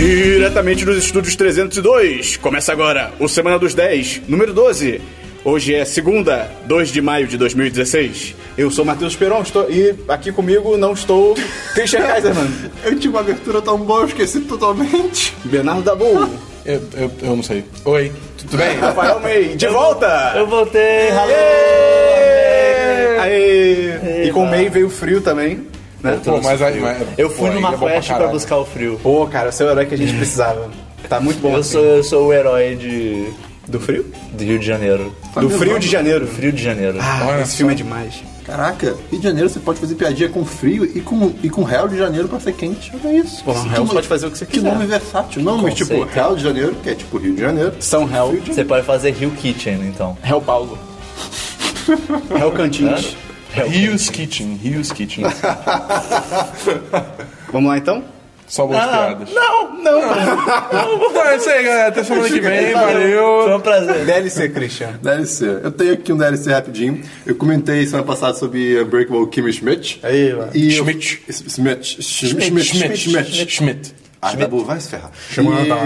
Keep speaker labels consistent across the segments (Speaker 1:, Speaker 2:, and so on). Speaker 1: diretamente dos estúdios 302. Começa agora o Semana dos 10, número 12. Hoje é segunda, 2 de maio de 2016. Eu sou Matheus Peron estou, e aqui comigo não estou Christian Kaiserman,
Speaker 2: Eu tinha uma abertura tão boa, eu esqueci totalmente.
Speaker 1: Bernardo Dabu,
Speaker 3: Eu, eu, eu não sei. Oi, tudo bem?
Speaker 1: Rafael May. De volta!
Speaker 4: Eu voltei, ralei.
Speaker 1: Aê! Aê! E com o May veio frio também. Né?
Speaker 3: Pô, mas aí. mas-
Speaker 4: Eu fui
Speaker 3: pô,
Speaker 4: numa
Speaker 3: aí é bom
Speaker 4: quest pra
Speaker 3: caralho.
Speaker 4: buscar o frio.
Speaker 1: Pô, cara, você é o herói que a gente precisava. Tá muito bom.
Speaker 4: Eu
Speaker 1: assim.
Speaker 4: sou, eu sou o herói de.
Speaker 1: Do frio?
Speaker 4: do Rio de Janeiro.
Speaker 1: Do frio de janeiro.
Speaker 4: Frio de Janeiro.
Speaker 1: Ah,
Speaker 3: Olha
Speaker 1: esse
Speaker 3: só.
Speaker 1: filme é demais.
Speaker 2: Caraca, Rio de Janeiro você pode fazer piadinha com frio e com, e com réu de janeiro pra ser quente. Olha é isso.
Speaker 1: Pô,
Speaker 2: Que
Speaker 1: Hell
Speaker 2: nome-
Speaker 1: pode fazer o que você
Speaker 2: Que
Speaker 1: quiser.
Speaker 2: nome versátil. Não, mas tipo,
Speaker 4: Conceito.
Speaker 2: réu de janeiro, que é tipo Rio de Janeiro.
Speaker 1: São Hell.
Speaker 4: Você pode fazer Rio Kitchen, então.
Speaker 1: Hell Paulo. Hell Cantins.
Speaker 2: é
Speaker 3: Rios Kitchen, Rios Kitchen.
Speaker 1: Vamos lá então?
Speaker 3: Só boas piadas.
Speaker 1: Não, não.
Speaker 3: Então é isso aí, galera. Até semana que vem. Valeu.
Speaker 4: Foi um prazer.
Speaker 1: DLC, Christian.
Speaker 2: DLC. Eu tenho aqui um DLC rapidinho. Eu comentei semana passada sobre Unbreakable Kimmy Schmidt.
Speaker 1: Aí, mano.
Speaker 2: E eu-
Speaker 3: Schmidt.
Speaker 2: Schmidt. Schmidt. Schmidt. Schmidt. Schmidt.
Speaker 3: Schmidt.
Speaker 2: Ah, Dabu, vai se ferrar.
Speaker 1: Chama
Speaker 2: e...
Speaker 1: a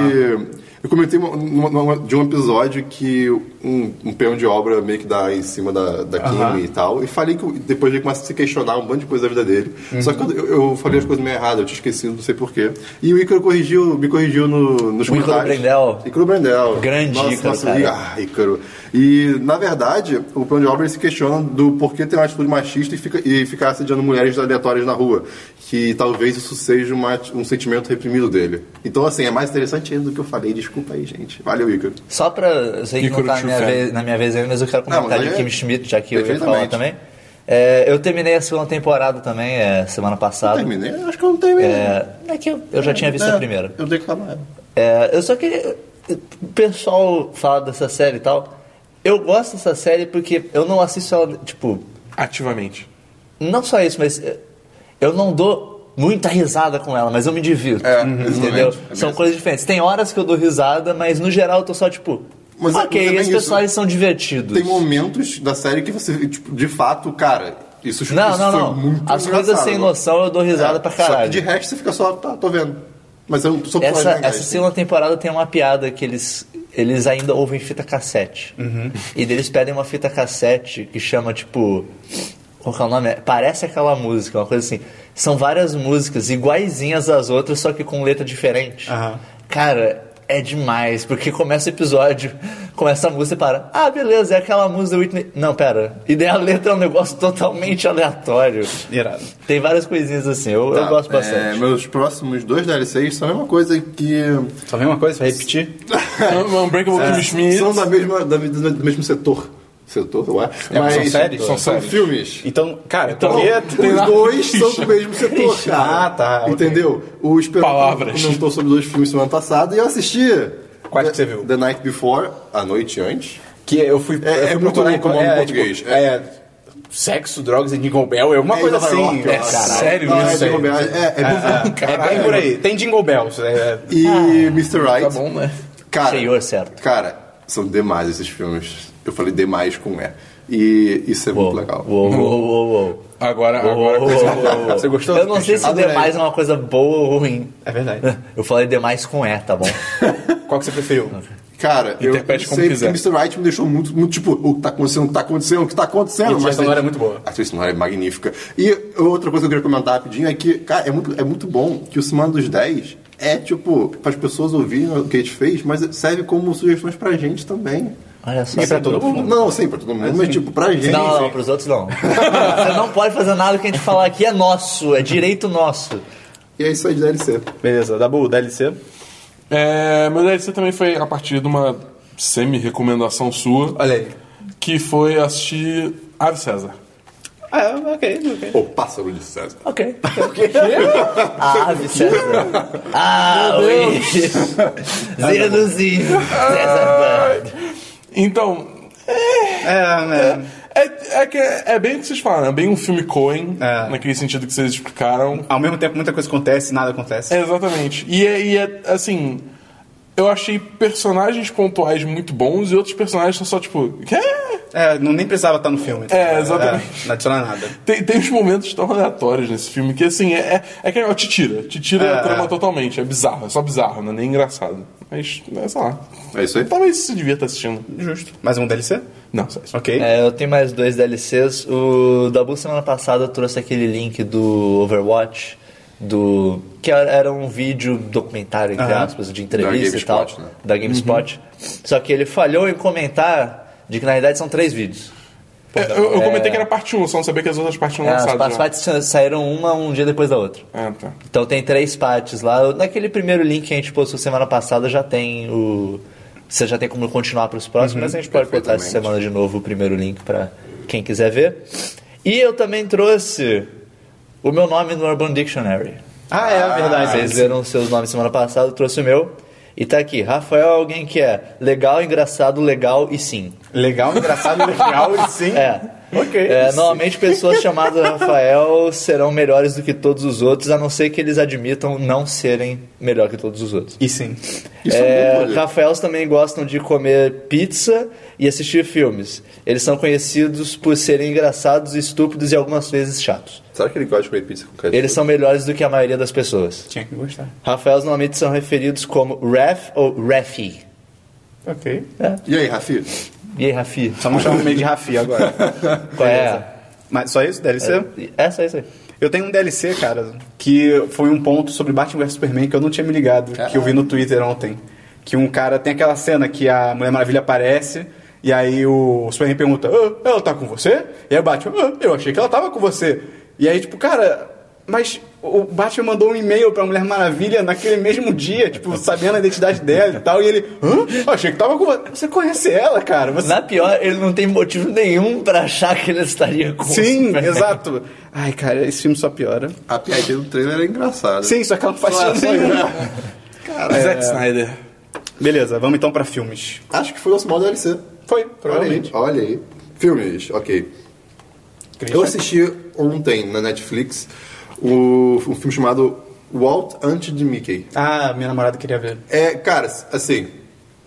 Speaker 2: Eu comentei uma- numa- numa- de um episódio que um, um peão de obra meio que dá em cima da, da Kim e tal. E falei que depois ele começa a se questionar um monte de coisa da vida dele. Só que
Speaker 4: Uhum.
Speaker 2: quando eu, eu falei as coisas meio erradas, eu tinha esquecido, não sei porquê. E o Ícaro corrigiu, me corrigiu no, nos
Speaker 4: O Ícaro
Speaker 2: comentários.
Speaker 4: Brendel.
Speaker 2: Ícaro Brendel.
Speaker 4: Grande
Speaker 2: nossa,
Speaker 4: Ícaro,
Speaker 2: nossa,
Speaker 4: cara.
Speaker 2: ah, Ícaro. E, na verdade, o plano de obra ele se questiona do porquê ter uma atitude machista e, fica, e ficar assediando mulheres aleatórias na rua. Que talvez isso seja uma ati- um sentimento reprimido dele. Então, assim, é mais interessante ainda do que eu falei. Desculpa aí, gente. Valeu, Ícaro.
Speaker 4: Só pra. Eu sei que não
Speaker 3: Ícaro
Speaker 4: tá na minha,
Speaker 3: Chufé.
Speaker 4: vez, na minha vez ainda, mas eu quero
Speaker 2: Não,
Speaker 4: comentar
Speaker 2: mas
Speaker 4: de
Speaker 2: aí-
Speaker 4: Kim Schmidt, já que eu ia falar
Speaker 2: Perfeitamente.
Speaker 4: também. É, eu terminei a segunda temporada também, é, semana passada.
Speaker 2: Terminei? Acho que eu não terminei.
Speaker 4: É, é que eu, eu já tinha visto
Speaker 2: É,
Speaker 4: a primeira.
Speaker 2: Eu declamo ela.
Speaker 4: É, eu só queria. O pessoal fala dessa série e tal. Eu gosto dessa série porque eu não assisto ela, tipo.
Speaker 3: Ativamente.
Speaker 4: Não só isso, mas. eh, Eu não dou muita risada com ela, mas eu me divirto.
Speaker 3: É,
Speaker 4: entendeu?
Speaker 3: exatamente. É
Speaker 4: São
Speaker 3: mesmo.
Speaker 4: coisas diferentes. Tem horas que eu dou risada, mas no geral eu tô só tipo.
Speaker 2: Mas é-
Speaker 4: ok,
Speaker 2: mas é bem
Speaker 4: esses
Speaker 2: isso.
Speaker 4: personagens são divertidos.
Speaker 2: Tem momentos da série que você, tipo, de fato, cara, isso,
Speaker 4: Não,
Speaker 2: isso
Speaker 4: não,
Speaker 2: foi
Speaker 4: não.
Speaker 2: muito
Speaker 4: As coisas
Speaker 2: engraçado.
Speaker 4: sem noção eu dou risada
Speaker 2: É,
Speaker 4: pra
Speaker 2: Só que
Speaker 4: caralho.
Speaker 2: de resto você fica só, tá, tô vendo. Mas eu sou
Speaker 4: Essa,
Speaker 2: personagem
Speaker 4: essa
Speaker 2: legais.
Speaker 4: segunda temporada tem uma piada que eles, eles ainda ouvem fita cassete.
Speaker 2: Uhum.
Speaker 4: E daí eles pedem uma fita cassete que chama tipo. Qual que é o nome? É- Parece aquela música, uma coisa assim. São várias músicas iguaizinhas às outras, só que com letra diferente.
Speaker 1: Aham.
Speaker 4: Cara, é demais, porque começa o episódio, começa a música e para. Ah, beleza, é aquela música da Whitney. Não, pera. E daí a letra é um negócio totalmente aleatório.
Speaker 1: Irado.
Speaker 4: Tem várias coisinhas assim, eu, eu
Speaker 2: Tá,
Speaker 4: gosto
Speaker 2: é,
Speaker 4: bastante.
Speaker 2: meus próximos dois DLCs são a mesma coisa que.
Speaker 1: Só vem uma coisa pra repetir?
Speaker 3: Um Unbreakable Kim Schmidt.
Speaker 2: É, São da mesma, da, da- do mesmo setor. Setor, ué.
Speaker 1: É, mas são séries?
Speaker 2: São,
Speaker 1: São séries.
Speaker 2: filmes.
Speaker 1: Então, cara,
Speaker 3: Então,
Speaker 1: porque
Speaker 2: Os dois são do mesmo setor, cara.
Speaker 1: Ah, tá, ok.
Speaker 2: Entendeu? O Esperão
Speaker 3: Palavras.
Speaker 2: comentou sobre dois filmes semana passada e eu assisti.
Speaker 1: Quais
Speaker 2: The-
Speaker 1: que você viu?
Speaker 2: The Night Before, A Noite Antes.
Speaker 1: que eu fui,
Speaker 2: É-
Speaker 1: eu
Speaker 2: é
Speaker 1: fui
Speaker 2: muito
Speaker 1: procurar
Speaker 2: louco o
Speaker 1: em-
Speaker 2: nome em
Speaker 1: é,
Speaker 2: português.
Speaker 1: tipo, é, sexo, drogas e Jingle Bell, é uma
Speaker 2: É em
Speaker 1: coisa
Speaker 2: Nova
Speaker 1: assim.
Speaker 2: York, eu
Speaker 1: é,
Speaker 2: acho.
Speaker 1: caralho.
Speaker 3: Sério
Speaker 2: Não, é,
Speaker 3: isso?
Speaker 2: Jingle Bell, é, é,
Speaker 1: É bem por aí. Tem Jingle Bells. é- é-
Speaker 2: E Mr. Right.
Speaker 3: Tá bom, né?
Speaker 2: Cara,
Speaker 4: Senhor, certo.
Speaker 2: Cara, são demais esses filmes. Eu falei demais com é. E isso é muito legal.
Speaker 4: Uou, uou, uou, uou.
Speaker 3: Agora, agora.
Speaker 2: Oh.
Speaker 4: Uou,
Speaker 3: coisa-
Speaker 4: uou, uou.
Speaker 1: Você gostou?
Speaker 4: Eu não sei se
Speaker 2: Adorei.
Speaker 4: demais é uma coisa boa ou ruim.
Speaker 1: É verdade.
Speaker 4: Eu falei demais com E, tá bom?
Speaker 1: Qual que você preferiu?
Speaker 2: Cara, eu
Speaker 3: Interprete como
Speaker 2: sei
Speaker 3: quiser.
Speaker 2: porque Mr. Right me deixou muito, muito tipo, o que tá acontecendo, o que tá acontecendo, o que tá acontecendo.
Speaker 1: E a trilha sonora é muito boa.
Speaker 2: A trilha sonora é magnífica. E outra coisa que eu queria comentar rapidinho é que, cara, é muito, é muito bom que o Semana dos 10 é, tipo, para as pessoas ouvirem o que a gente fez, mas serve como sugestões pra gente também.
Speaker 4: Olha só. É
Speaker 1: E pra todo mundo?
Speaker 2: Não, sim, pra todo mundo, mas, tipo, pra gente.
Speaker 4: Não, não, pros outros não. Você não pode fazer nada que a gente falar aqui é nosso, é direito nosso.
Speaker 2: E é isso aí de DLC.
Speaker 1: Beleza, Dabu, DLC.
Speaker 3: É, meu DLC também foi a partir de uma semi-recomendação sua,
Speaker 1: Olha aí.
Speaker 3: que foi assistir Ave César.
Speaker 1: Ah, ok, ok.
Speaker 2: O Pássaro de César.
Speaker 4: Ok. A ave César. Ah, ui. Zenuzinho.
Speaker 2: Ah,
Speaker 4: César Band.
Speaker 3: Então,
Speaker 1: É, né?
Speaker 3: é, é, que é, é bem o que vocês falaram, é bem um filme Coen,
Speaker 1: É.
Speaker 3: naquele sentido que vocês explicaram.
Speaker 1: Ao mesmo tempo, muita coisa acontece, nada acontece.
Speaker 3: É, exatamente. E é, e é, assim. eu achei personagens pontuais muito bons e outros personagens são só tipo. "Quê?"
Speaker 1: É, não, nem precisava estar no filme.
Speaker 3: É, exatamente.
Speaker 1: É, não adiciona nada.
Speaker 3: Tem, tem uns momentos tão aleatórios nesse filme que assim, é, é, é que ó, te tira. Te tira
Speaker 1: É,
Speaker 3: a trama
Speaker 1: é.
Speaker 3: totalmente. É bizarro, é só bizarro, não é nem engraçado. Mas, é, sei lá.
Speaker 2: É isso aí?
Speaker 3: Talvez se divirta assistindo.
Speaker 1: Justo. Mais um DLC?
Speaker 3: Não, só isso.
Speaker 1: Ok.
Speaker 4: É, eu tenho mais dois DLCs. O Dabu semana passada trouxe aquele link do Overwatch, do que era- era um vídeo documentário, entre
Speaker 1: Aham.
Speaker 4: aspas, de entrevista
Speaker 2: Da
Speaker 4: e tal,
Speaker 2: GameSpot, né?
Speaker 4: da GameSpot. Só que ele falhou em comentar de que na realidade são três vídeos.
Speaker 3: É, eu, eu comentei que era parte 1, só não sabia que as outras partes não
Speaker 4: É, as
Speaker 3: lançadas.
Speaker 2: né?
Speaker 3: já.
Speaker 4: partes saíram uma um dia depois da outra.
Speaker 3: Ah, tá.
Speaker 4: Então tem três partes lá. Naquele primeiro link que a gente postou semana passada já tem o. Você já tem como continuar para os próximos, mas a gente pode botar essa semana de novo o primeiro link para quem quiser ver. E eu também trouxe o meu nome no Urban Dictionary.
Speaker 1: Ah, é verdade.
Speaker 4: Vocês viram os seus nomes semana passada, eu trouxe o meu. E tá aqui, Rafael é alguém que é legal, engraçado, legal e sim.
Speaker 1: Legal, engraçado, legal, e sim.
Speaker 4: É.
Speaker 1: Ok.
Speaker 4: É, normalmente pessoas chamadas Rafael serão melhores do que todos os outros, a não ser que eles admitam não serem melhor que todos os outros.
Speaker 1: E sim.
Speaker 2: Isso
Speaker 4: É,
Speaker 2: é, um bom rolê.
Speaker 4: Rafaels também gostam de comer pizza e assistir filmes. Eles são conhecidos por serem engraçados, estúpidos e algumas vezes chatos.
Speaker 2: Será que ele gosta de comer pizza com ketchup?
Speaker 4: Eles são melhores do que a maioria das pessoas.
Speaker 1: Tinha que gostar.
Speaker 4: Rafaels normalmente são referidos como Raf ou Rafi.
Speaker 1: Ok.
Speaker 2: E aí, Rafi?
Speaker 4: E aí, Rafi?
Speaker 1: Só não chama meio de Rafi agora.
Speaker 4: Qual é?
Speaker 1: Mas só isso, DLC?
Speaker 4: É só isso aí.
Speaker 1: Eu tenho um DLC, cara, que foi um ponto sobre Batman vs Superman que eu não tinha me ligado, que eu vi no Twitter ontem. Que um cara tem aquela cena que a Mulher Maravilha aparece. E aí o Superman pergunta, "Ah, ela tá com você? E aí o Batman, "Ah, eu achei que ela tava com você. E aí, tipo, cara, mas o Batman mandou um e-mail pra Mulher Maravilha naquele mesmo dia, tipo, sabendo a identidade dela e tal, e ele, Hã? achei que tava com você. Você conhece ela, cara, você
Speaker 4: Na pior, ele não tem motivo nenhum pra achar que ele estaria com o
Speaker 1: Sim,
Speaker 4: Superman.
Speaker 1: é assim?" exato. Ai, cara, esse filme só piora.
Speaker 2: A piadinha do trailer era engraçada.
Speaker 1: Sim, só que ela não faz
Speaker 2: Só-
Speaker 1: sentido
Speaker 2: só-
Speaker 1: nenhum. É.
Speaker 3: Zack Snyder.
Speaker 1: Beleza, vamos então pra filmes.
Speaker 2: Acho que foi o nosso maior DLC.
Speaker 1: Foi,
Speaker 2: Olha aí,
Speaker 1: provavelmente.
Speaker 2: olha aí. Filmes, ok. Eu assisti ontem na Netflix o, um filme chamado Walt Antes de Mickey.
Speaker 1: Ah, minha namorada queria ver.
Speaker 2: É, cara, assim.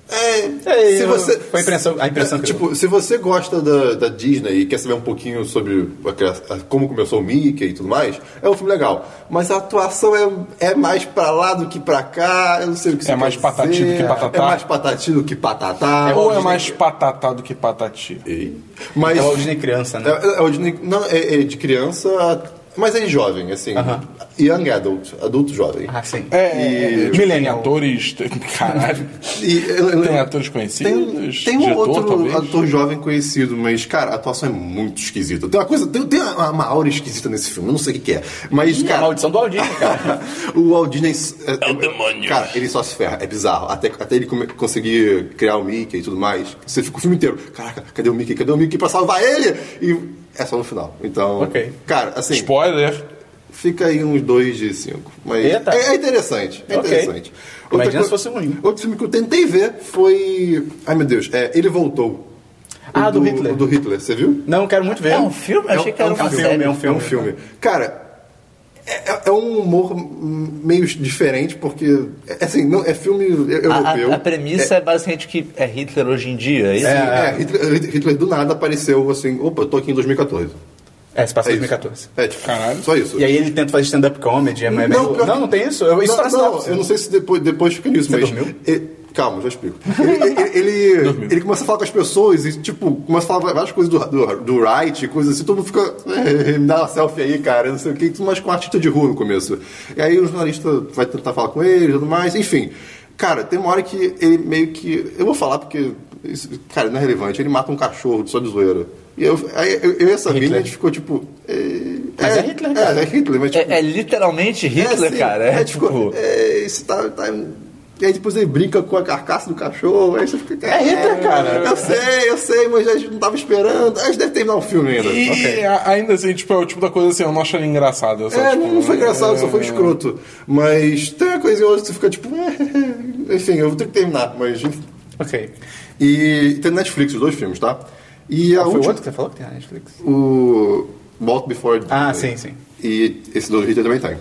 Speaker 2: É,
Speaker 1: É,
Speaker 2: se
Speaker 1: eu-
Speaker 2: você,
Speaker 1: foi a impressão- a impressão
Speaker 2: é,
Speaker 1: que eu-
Speaker 2: tipo, se você gosta da, da Disney e quer saber um pouquinho sobre a cria- a- como começou o Mickey e tudo mais, é um filme legal. Mas a atuação é, é mais pra lá do que pra cá, eu não sei o que isso
Speaker 3: É mais
Speaker 2: quer
Speaker 3: patati
Speaker 2: dizer.
Speaker 3: do que patatá.
Speaker 2: É mais patati do que patatá.
Speaker 3: Ou é mais patatá do que patati?
Speaker 2: Ei. Mas
Speaker 1: É o Disney criança, né?
Speaker 2: é, é o de, não, é, é de criança, mas é jovem, assim.
Speaker 1: Aham.
Speaker 2: Young adult, adulto jovem.
Speaker 1: Ah, sim.
Speaker 3: É,
Speaker 1: E- Millennial.
Speaker 3: Atores. tem- Caralho.
Speaker 2: E eu- eu-
Speaker 3: Tem atores
Speaker 2: Tem,
Speaker 3: conhecidos?
Speaker 2: tem um
Speaker 3: diretor,
Speaker 2: outro
Speaker 3: talvez?
Speaker 2: ator jovem conhecido, mas, cara, a atuação é muito esquisita. Tem uma coisa, tem, tem uma, uma aura esquisita nesse filme, eu não sei o que, que é. Mas,
Speaker 1: A
Speaker 2: cara,
Speaker 1: maldição do Aldinho, cara.
Speaker 2: o Walt Disney. É, o demônio. Cara, ele só se ferra, é bizarro. Até, até ele come- conseguir criar o Mickey e tudo mais. Você fica o filme inteiro. Caraca, cadê o Mickey? Cadê o Mickey pra salvar ele? E é só no final. Então.
Speaker 1: Ok.
Speaker 2: Cara, assim.
Speaker 3: Spoiler.
Speaker 2: Fica aí uns 2 de 5. Mas
Speaker 1: Eita.
Speaker 2: é, é interessante. É
Speaker 1: Ok.
Speaker 2: interessante.
Speaker 1: Imagina
Speaker 2: co-
Speaker 1: se fosse ruim.
Speaker 2: Outro filme que eu tentei ver foi. Ai meu Deus, é, ele voltou.
Speaker 1: Ah,
Speaker 2: O
Speaker 1: do Hitler.
Speaker 2: o do Hitler, você viu?
Speaker 1: Não, quero muito ver.
Speaker 4: É um filme? Eu achei que era
Speaker 1: é um
Speaker 4: uma
Speaker 1: filme,
Speaker 4: série.
Speaker 1: é um filme.
Speaker 2: É um filme. Cara, é, é um humor hum, meio diferente, porque. É, assim, não, é filme eu-
Speaker 4: A,
Speaker 2: europeu.
Speaker 4: a- a premissa é, basicamente que é Hitler hoje em dia, é isso?
Speaker 1: assim.
Speaker 2: É, é, Hitler, Hitler do nada apareceu assim, opa, eu tô aqui em 2014.
Speaker 1: É, se passa
Speaker 2: É
Speaker 1: em
Speaker 2: isso.
Speaker 1: 2014.
Speaker 2: É, tipo,
Speaker 3: Caralho.
Speaker 2: só isso.
Speaker 1: E aí ele tenta fazer stand-up comedy. é- é meio- Não,
Speaker 2: pior que-
Speaker 1: não, tem isso. Eu, isso
Speaker 2: não,
Speaker 1: tá
Speaker 2: não,
Speaker 1: sinopse.
Speaker 2: eu não sei se depois, depois fica nisso,
Speaker 1: Você
Speaker 2: mas.
Speaker 1: dormiu?
Speaker 2: e- calma, já explico. Ele, ele, ele, ele começa a falar com as pessoas e, tipo, começa a falar várias coisas do, do, do right, coisas assim, todo mundo fica. "Eh, Me dá uma selfie aí, cara, não sei o que, tudo mais com um artista de rua no começo. E aí o jornalista vai tentar falar com ele e tudo mais, enfim. Cara, tem uma hora que ele meio que. Eu vou falar porque. isso, cara, não é relevante. Ele mata um cachorro só de zoeira. E eu, aí eu, eu e essa mina, a gente ficou tipo. eh,
Speaker 1: É Mas é Hitler,
Speaker 2: É,
Speaker 1: cara.
Speaker 2: é Hitler, mas tipo,
Speaker 4: É, é literalmente Hitler,
Speaker 2: assim,
Speaker 4: cara. É,
Speaker 2: tipo,
Speaker 4: tipo,
Speaker 2: é, isso tá, tá- E aí depois ele brinca com a carcaça do cachorro, aí você fica. É Hitler, cara! Eu sei, eu sei, mas a gente não tava esperando. A gente deve terminar o filme ainda.
Speaker 3: E a- ainda assim, tipo, é o tipo da coisa assim, eu não acho ele engraçado. Eu só,
Speaker 2: É,
Speaker 3: tipo,
Speaker 2: não foi engraçado,
Speaker 3: é,
Speaker 2: só foi escroto. Mas tem uma coisa e outra que você fica tipo. Enfim, é, assim, eu vou ter que terminar, mas.
Speaker 1: Ok.
Speaker 2: E tem Netflix, os dois filmes, tá? E a
Speaker 1: Foi o
Speaker 2: última.
Speaker 1: outro que você falou que tem na Netflix?
Speaker 2: o Walt Before né?
Speaker 1: Ah, sim, sim.
Speaker 2: tá E esse do Hitler também tem.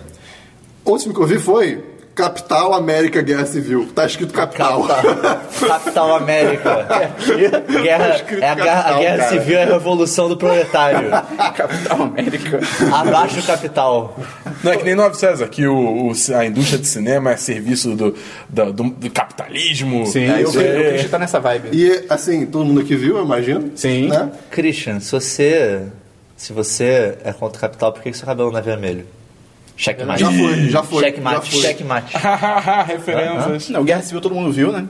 Speaker 2: Outro filme que eu vi foi Capital América Guerra Civil. Tá escrito capital.
Speaker 4: Capital,
Speaker 2: tipo-
Speaker 4: Capital América. Guerra, é a guerra, a
Speaker 2: capital,
Speaker 4: guerra
Speaker 2: cara.
Speaker 4: civil é a revolução do proletário.
Speaker 1: Capital América.
Speaker 4: Abaixo o capital.
Speaker 3: Não é que nem 9 César, que o, o- a indústria de cinema é serviço do, da- do, do capitalismo.
Speaker 1: Sim,
Speaker 3: é,
Speaker 1: eu,
Speaker 3: isso
Speaker 1: eu, eu
Speaker 3: é,
Speaker 1: acredito tá nessa vibe.
Speaker 2: E assim, todo mundo aqui viu, eu imagino.
Speaker 1: Sim.
Speaker 2: Né?
Speaker 4: Christian, se você. Se você é contra o capital, por que, que seu cabelo não é vermelho? Checkmate.
Speaker 2: Já foi, já foi, já
Speaker 4: Checkmate,
Speaker 2: foi.
Speaker 4: checkmate.
Speaker 3: referências.
Speaker 1: Não, Guerra Civil todo mundo viu, né?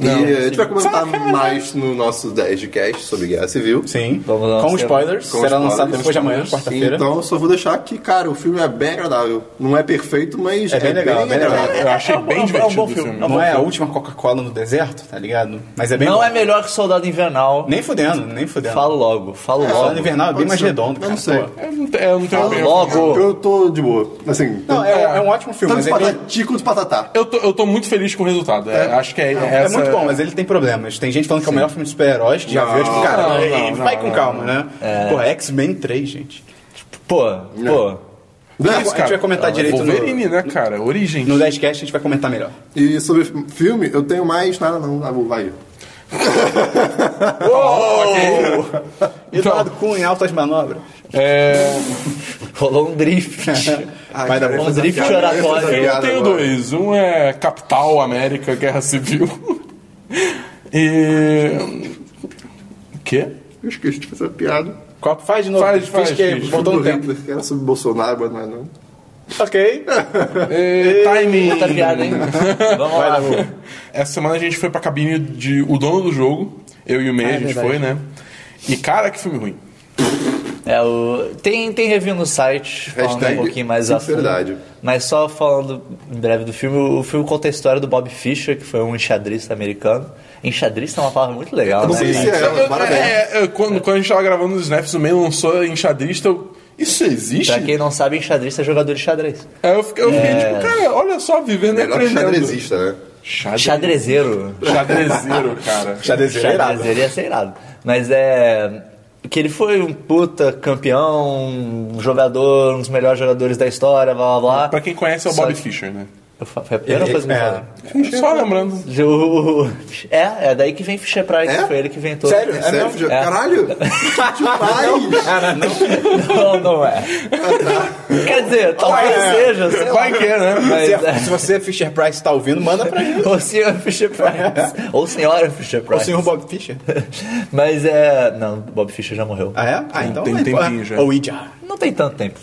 Speaker 2: E a gente vai comentar mais no nosso 10 de cast sobre Guerra Civil.
Speaker 1: Sim.
Speaker 4: Vamos lá,
Speaker 1: Com
Speaker 4: você-
Speaker 1: spoilers.
Speaker 2: Com
Speaker 1: será
Speaker 2: spoilers.
Speaker 1: lançado depois de amanhã, quarta-feira.
Speaker 2: Então eu só vou deixar que, cara, o filme é bem agradável. Não é perfeito, mas
Speaker 1: É bem legal, bem legal.
Speaker 3: Eu achei
Speaker 4: É um bom- é
Speaker 3: bem
Speaker 4: um bom
Speaker 3: divertido o
Speaker 4: filme,
Speaker 3: filme.
Speaker 4: é um bom
Speaker 1: Não é a
Speaker 4: filme.
Speaker 1: última Coca-Cola no deserto, tá ligado? Mas é bem
Speaker 4: Não
Speaker 1: bom.
Speaker 4: é melhor que Soldado Invernal.
Speaker 1: Nem fudendo, nem fudendo.
Speaker 4: Falo logo, falo
Speaker 1: Soldado
Speaker 4: logo.
Speaker 1: Invernal é bem
Speaker 2: Pode
Speaker 1: mais
Speaker 2: ser.
Speaker 1: redondo,
Speaker 2: Eu
Speaker 1: cara.
Speaker 2: não sei.
Speaker 1: pô.
Speaker 3: Eu É, não te- eu não tenho
Speaker 4: Falo
Speaker 3: opinião.
Speaker 4: logo.
Speaker 2: Eu tô de boa. Assim,
Speaker 1: Não, é, é um ótimo filme, mas
Speaker 2: tanto
Speaker 1: é bem...
Speaker 2: patati quanto patatá.
Speaker 3: Eu tô, eu tô muito feliz com o resultado. É, acho que é,
Speaker 1: É muito
Speaker 3: essa-
Speaker 1: bom, mas ele tem problemas. Tem gente falando que é o melhor filme de super-heróis, que já
Speaker 2: Não,
Speaker 1: viu, tipo, cara,
Speaker 3: não,
Speaker 1: ei,
Speaker 3: não,
Speaker 1: vai
Speaker 3: não,
Speaker 1: com
Speaker 3: não,
Speaker 1: calma, né? Porra, X-Men 3, gente.
Speaker 4: Pô, pô.
Speaker 1: É isso, cara. A gente vai comentar direito no-
Speaker 3: Ah, Wolverine, né, cara? Origem.
Speaker 1: No 10cast a gente vai comentar melhor.
Speaker 2: E sobre filme, eu tenho mais nada não. Ah, vou, vai.
Speaker 3: Oh,
Speaker 1: Eduardo Cunha, em altas manobras.
Speaker 3: É,
Speaker 4: Rolou um drift.
Speaker 2: Ai,
Speaker 1: Vai dar
Speaker 2: cara,
Speaker 1: bom.
Speaker 4: um
Speaker 2: essa
Speaker 4: drift
Speaker 2: piada-
Speaker 4: oratório.
Speaker 2: essa
Speaker 3: eu
Speaker 2: piada
Speaker 3: tenho
Speaker 2: agora.
Speaker 3: dois. Um é Capital, América, Guerra Civil. e. O quê?
Speaker 2: Eu esqueci de fazer a piada.
Speaker 1: Qual- Faz de novo.
Speaker 3: Faz,
Speaker 1: Fiz
Speaker 3: faz,
Speaker 1: que
Speaker 3: fiz.
Speaker 1: voltou no
Speaker 2: Do
Speaker 1: tempo.
Speaker 2: Hitler, que Era sobre Bolsonaro, mas não é não.
Speaker 1: Ok.
Speaker 3: É, timing.
Speaker 4: Puta piada, Tá hein? Vamos lá.
Speaker 3: Essa semana a gente foi pra cabine de O Dono do Jogo. Eu e o Meia, a gente foi, né? E cara, que filme ruim.
Speaker 4: É, o... tem, tem review no site, falando
Speaker 2: Hashtag
Speaker 4: um pouquinho mais a fundo.
Speaker 2: sinceridade.
Speaker 4: Mas só falando em breve do filme, o filme conta a história do Bob Fischer, que foi um enxadrista americano. Enxadrista é uma palavra muito legal,
Speaker 2: Eu não
Speaker 4: né?
Speaker 2: sei
Speaker 4: cara?
Speaker 2: se é,
Speaker 3: Eu-
Speaker 2: parabéns.
Speaker 3: é, eu- quando, quando a gente tava gravando os snaps, o Meia lançou enxadrista. Eu, Isso existe?
Speaker 4: Pra quem não sabe, enxadrista é jogador de xadrez.
Speaker 3: Aí eu fiquei, eu fiquei tipo, cara, olha só, vivendo e
Speaker 2: Melhor que
Speaker 3: aprendendo.
Speaker 2: xadrezista, né?
Speaker 3: Xadrez-
Speaker 4: Xadrezeiro.
Speaker 3: Xadrezeiro, cara.
Speaker 1: Já deseirado.
Speaker 4: Xadrezeiro ia ser irado. Mas é. Que ele foi um puta campeão, um jogador, um dos melhores jogadores da história, blá blá blá.
Speaker 3: Pra quem conhece é o
Speaker 4: Só-
Speaker 3: Bob Fischer, né?
Speaker 4: Eu fa- Foi a primeira
Speaker 1: Ele-
Speaker 4: coisa que eu
Speaker 1: é.
Speaker 4: falei.
Speaker 3: Só lembrando.
Speaker 4: O- É, é daí que vem Fisher Price,
Speaker 2: É?
Speaker 4: foi ele que inventou.
Speaker 1: Sério?
Speaker 2: É,
Speaker 1: É
Speaker 2: sério?
Speaker 1: mesmo?
Speaker 2: já- Caralho! Demais!
Speaker 1: Cara, não.
Speaker 4: Ah, Não, não é. Quer dizer, talvez seja, sei lá.
Speaker 3: Vai que é, né?
Speaker 4: Mas,
Speaker 1: Se,
Speaker 4: é,
Speaker 1: se você, Fisher Price, tá ouvindo, manda pra gente.
Speaker 4: ou senhor Fisher Price. Ou senhora Fisher
Speaker 1: O
Speaker 4: Price.
Speaker 1: senhor Bob Fisher?
Speaker 4: Mas é. Não, Bob Fischer já morreu.
Speaker 1: Ah, é? Ah, então.
Speaker 3: tem um
Speaker 1: vai,
Speaker 3: tempinho
Speaker 1: porra.
Speaker 3: já.
Speaker 1: Ou Ija.
Speaker 4: Não tem tanto tempo.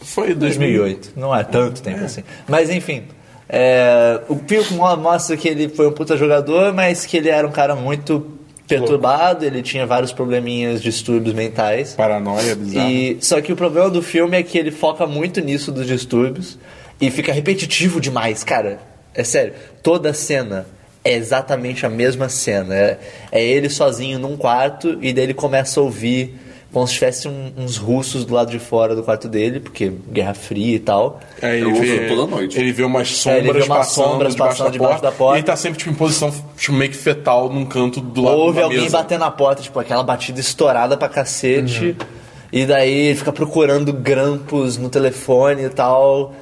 Speaker 4: É
Speaker 3: Foi
Speaker 4: 2008. Não é tanto tempo assim. Mas enfim. é, o Pilco mo- mostra que ele foi um puta jogador, mas que ele era um cara muito perturbado, ele tinha vários probleminhas, distúrbios mentais.
Speaker 3: Paranoia, É bizarro.
Speaker 4: E, só que o problema do filme é que ele foca muito nisso dos distúrbios e fica repetitivo demais, cara. É sério, toda cena é exatamente a mesma cena. É, é ele sozinho num quarto e daí ele começa a ouvir como se tivesse um- uns russos do lado de fora do quarto dele, porque Guerra Fria e tal.
Speaker 3: Aí
Speaker 2: Eu uso toda noite.
Speaker 3: Ele É, vê umas
Speaker 4: É,
Speaker 3: sombras
Speaker 4: ele vê umas
Speaker 3: passando,
Speaker 4: sombras
Speaker 3: debaixo,
Speaker 4: passando
Speaker 3: da
Speaker 4: debaixo
Speaker 3: porta,
Speaker 4: da porta.
Speaker 3: E ele tá sempre tipo, em posição tipo, meio que fetal num canto do lado
Speaker 4: Ouve
Speaker 3: da
Speaker 4: alguém
Speaker 3: mesa.
Speaker 4: bater na porta, tipo, aquela batida estourada pra cacete.
Speaker 3: Uhum.
Speaker 4: E daí ele fica procurando grampos no telefone e tal.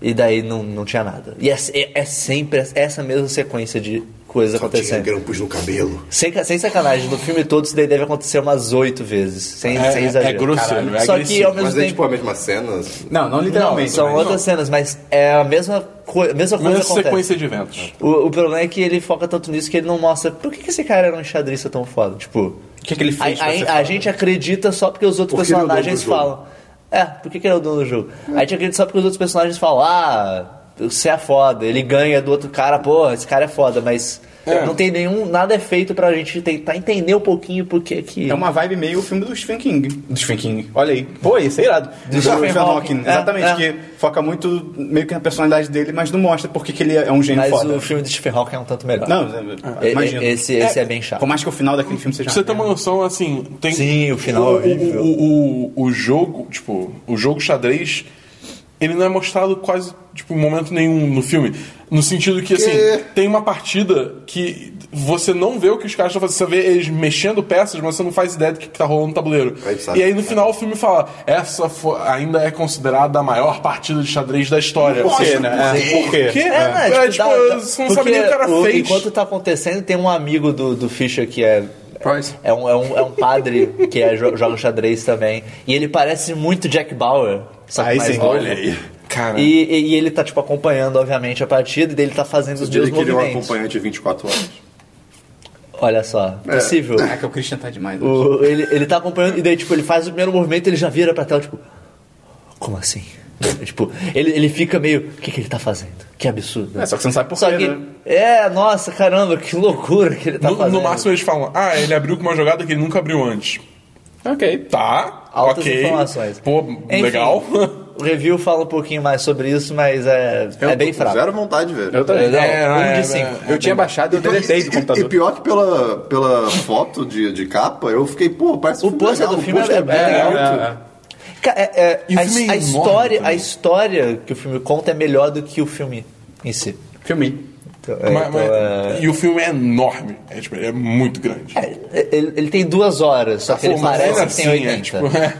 Speaker 4: E daí não, não tinha nada. E é, é- é sempre essa mesma sequência de coisas
Speaker 2: Tinha
Speaker 4: acontecendo.
Speaker 2: grampos no cabelo.
Speaker 4: Sem, ca- sem sacanagem, no filme todo isso daí deve acontecer umas oito vezes. Sem,
Speaker 3: É,
Speaker 4: sem
Speaker 3: é, é
Speaker 4: exagero.
Speaker 3: grosseiro, é
Speaker 4: Só que
Speaker 3: agressivo.
Speaker 4: ao mesmo
Speaker 2: Mas é
Speaker 4: tempo.
Speaker 2: tipo a mesma cena.
Speaker 1: Não, não
Speaker 4: não,
Speaker 1: literalmente.
Speaker 4: são
Speaker 1: mas-
Speaker 4: outras cenas, mas é a mesma, coi- mesma coisa
Speaker 3: Mas essa
Speaker 4: acontece.
Speaker 3: sequência de eventos.
Speaker 4: O, o problema é que ele foca tanto nisso que ele não mostra por que, que esse cara era um enxadrista tão foda. Tipo,
Speaker 1: O que que ele fez
Speaker 4: a,
Speaker 1: pra
Speaker 4: a-
Speaker 1: ser
Speaker 4: a
Speaker 1: foda?
Speaker 4: gente acredita só porque os outros
Speaker 2: Porque ele é o dono do
Speaker 4: personagens
Speaker 2: jogo.
Speaker 4: falam. É, por que, que ele é o dono do jogo? A gente acredita só porque os outros personagens falam, ah, você é foda, ele ganha do outro cara, porra, esse cara é foda, mas
Speaker 3: É.
Speaker 4: não tem nenhum. Nada é feito pra gente tentar entender um pouquinho por que que.
Speaker 1: É uma vibe meio o filme do Stephen King. Do Stephen King. Olha aí. Pô, isso é irado. Do
Speaker 4: Stephen Hawking. É,
Speaker 1: Exatamente.
Speaker 4: é.
Speaker 1: Que foca muito meio que na personalidade dele, mas não mostra porque que ele é um gênio
Speaker 4: mas
Speaker 1: foda.
Speaker 4: o filme de Stephen Hawking é um tanto melhor.
Speaker 1: Não,
Speaker 4: E- e-
Speaker 1: imagina.
Speaker 4: Esse, esse é, bem chato.
Speaker 1: Por mais que o final daquele filme seja.
Speaker 3: Pra você ter
Speaker 1: uma
Speaker 3: uma
Speaker 1: merda.
Speaker 3: noção, assim, tem.
Speaker 4: Né? Sim, o final é
Speaker 3: o,
Speaker 4: horrível.
Speaker 3: o, o, o, o jogo, tipo, o jogo xadrez ele não é mostrado quase, tipo, em momento nenhum no filme. No sentido que, assim,
Speaker 2: Que?
Speaker 3: tem uma partida que você não vê o que os caras estão fazendo. Você vê eles mexendo peças, mas você não faz ideia do que, que tá rolando no tabuleiro.
Speaker 2: Aí sabe.
Speaker 3: E aí, no final, o filme fala, essa fo- ainda é considerada a maior partida de xadrez da história.
Speaker 5: Por quê,
Speaker 3: Assim,
Speaker 5: né?
Speaker 3: por
Speaker 5: É, Por quê?
Speaker 3: quê?
Speaker 5: É.
Speaker 4: né,
Speaker 3: É, tipo, você não sabe
Speaker 4: porque
Speaker 3: nem o que o cara fez.
Speaker 4: Enquanto tá acontecendo, tem um amigo do, do Fischer que é.
Speaker 6: Price.
Speaker 4: É um, é, um, é um padre que é, jo- joga xadrez também. E ele parece muito Jack Bauer. Só que
Speaker 5: Aí
Speaker 4: mais
Speaker 5: sim.
Speaker 4: novo.
Speaker 5: Olha aí.
Speaker 3: Cara,
Speaker 4: E, e- e ele tá, tipo, acompanhando, obviamente, a partida, e ele tá fazendo os
Speaker 2: Ele
Speaker 4: meus
Speaker 2: queria um
Speaker 4: movimentos.
Speaker 2: acompanhante de 24 horas.
Speaker 4: Olha só, possível.
Speaker 1: É
Speaker 5: Caraca, o Christian tá demais.
Speaker 1: né?
Speaker 5: hoje.
Speaker 4: O- ele, ele tá acompanhando, e daí, tipo, ele faz o primeiro movimento, ele já vira pra tela, tipo, como assim? tipo, ele, ele fica meio, o que, que ele tá fazendo? Que absurdo.
Speaker 5: É, só que você não sabe por
Speaker 4: Só
Speaker 5: quê,
Speaker 4: que,
Speaker 5: né?
Speaker 4: é, nossa, caramba, que loucura que ele tá
Speaker 3: no,
Speaker 4: fazendo.
Speaker 3: no máximo eles falam, ah, ele abriu com uma jogada que ele nunca abriu antes.
Speaker 5: Ok.
Speaker 3: Tá,
Speaker 4: Altas
Speaker 3: ok.
Speaker 4: informações.
Speaker 3: Pô,
Speaker 4: Enfim,
Speaker 3: legal.
Speaker 4: O review fala um pouquinho mais sobre isso, mas é, é
Speaker 3: um
Speaker 2: Eu
Speaker 4: bem
Speaker 2: tô com
Speaker 4: fraco.
Speaker 2: Zero vontade, velho. Então,
Speaker 5: Eu também.
Speaker 4: Não,
Speaker 3: É,
Speaker 4: um
Speaker 3: é,
Speaker 4: de cinco.
Speaker 3: é.
Speaker 5: Eu tinha baixado e eu deletei do
Speaker 2: e, e- e
Speaker 5: computador.
Speaker 2: pior que pela, pela foto de, de capa, eu fiquei, pô, parece
Speaker 4: O
Speaker 2: um
Speaker 4: pôster
Speaker 2: legal,
Speaker 4: do
Speaker 2: o
Speaker 4: filme
Speaker 2: pôster
Speaker 4: é- é legal.
Speaker 5: Ah,
Speaker 4: Ca- é- é,
Speaker 3: E o
Speaker 4: a,
Speaker 3: filme é
Speaker 4: a
Speaker 3: enorme
Speaker 4: história, a
Speaker 3: também.
Speaker 4: história que o filme conta é melhor do que o filme em si.
Speaker 5: Filme.
Speaker 4: Então, é,
Speaker 3: Mas-
Speaker 4: então,
Speaker 3: mas-
Speaker 4: é-
Speaker 3: E o filme é enorme. É, tipo, ele é muito grande.
Speaker 4: É, ele, ele tem duas horas, só que É, ele
Speaker 3: Ah, Pô, mas
Speaker 4: parece
Speaker 3: ainda
Speaker 4: que tem 80.
Speaker 3: é, tipo, é.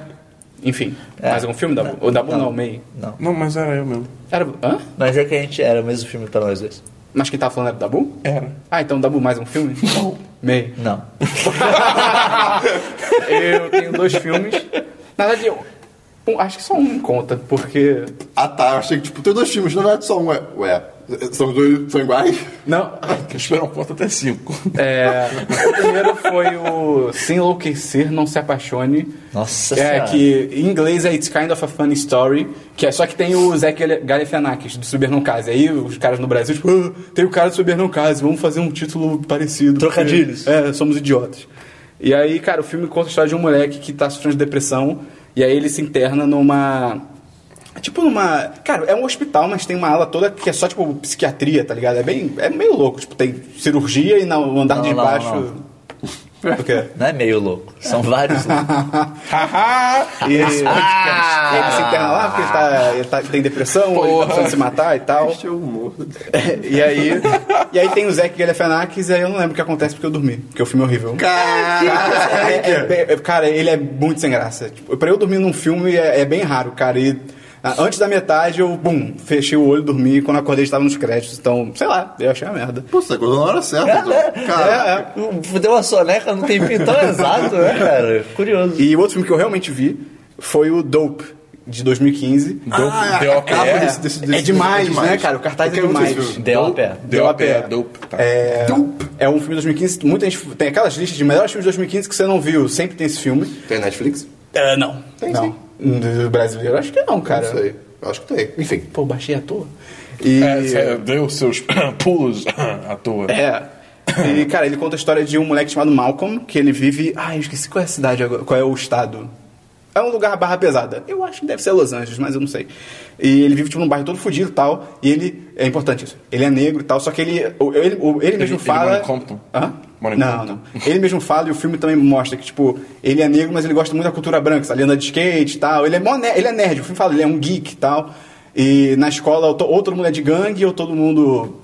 Speaker 5: Enfim. Mais algum filme, Dabu? O Dabu É. não, meio.
Speaker 4: Não.
Speaker 3: Não, mas era eu mesmo.
Speaker 5: Era... Hã?
Speaker 4: Mas é que a gente era o mesmo filme pra nós dois.
Speaker 5: Mas quem tava falando era o Dabu?
Speaker 3: Era.
Speaker 5: Ah, então Dabu, mais um filme? Não. Meio.
Speaker 4: Não.
Speaker 5: Eu tenho dois filmes. Na verdade, eu... um- acho que só um conta, porque...
Speaker 2: Ah tá, eu achei que tipo, tem dois filmes, na verdade só um é. Ué, são dois são iguais?
Speaker 5: Não,
Speaker 3: Esperam conta até 5.
Speaker 5: é... O primeiro foi o Se Enlouquecer, Não Se Apaixone.
Speaker 4: Nossa
Speaker 5: É,
Speaker 4: Senhora.
Speaker 5: que em inglês é It's Kind of a Funny Story, que é só que tem o Zé Gale- Galifianakis, do Case. Aí os caras no Brasil, tipo, "Ah, tem o cara do Case, vamos fazer um título parecido. porque-
Speaker 4: Trocadilhos.
Speaker 5: É, somos idiotas. E aí, cara, o filme conta a história de um moleque que tá sofrendo de depressão, e aí ele se interna numa... Tipo numa... Cara, é um hospital, mas tem uma ala toda que é só, tipo, psiquiatria, tá ligado? É bem... É meio louco, tipo, tem cirurgia e no andar
Speaker 4: Não,
Speaker 5: de
Speaker 4: não,
Speaker 5: baixo... O quê?
Speaker 4: Não é meio louco. São vários loucos.
Speaker 5: E ele, ele se interna lá porque ele, tá, ele tá- tem depressão, ele tá precisando se matar e tal. É,
Speaker 2: Este é o humor.
Speaker 5: e, aí, e aí tem o Zack Galifianakis e aí eu não lembro o que acontece porque eu dormi, porque o filme é horrível. Cara, é- é bem- é- cara, ele é muito sem graça. Tipo, pra eu dormir num filme é, é bem raro, cara. E ah, antes da metade eu, bum, fechei o olho, dormi e quando acordei estava nos créditos. Então, sei lá, eu achei uma merda.
Speaker 2: Pô, você acordou na hora certa, então. Cara,
Speaker 5: É, é.
Speaker 4: Deu uma soneca no tempinho tão exato, né, cara? Curioso.
Speaker 5: E o outro filme que eu realmente vi foi o Dope, de 2015.
Speaker 3: Deu,
Speaker 2: Ah,
Speaker 3: deu
Speaker 2: a
Speaker 3: a pé.
Speaker 2: capa
Speaker 5: É,
Speaker 2: desse- desse- desse-
Speaker 5: é demais,
Speaker 2: é demais.
Speaker 5: né, cara? O
Speaker 2: Eu
Speaker 5: cartaz é
Speaker 2: quero muito
Speaker 5: demais.
Speaker 2: esse filme.
Speaker 4: Deu a pé.
Speaker 3: Deu a pé. Dope. Tá.
Speaker 5: É,
Speaker 2: Dope.
Speaker 5: é um filme de 2015. Muita gente tem aquelas listas de melhores filmes de 2015 que você não viu. Sempre tem esse filme.
Speaker 2: Tem Netflix?
Speaker 5: É, não. Tem
Speaker 2: sim.
Speaker 5: não. Do brasileiro? Acho que não, cara.
Speaker 2: Não sei. Eu acho que tem. Enfim.
Speaker 5: Pô, baixei à toa. E...
Speaker 3: É, cê deu seus pulos à toa.
Speaker 5: É. E, cara, ele conta a história de um moleque chamado Malcolm, que ele vive. Ai, eu esqueci qual é a cidade agora, qual é o estado. É um lugar barra pesada. Eu acho que deve ser Los Angeles, mas eu não sei. E ele vive, tipo, num bairro todo fudido e tal. E ele. É importante isso. Ele é negro e tal, só que ele. o- Ele, o- ele mesmo
Speaker 3: ele
Speaker 5: fala.
Speaker 3: mora em Compton?
Speaker 5: Hã?
Speaker 3: Mora em
Speaker 5: não,
Speaker 3: Compton?
Speaker 5: não. Ele mesmo fala e o filme também mostra que, tipo, ele é negro, mas ele gosta muito da cultura branca, sabe? Ele anda de skate e tal. Ele é, mó ne- ele é nerd, o filme fala, ele é um geek e tal. E na escola, ou, to- ou todo mundo é de gangue, ou todo mundo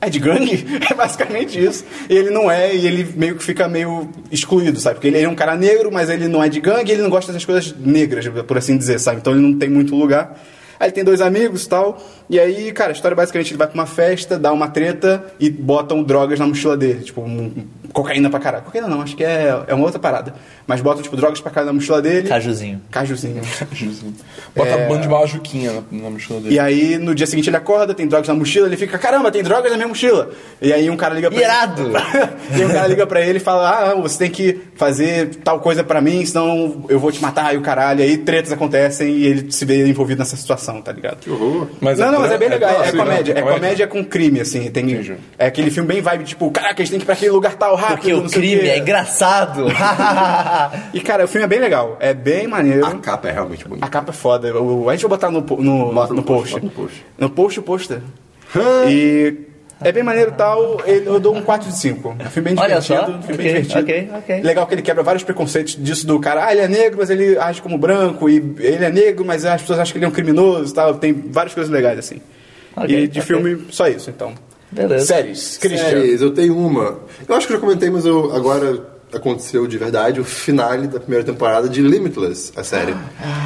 Speaker 5: é de gangue? É basicamente isso. E ele não é, e ele meio que fica meio excluído, sabe? Porque ele é um cara negro, mas ele não é de gangue, ele não gosta dessas coisas negras, por assim dizer, sabe? Então ele não tem muito lugar. Aí ele tem dois amigos e tal. E aí, cara, a história é basicamente ele vai pra uma festa, dá uma treta e botam drogas na mochila dele. Tipo, um- cocaína pra caralho. Cocaína não, acho que é, é uma outra parada. Mas botam, tipo, drogas pra caralho na mochila dele.
Speaker 4: Cajuzinho.
Speaker 5: Cajuzinho.
Speaker 3: Jesus. Bota
Speaker 5: É.
Speaker 3: a banda de bajuquinha na, na mochila dele.
Speaker 5: E aí, no dia seguinte, ele acorda, tem drogas na mochila, ele fica, caramba, tem drogas na minha mochila. E aí um cara liga pra
Speaker 4: Irado!
Speaker 5: ele. e um cara liga pra ele e fala: Ah, você tem que fazer tal coisa pra mim, senão eu vou te matar e o caralho. E aí tretas acontecem e ele se vê envolvido nessa situação, tá ligado?
Speaker 2: Que horror.
Speaker 3: Mas
Speaker 5: não,
Speaker 3: é
Speaker 5: não, mas
Speaker 3: dra-
Speaker 5: é bem legal.
Speaker 3: dra-
Speaker 5: É,
Speaker 3: sim, né?
Speaker 5: comédia. É comédia com crime, assim. Tem,
Speaker 3: Entendi.
Speaker 5: é aquele filme bem vibe, tipo, caraca, a gente tem que ir pra aquele lugar tal rápido.
Speaker 4: Porque o
Speaker 5: não sei
Speaker 4: crime
Speaker 5: quê."
Speaker 4: é engraçado.
Speaker 5: E, cara, o filme é bem legal. É bem maneiro.
Speaker 2: A capa é realmente bonita.
Speaker 5: A capa é foda. O- a gente vai botar no, po- no,
Speaker 2: Bota
Speaker 5: no,
Speaker 2: no
Speaker 5: post.
Speaker 2: post, bota no post.
Speaker 5: No post o pôster. e.
Speaker 1: É bem maneiro e tal, ele- eu dou um 4 de 5. É um filme bem
Speaker 4: Olha
Speaker 1: divertido,
Speaker 4: só.
Speaker 1: um filme
Speaker 4: Ok,
Speaker 1: bem divertido.
Speaker 4: ok, ok.
Speaker 1: Legal que ele quebra vários preconceitos disso do cara, ah, ele é negro, mas ele age como branco, e ele é negro, mas as pessoas acham que ele é um criminoso e tal. Tem várias coisas legais, assim.
Speaker 4: Ok,
Speaker 1: e de
Speaker 4: ok.
Speaker 1: filme, só isso, então.
Speaker 4: Beleza.
Speaker 1: Séries, Christian.
Speaker 2: Séries, eu tenho uma. Eu acho que eu já comentei, mas eu, agora aconteceu de verdade o finale da primeira temporada de Limitless, a série.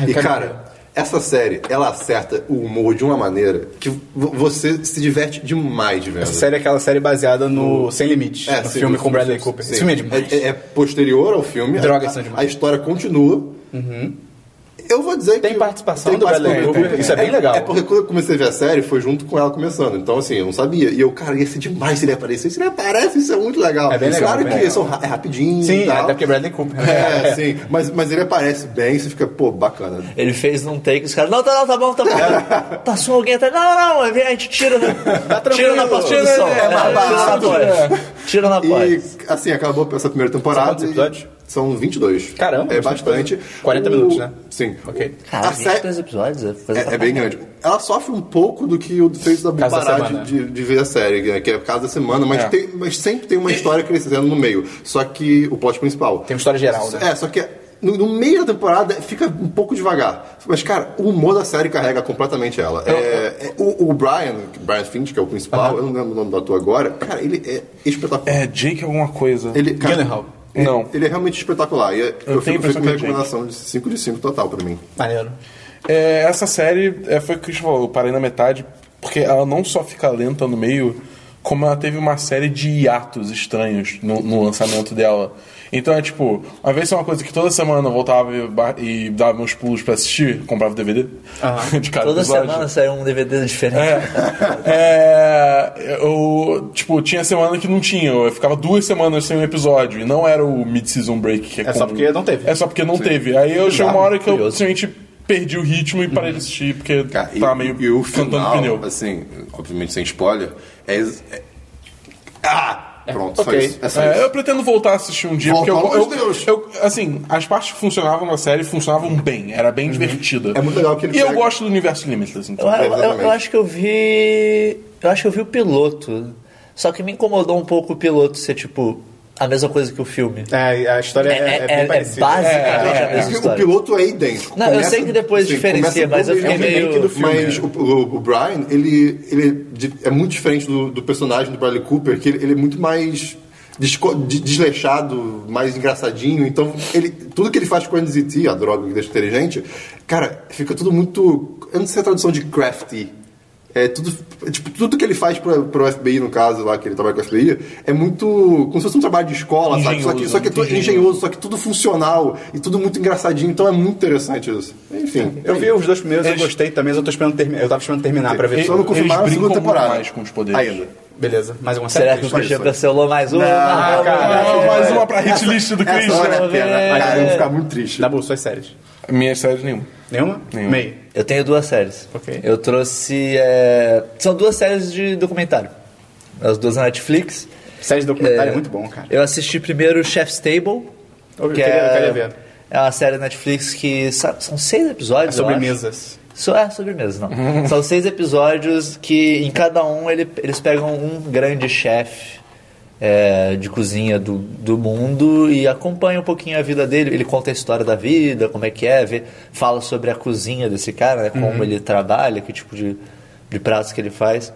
Speaker 2: e
Speaker 1: cara.
Speaker 2: cara, essa série, ela acerta o humor de uma maneira que vo- você se diverte demais, velho.
Speaker 1: Essa série é aquela série baseada no É, Sem Limites, no
Speaker 2: É, sim,
Speaker 1: filme
Speaker 2: sim,
Speaker 1: com Bradley
Speaker 2: sim,
Speaker 1: Cooper.
Speaker 2: sim.
Speaker 1: Isso mesmo.
Speaker 2: É, é- é posterior ao filme.
Speaker 1: Drogas
Speaker 2: a,
Speaker 1: são demais. Uhum.
Speaker 2: A história continua. Eu vou dizer
Speaker 1: Tem
Speaker 2: que...
Speaker 1: participação do Bradley
Speaker 2: do-
Speaker 1: Cooper, isso é bem legal.
Speaker 2: É porque quando eu comecei a ver a série, foi junto com ela começando. Então, assim, eu não sabia. E eu, cara, ia ser demais se ele aparecer. Se ele aparece, isso é muito legal.
Speaker 1: É bem legal,
Speaker 2: Claro
Speaker 1: bem
Speaker 2: que
Speaker 1: legal.
Speaker 2: são ra- é rapidinho e
Speaker 1: Sim,
Speaker 2: tal.
Speaker 1: até porque Bradley Cooper.
Speaker 2: É, sim. Mas, mas ele aparece bem, você fica, pô, bacana.
Speaker 4: Ele fez num take, os caras, não, tá, não, tá bom, tá bom. Passou alguém atrás, não, não, não, a gente tira, na- tira na
Speaker 1: tranquilo,
Speaker 4: pós-produção.
Speaker 1: tira, é mais
Speaker 4: É, Tira na
Speaker 2: barato.
Speaker 4: pós. Tira na
Speaker 2: E,
Speaker 4: pós.
Speaker 2: assim, acabou essa primeira temporada.
Speaker 1: São quantos episódios?
Speaker 2: e São 22.
Speaker 1: Caramba,
Speaker 2: É
Speaker 1: bastante
Speaker 2: bastante.
Speaker 1: coisa. 40 minutos, né?
Speaker 2: Sim.
Speaker 1: Ok.
Speaker 4: Cara,
Speaker 2: a série,
Speaker 4: 23 episódios, é coisa
Speaker 2: É,
Speaker 4: pra
Speaker 2: é bem
Speaker 4: caralho.
Speaker 2: grande. Ela sofre um pouco do que o fez da
Speaker 1: Casa da
Speaker 2: parar
Speaker 1: Semana.
Speaker 2: de, de- de ver a série, né, que é por causa da semana, mas,
Speaker 3: É.
Speaker 2: tem- mas sempre tem uma história crescendo no meio. Só que o plot principal.
Speaker 1: Tem uma história geral, né?
Speaker 2: É, só que no, no meio da temporada fica um pouco devagar. Mas, cara, o humor da série carrega completamente ela. É, é- o, o Brian, Brian Finch, que é o principal, eu não lembro o nome do ator agora, cara, ele é espetacular.
Speaker 3: É Jake alguma coisa.
Speaker 2: Ele, cara,
Speaker 1: Gyllenhaal.
Speaker 2: ele-
Speaker 3: Não.
Speaker 2: Ele é realmente espetacular. E eu,
Speaker 3: tenho a
Speaker 2: eu fico,
Speaker 3: impressão
Speaker 2: fico
Speaker 3: que
Speaker 2: com
Speaker 3: é Jake.
Speaker 2: recomendação de 5 de 5 total pra mim.
Speaker 1: Maneiro.
Speaker 3: É, essa série, é, foi o que o Christian falou, eu parei na metade, porque ela não só fica lenta no meio, como ela teve uma série de hiatos estranhos no, no lançamento dela. Então é tipo, uma vez é uma coisa que toda semana eu voltava e, ba- e dava meus pulos pra assistir, comprava DVD de cada
Speaker 4: Toda
Speaker 3: episódio.
Speaker 4: semana saiu um DVD diferente.
Speaker 3: É, eu, tipo, tinha semana que não tinha, eu ficava duas semanas sem um episódio, e não era o mid-season break. Que é,
Speaker 1: É só
Speaker 3: como-
Speaker 1: porque não teve.
Speaker 3: É só porque não teve. Aí eu chegou uma hora que eu
Speaker 4: curioso.
Speaker 3: simplesmente perdi o ritmo e parei de assistir, porque
Speaker 2: Cara, e-
Speaker 3: tava meio
Speaker 2: e o
Speaker 3: cantando
Speaker 2: final,
Speaker 3: pneu.
Speaker 2: assim, obviamente sem spoiler, é... é- Ah! Pronto, só
Speaker 1: ok.
Speaker 2: isso. É só
Speaker 3: É,
Speaker 2: isso.
Speaker 3: eu pretendo voltar a assistir um dia,
Speaker 2: Volta,
Speaker 3: porque eu,
Speaker 2: pelo amor
Speaker 3: eu,
Speaker 2: de Deus.
Speaker 3: eu- assim, as partes que funcionavam na série funcionavam bem, era bem divertida.
Speaker 2: É muito legal que ele
Speaker 3: E eu
Speaker 2: pega-
Speaker 3: gosto do universo Limitless,
Speaker 4: Eu,
Speaker 3: então.
Speaker 4: eu- eu-
Speaker 2: Exatamente.
Speaker 4: eu acho que eu vi. Eu acho que eu vi o piloto. Só que me incomodou um pouco o piloto ser, tipo, a mesma coisa que o filme.
Speaker 1: É, a história é, é, bem parecida.
Speaker 4: basicamente
Speaker 3: É,
Speaker 4: a
Speaker 2: É,
Speaker 4: mesma
Speaker 2: porque o
Speaker 4: história.
Speaker 2: piloto é idêntico.
Speaker 4: Não, eu sei que depois diferencia, mas eu
Speaker 1: fiquei meio-
Speaker 2: do filme. Mas o, o- o Brian, ele, ele é di- é muito diferente do, do personagem do Bradley Cooper, que ele, ele é muito mais desco- de- desleixado, mais engraçadinho. Então, ele, tudo que ele faz com o NZT, a droga que deixa inteligente, cara, fica tudo muito... Eu não sei a tradução de crafty. É tudo, é tipo, tudo que ele faz pra, pro FBI, no caso, lá que ele trabalha com o FBI, é muito. como se fosse um trabalho de escola, sabe? Só que,
Speaker 3: Engenhoso,
Speaker 2: só que é tudo
Speaker 3: engenhoso.
Speaker 2: engenhoso só que tudo funcional e tudo muito engraçadinho, então é muito interessante isso. Enfim,
Speaker 1: Eu vi os dois primeiros,
Speaker 3: Eles-
Speaker 1: eu gostei também, mas eu, tô esperando termi- eu tava esperando terminar pra ver
Speaker 3: Eles-
Speaker 2: só não
Speaker 1: tudo.
Speaker 2: confirmaram a
Speaker 3: brincam
Speaker 2: segunda
Speaker 3: muito
Speaker 2: temporada.
Speaker 3: mais com os poderes.
Speaker 2: Ainda.
Speaker 1: Beleza,
Speaker 5: é
Speaker 1: mais uma série.
Speaker 4: Será que o
Speaker 1: Christian?
Speaker 4: Christian cancelou mais uma?
Speaker 1: um? Não, cara.
Speaker 4: não,
Speaker 3: Ah,
Speaker 4: não.
Speaker 3: mais uma pra hit list
Speaker 2: é.
Speaker 3: do
Speaker 2: Essa
Speaker 3: Christian.
Speaker 2: vale a pena.
Speaker 4: velho.
Speaker 2: Cara, eu vou ficar muito triste.
Speaker 1: Dabu, suas séries.
Speaker 3: Minhas séries nenhuma.
Speaker 1: Nenhuma?
Speaker 3: Nenhuma.
Speaker 1: Meio.
Speaker 4: Eu tenho duas séries.
Speaker 1: Ok.
Speaker 4: Eu trouxe. é, São duas séries de documentário. As duas na Netflix.
Speaker 1: Série de documentário é, muito bom, cara.
Speaker 4: Eu assisti primeiro Chef's Table.
Speaker 1: Eu queria- eu queria ver.
Speaker 4: é uma série da Netflix que sa- são seis
Speaker 1: É
Speaker 4: episódios. eu
Speaker 1: sobre
Speaker 4: acho.
Speaker 1: mesas.
Speaker 4: So, é, sobremesa, não. São seis episódios que em cada um ele- eles pegam um grande chefe é, de cozinha do, do mundo e acompanha um pouquinho a vida dele. Ele conta a história da vida, como é que é, vê- fala sobre a cozinha desse cara, né, como ele trabalha, que tipo de, de pratos que ele faz.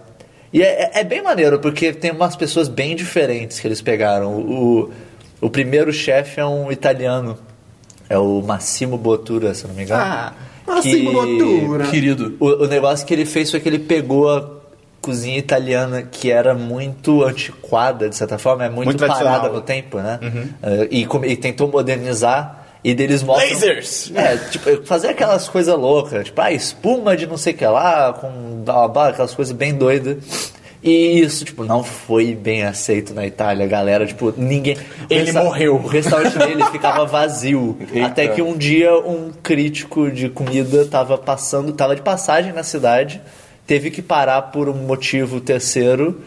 Speaker 4: E é, é- é bem maneiro, porque tem umas pessoas bem diferentes que eles pegaram. O, o primeiro chefe é um italiano, é o Massimo Bottura, se eu não me engano.
Speaker 1: Ah,
Speaker 2: Massimo Bottura.
Speaker 3: Querido.
Speaker 4: O, o negócio que ele fez foi que ele pegou a cozinha italiana que era muito antiquada, de certa forma, é muito,
Speaker 1: Muito tradicional. Uhum.
Speaker 4: parada no tempo, né? Eh, e, come- e tentou modernizar. E deles mostram.
Speaker 1: Lasers!
Speaker 4: É, tipo, fazer aquelas coisas loucas, tipo, ah, espuma de não sei o que lá, com blá, blá, blá, aquelas coisas bem doidas. E isso, tipo, não foi bem aceito na Itália, galera. Tipo, ninguém.
Speaker 1: Ele
Speaker 4: Resta-
Speaker 1: morreu.
Speaker 4: O restaurante dele ficava vazio.
Speaker 3: Eita.
Speaker 4: Até que um dia um crítico de comida tava passando, tava de passagem na cidade, teve que parar por um motivo terceiro,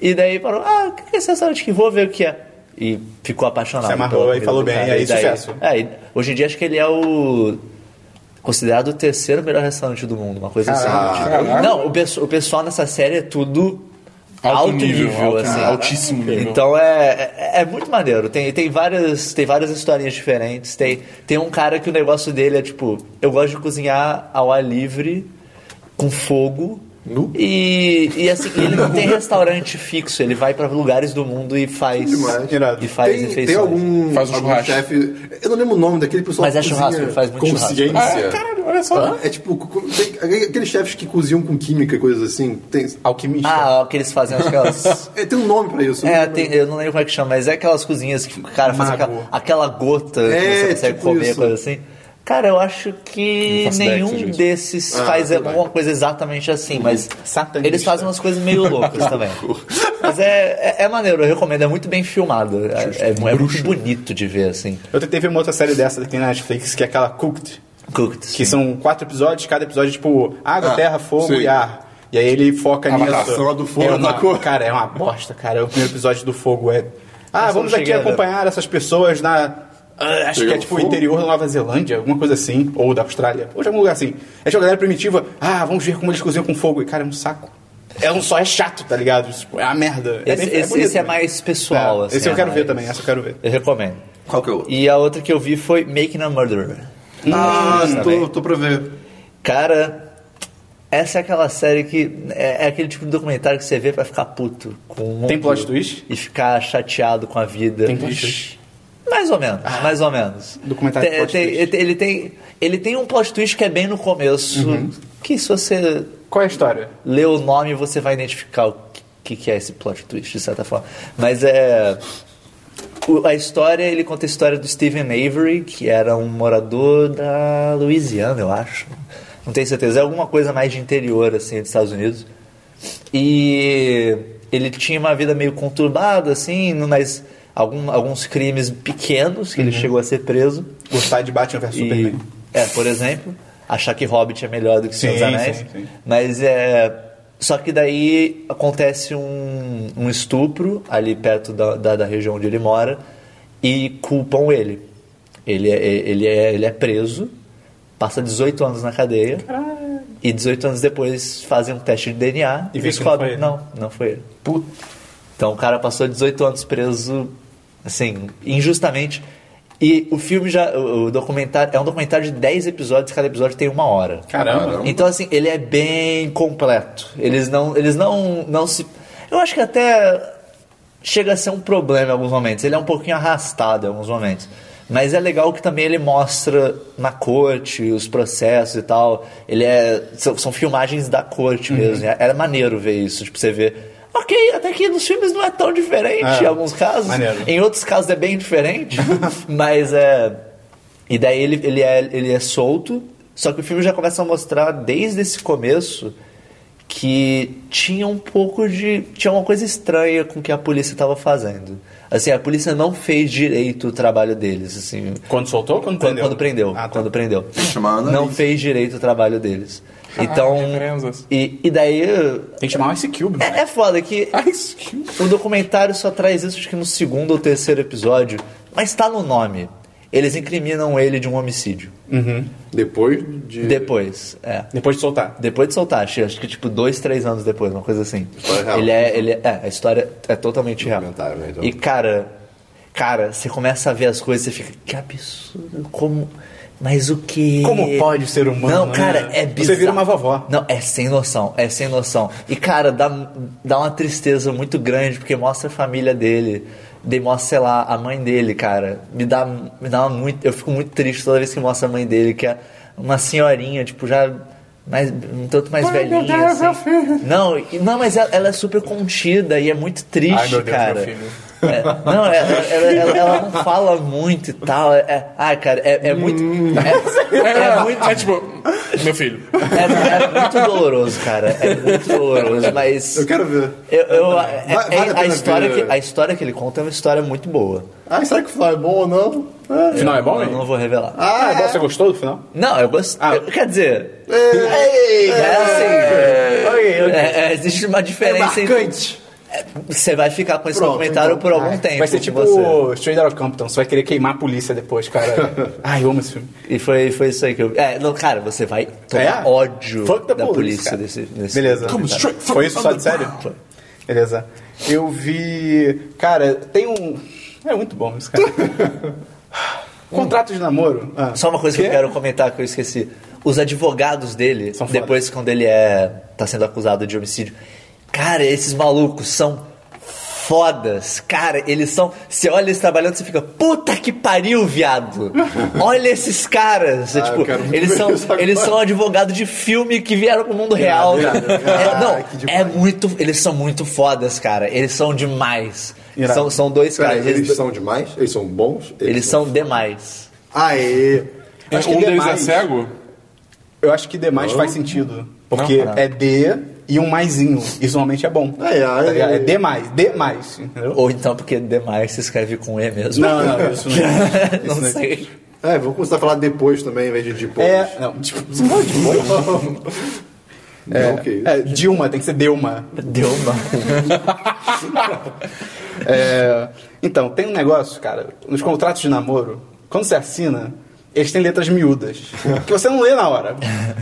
Speaker 4: e daí parou, ah, que é esse restaurante que vou ver o que é. E ficou apaixonado.
Speaker 1: Se amarrou
Speaker 4: pela
Speaker 1: e
Speaker 4: comida
Speaker 1: falou
Speaker 4: do
Speaker 1: bem,
Speaker 4: cara.
Speaker 1: e aí
Speaker 4: daí-
Speaker 1: sucesso.
Speaker 4: É, e hoje em dia acho que ele é o. Considerado o terceiro melhor restaurante do mundo, uma coisa assim.
Speaker 2: Caraca.
Speaker 4: Não, o, pesso- o pessoal nessa série é tudo
Speaker 3: Alto nível, alto-
Speaker 4: assim.
Speaker 3: altíssimo nível.
Speaker 4: Então é, é, é muito maneiro. Tem, tem, várias, tem várias historinhas diferentes. Tem, tem um cara que o negócio dele é tipo: eu gosto de cozinhar ao ar livre, com fogo.
Speaker 2: Nu?
Speaker 4: E, e assim, ele não tem restaurante fixo, ele vai pra lugares do mundo e faz.
Speaker 2: Demais.
Speaker 1: Irado.
Speaker 4: E faz
Speaker 2: tem,
Speaker 4: refeições.
Speaker 2: tem algum,
Speaker 3: Faz um
Speaker 2: algum
Speaker 3: churrasco.
Speaker 2: chefe. Eu não lembro o nome daquele pessoal.
Speaker 4: Mas
Speaker 2: que
Speaker 4: é churrasco,
Speaker 2: cozinha
Speaker 4: ele faz muito
Speaker 2: Consciência.
Speaker 3: Ah, caralho, olha só.
Speaker 2: É tipo, co- tem aqueles chefes que cozinham com química e coisas assim. Tem,
Speaker 5: Alquimista.
Speaker 4: Ah, o que eles fazem aquelas.
Speaker 2: é, tem um nome pra isso.
Speaker 4: É,
Speaker 2: não-
Speaker 4: tem- eu não lembro como é que chama, mas é aquelas cozinhas que o cara faz
Speaker 5: Mago.
Speaker 4: aquela, aquela gota que
Speaker 2: É,
Speaker 4: você consegue
Speaker 2: tipo
Speaker 4: comer,
Speaker 2: isso.
Speaker 4: coisa assim. Cara, eu acho
Speaker 3: Não
Speaker 4: que
Speaker 3: faço ideia
Speaker 4: nenhum
Speaker 3: que seja isso.
Speaker 4: desses
Speaker 2: Ah,
Speaker 4: faz
Speaker 2: sei
Speaker 4: alguma
Speaker 2: lá.
Speaker 4: coisa exatamente assim, mas
Speaker 5: Satanista.
Speaker 4: eles fazem umas coisas meio loucas também. Mas é, é, é maneiro, eu recomendo, é muito bem filmado. É, é- é muito bonito de ver, assim.
Speaker 1: Eu tentei ver uma outra série dessa aqui na Netflix, que é aquela Cooked,
Speaker 4: Cooked.
Speaker 1: que são quatro episódios, cada episódio é tipo água,
Speaker 2: Ah,
Speaker 1: terra, fogo
Speaker 2: sei.
Speaker 1: e ar. E aí ele foca
Speaker 2: A
Speaker 1: nisso.
Speaker 2: matação lá do fogo,
Speaker 1: é uma,
Speaker 2: sacou?
Speaker 1: Cara, é uma bosta, cara. O primeiro episódio do fogo é. Ah,
Speaker 4: Mas
Speaker 1: vamos
Speaker 4: não
Speaker 1: aqui
Speaker 4: cheguei a ver.
Speaker 1: acompanhar essas pessoas na. ah, acho que é
Speaker 2: Pegando
Speaker 1: tipo o
Speaker 2: fogo?
Speaker 1: interior da Nova Zelândia, alguma coisa assim, ou da Austrália, ou de algum lugar assim. É de uma galera primitiva, ah, vamos ver como eles cozinham com fogo. E cara, é um saco. É um só, é chato, tá ligado? Isso É uma merda.
Speaker 4: Esse,
Speaker 1: bem-
Speaker 4: esse-
Speaker 1: bonito,
Speaker 4: esse é
Speaker 1: né?
Speaker 4: mais pessoal,
Speaker 1: É,
Speaker 4: assim.
Speaker 1: Esse eu
Speaker 4: é
Speaker 1: quero ver
Speaker 4: mais-
Speaker 1: também, essa eu quero ver.
Speaker 4: Eu recomendo.
Speaker 2: Qual que é o outro?
Speaker 4: E a outra que eu vi foi Making a Murderer.
Speaker 2: Ah,
Speaker 4: também.
Speaker 2: tô, tô pra ver.
Speaker 4: Cara, essa é aquela série que. É, é aquele tipo de documentário que você vê pra ficar puto com o mundo.
Speaker 1: Tem plot twist?
Speaker 4: E ficar chateado com a vida.
Speaker 1: Tem plot twist? Ah.
Speaker 4: Mais ou menos, mais ou menos.
Speaker 1: documentário
Speaker 4: Tem-
Speaker 1: de plot
Speaker 4: tem-
Speaker 1: twist.
Speaker 4: Ele tem, ele tem um plot twist que é bem no começo.
Speaker 1: Uhum.
Speaker 4: Que se você
Speaker 1: Qual é a história?
Speaker 4: ler o nome, você vai identificar o que, que é esse plot twist, de certa forma. Mas é. o- a história, ele conta a história do Stephen Avery, que era um morador da Louisiana, eu acho. Não tenho certeza. É alguma coisa mais de interior, assim, dos Estados Unidos. E ele tinha uma vida meio conturbada, assim, mas algum- alguns crimes pequenos que ele chegou a ser preso.
Speaker 1: Gostar de Batman vs Uhum. Superman.
Speaker 4: É, por exemplo, achar que Hobbit é melhor do que Senhor dos
Speaker 1: Sim,
Speaker 4: Anéis.
Speaker 1: sim, sim.
Speaker 4: Mas é. Só que daí acontece um, um estupro ali perto da, da, da região onde ele mora e culpam ele. Ele é, ele é, ele é preso, passa 18 anos na cadeia. E 18 anos depois fazem um teste de DNA
Speaker 1: E
Speaker 4: e,
Speaker 1: vê que não foi
Speaker 4: descobrem.
Speaker 1: ele.
Speaker 4: Não, não foi ele. Então o cara passou 18 anos preso, assim, injustamente. E o filme já. O, o documentário. É um documentário de 10 episódios, cada episódio tem uma hora.
Speaker 1: Caramba.
Speaker 4: Então, assim, ele é bem completo. Eles não. Eles não. não se. Eu acho que até chega a ser um problema em alguns momentos. Ele é um pouquinho arrastado em alguns momentos. Mas é legal que também ele mostra na corte os processos e tal. Ele é. São, são filmagens
Speaker 1: Uhum.
Speaker 4: da corte mesmo. É, é maneiro ver isso. Tipo, você vê. Ok, até que nos filmes não é tão diferente
Speaker 1: É,
Speaker 4: em alguns casos.
Speaker 1: maneiro.
Speaker 4: Em outros casos é bem diferente. mas é. E daí ele, ele, é, ele é solto, só que o filme já começa a mostrar desde esse começo que tinha um pouco de. tinha uma coisa estranha com o que a polícia estava fazendo. Assim, a polícia não fez direito o trabalho deles, assim.
Speaker 1: Quando soltou ou quando
Speaker 4: Quando,
Speaker 1: prendeu?
Speaker 4: quando prendeu.
Speaker 1: Ah, tá.
Speaker 4: Quando prendeu.
Speaker 2: Chamar a Ana
Speaker 4: Não
Speaker 2: Alice.
Speaker 4: fez direito o trabalho deles. então.
Speaker 3: referências.
Speaker 4: E, e daí.
Speaker 1: Tem que chamar o Ice Cube, né?
Speaker 4: É, é foda que
Speaker 3: Ice Cube.
Speaker 4: o documentário só traz isso acho que no segundo ou terceiro episódio, mas tá no nome. Eles incriminam ele de um homicídio.
Speaker 2: Depois de.
Speaker 4: Depois, é.
Speaker 1: Depois de soltar.
Speaker 4: Depois de soltar, acho, acho que tipo dois, três anos depois, uma coisa assim.
Speaker 2: História real.
Speaker 4: Ele é, ele é, é, a história é totalmente real.
Speaker 2: Documentário, né, então.
Speaker 4: E cara, cara, você começa a ver as coisas, você fica, que absurdo, como... Mas o que...
Speaker 1: Como pode o ser humano,
Speaker 4: Não,
Speaker 1: né?
Speaker 4: cara, é
Speaker 1: Você
Speaker 4: bizarro.
Speaker 1: vira uma vovó.
Speaker 4: Não, é sem noção, é sem noção. E, cara, dá, dá uma tristeza muito grande, porque mostra a família dele, demonstra, sei lá, a mãe dele, cara. Me dá, me dá uma muito. Eu fico muito triste toda vez que mostra a mãe dele, que é uma senhorinha, tipo, já. Mais, um tanto mais velhinha. assim. Não, e- não, mas ela, ela é super contida e é muito triste,
Speaker 1: Ai, meu Deus,
Speaker 4: cara.
Speaker 1: meu filho.
Speaker 4: É, não, é- ela, ela- ela- ela não fala muito e tal. É, é- ah, cara, é, é muito. é-
Speaker 3: É,
Speaker 4: é muito
Speaker 3: é tipo, meu filho.
Speaker 4: é, é muito doloroso, cara. É muito doloroso, mas.
Speaker 2: Eu quero ver.
Speaker 4: Eu- eu- é- é-
Speaker 2: Vale a pena
Speaker 4: a, história
Speaker 2: ver.
Speaker 4: que, a história que ele conta é uma história muito boa.
Speaker 2: Ah, será que o final é bom ou não?
Speaker 1: O final é bom,
Speaker 4: Eu não
Speaker 1: hein?
Speaker 4: vou revelar.
Speaker 1: Ah, é bom. Você gostou do final?
Speaker 4: Não, eu gosto.
Speaker 1: Ah.
Speaker 4: eu- quer dizer. Ei, é assim. é- é, existe uma diferença entre. É, Você vai ficar com esse
Speaker 2: Pronto,
Speaker 4: documentário por algum tempo.
Speaker 1: Vai ser
Speaker 4: com
Speaker 1: tipo
Speaker 4: você.
Speaker 1: Straight Outta Compton. Você vai querer queimar a polícia depois, cara. Ai, eu amo esse filme.
Speaker 4: E foi, foi isso aí que eu. É, não, cara, você vai tomar
Speaker 1: É?
Speaker 4: ódio
Speaker 1: Fuck the
Speaker 4: da
Speaker 1: police,
Speaker 4: polícia
Speaker 1: cara.
Speaker 4: desse, desse.
Speaker 1: Beleza. Foi isso só de sério?
Speaker 5: Beleza. Eu vi. Cara, tem um. É muito bom isso, cara. Contrato de namoro. Ah.
Speaker 4: Só uma coisa que eu quero comentar que eu esqueci. Os advogados dele,
Speaker 5: São foda.
Speaker 4: depois quando ele é tá sendo acusado de homicídio, cara, esses malucos são fodas. Cara, eles são, você olha eles trabalhando, você fica, puta que pariu, viado. Olha esses caras, É,
Speaker 2: Ah, eu
Speaker 4: tipo,
Speaker 2: quero muito
Speaker 4: eles
Speaker 2: ver
Speaker 4: são,
Speaker 2: isso agora.
Speaker 4: eles são advogados de filme que vieram pro mundo real.
Speaker 2: irado.
Speaker 4: É,
Speaker 2: Ah, que
Speaker 4: não,
Speaker 2: demais.
Speaker 4: é muito, eles são muito fodas, cara. Eles são demais.
Speaker 5: Irado.
Speaker 4: São, são dois
Speaker 2: Cara,
Speaker 4: caras,
Speaker 2: eles
Speaker 4: eles,
Speaker 2: são demais? Eles são bons?
Speaker 4: eles são demais.
Speaker 2: Aê!
Speaker 3: É,
Speaker 5: Acho que
Speaker 3: um deles é
Speaker 5: demais.
Speaker 3: cego?
Speaker 5: Eu acho que
Speaker 1: Oh.
Speaker 5: demais faz sentido. Porque
Speaker 3: Não, cara.
Speaker 5: é D e um maisinho. Isso normalmente é bom.
Speaker 2: Ai, ai,
Speaker 5: Tá ligado?
Speaker 2: ai.
Speaker 5: é D mais, D mais, entendeu?
Speaker 4: Ou então porque demais se escreve com E mesmo.
Speaker 5: Não, não, isso não. é.
Speaker 4: não
Speaker 5: Isso não é.
Speaker 4: sei.
Speaker 2: É, vamos começar a falar depois também, em vez de depois.
Speaker 5: É, não, tipo, você fala de boa?
Speaker 2: é, ok.
Speaker 5: É, Dilma, tem que ser Dilma.
Speaker 4: Deu uma.
Speaker 5: É, então, tem um negócio, cara, nos contratos de namoro, quando você assina, eles têm letras miúdas. que você não lê na hora.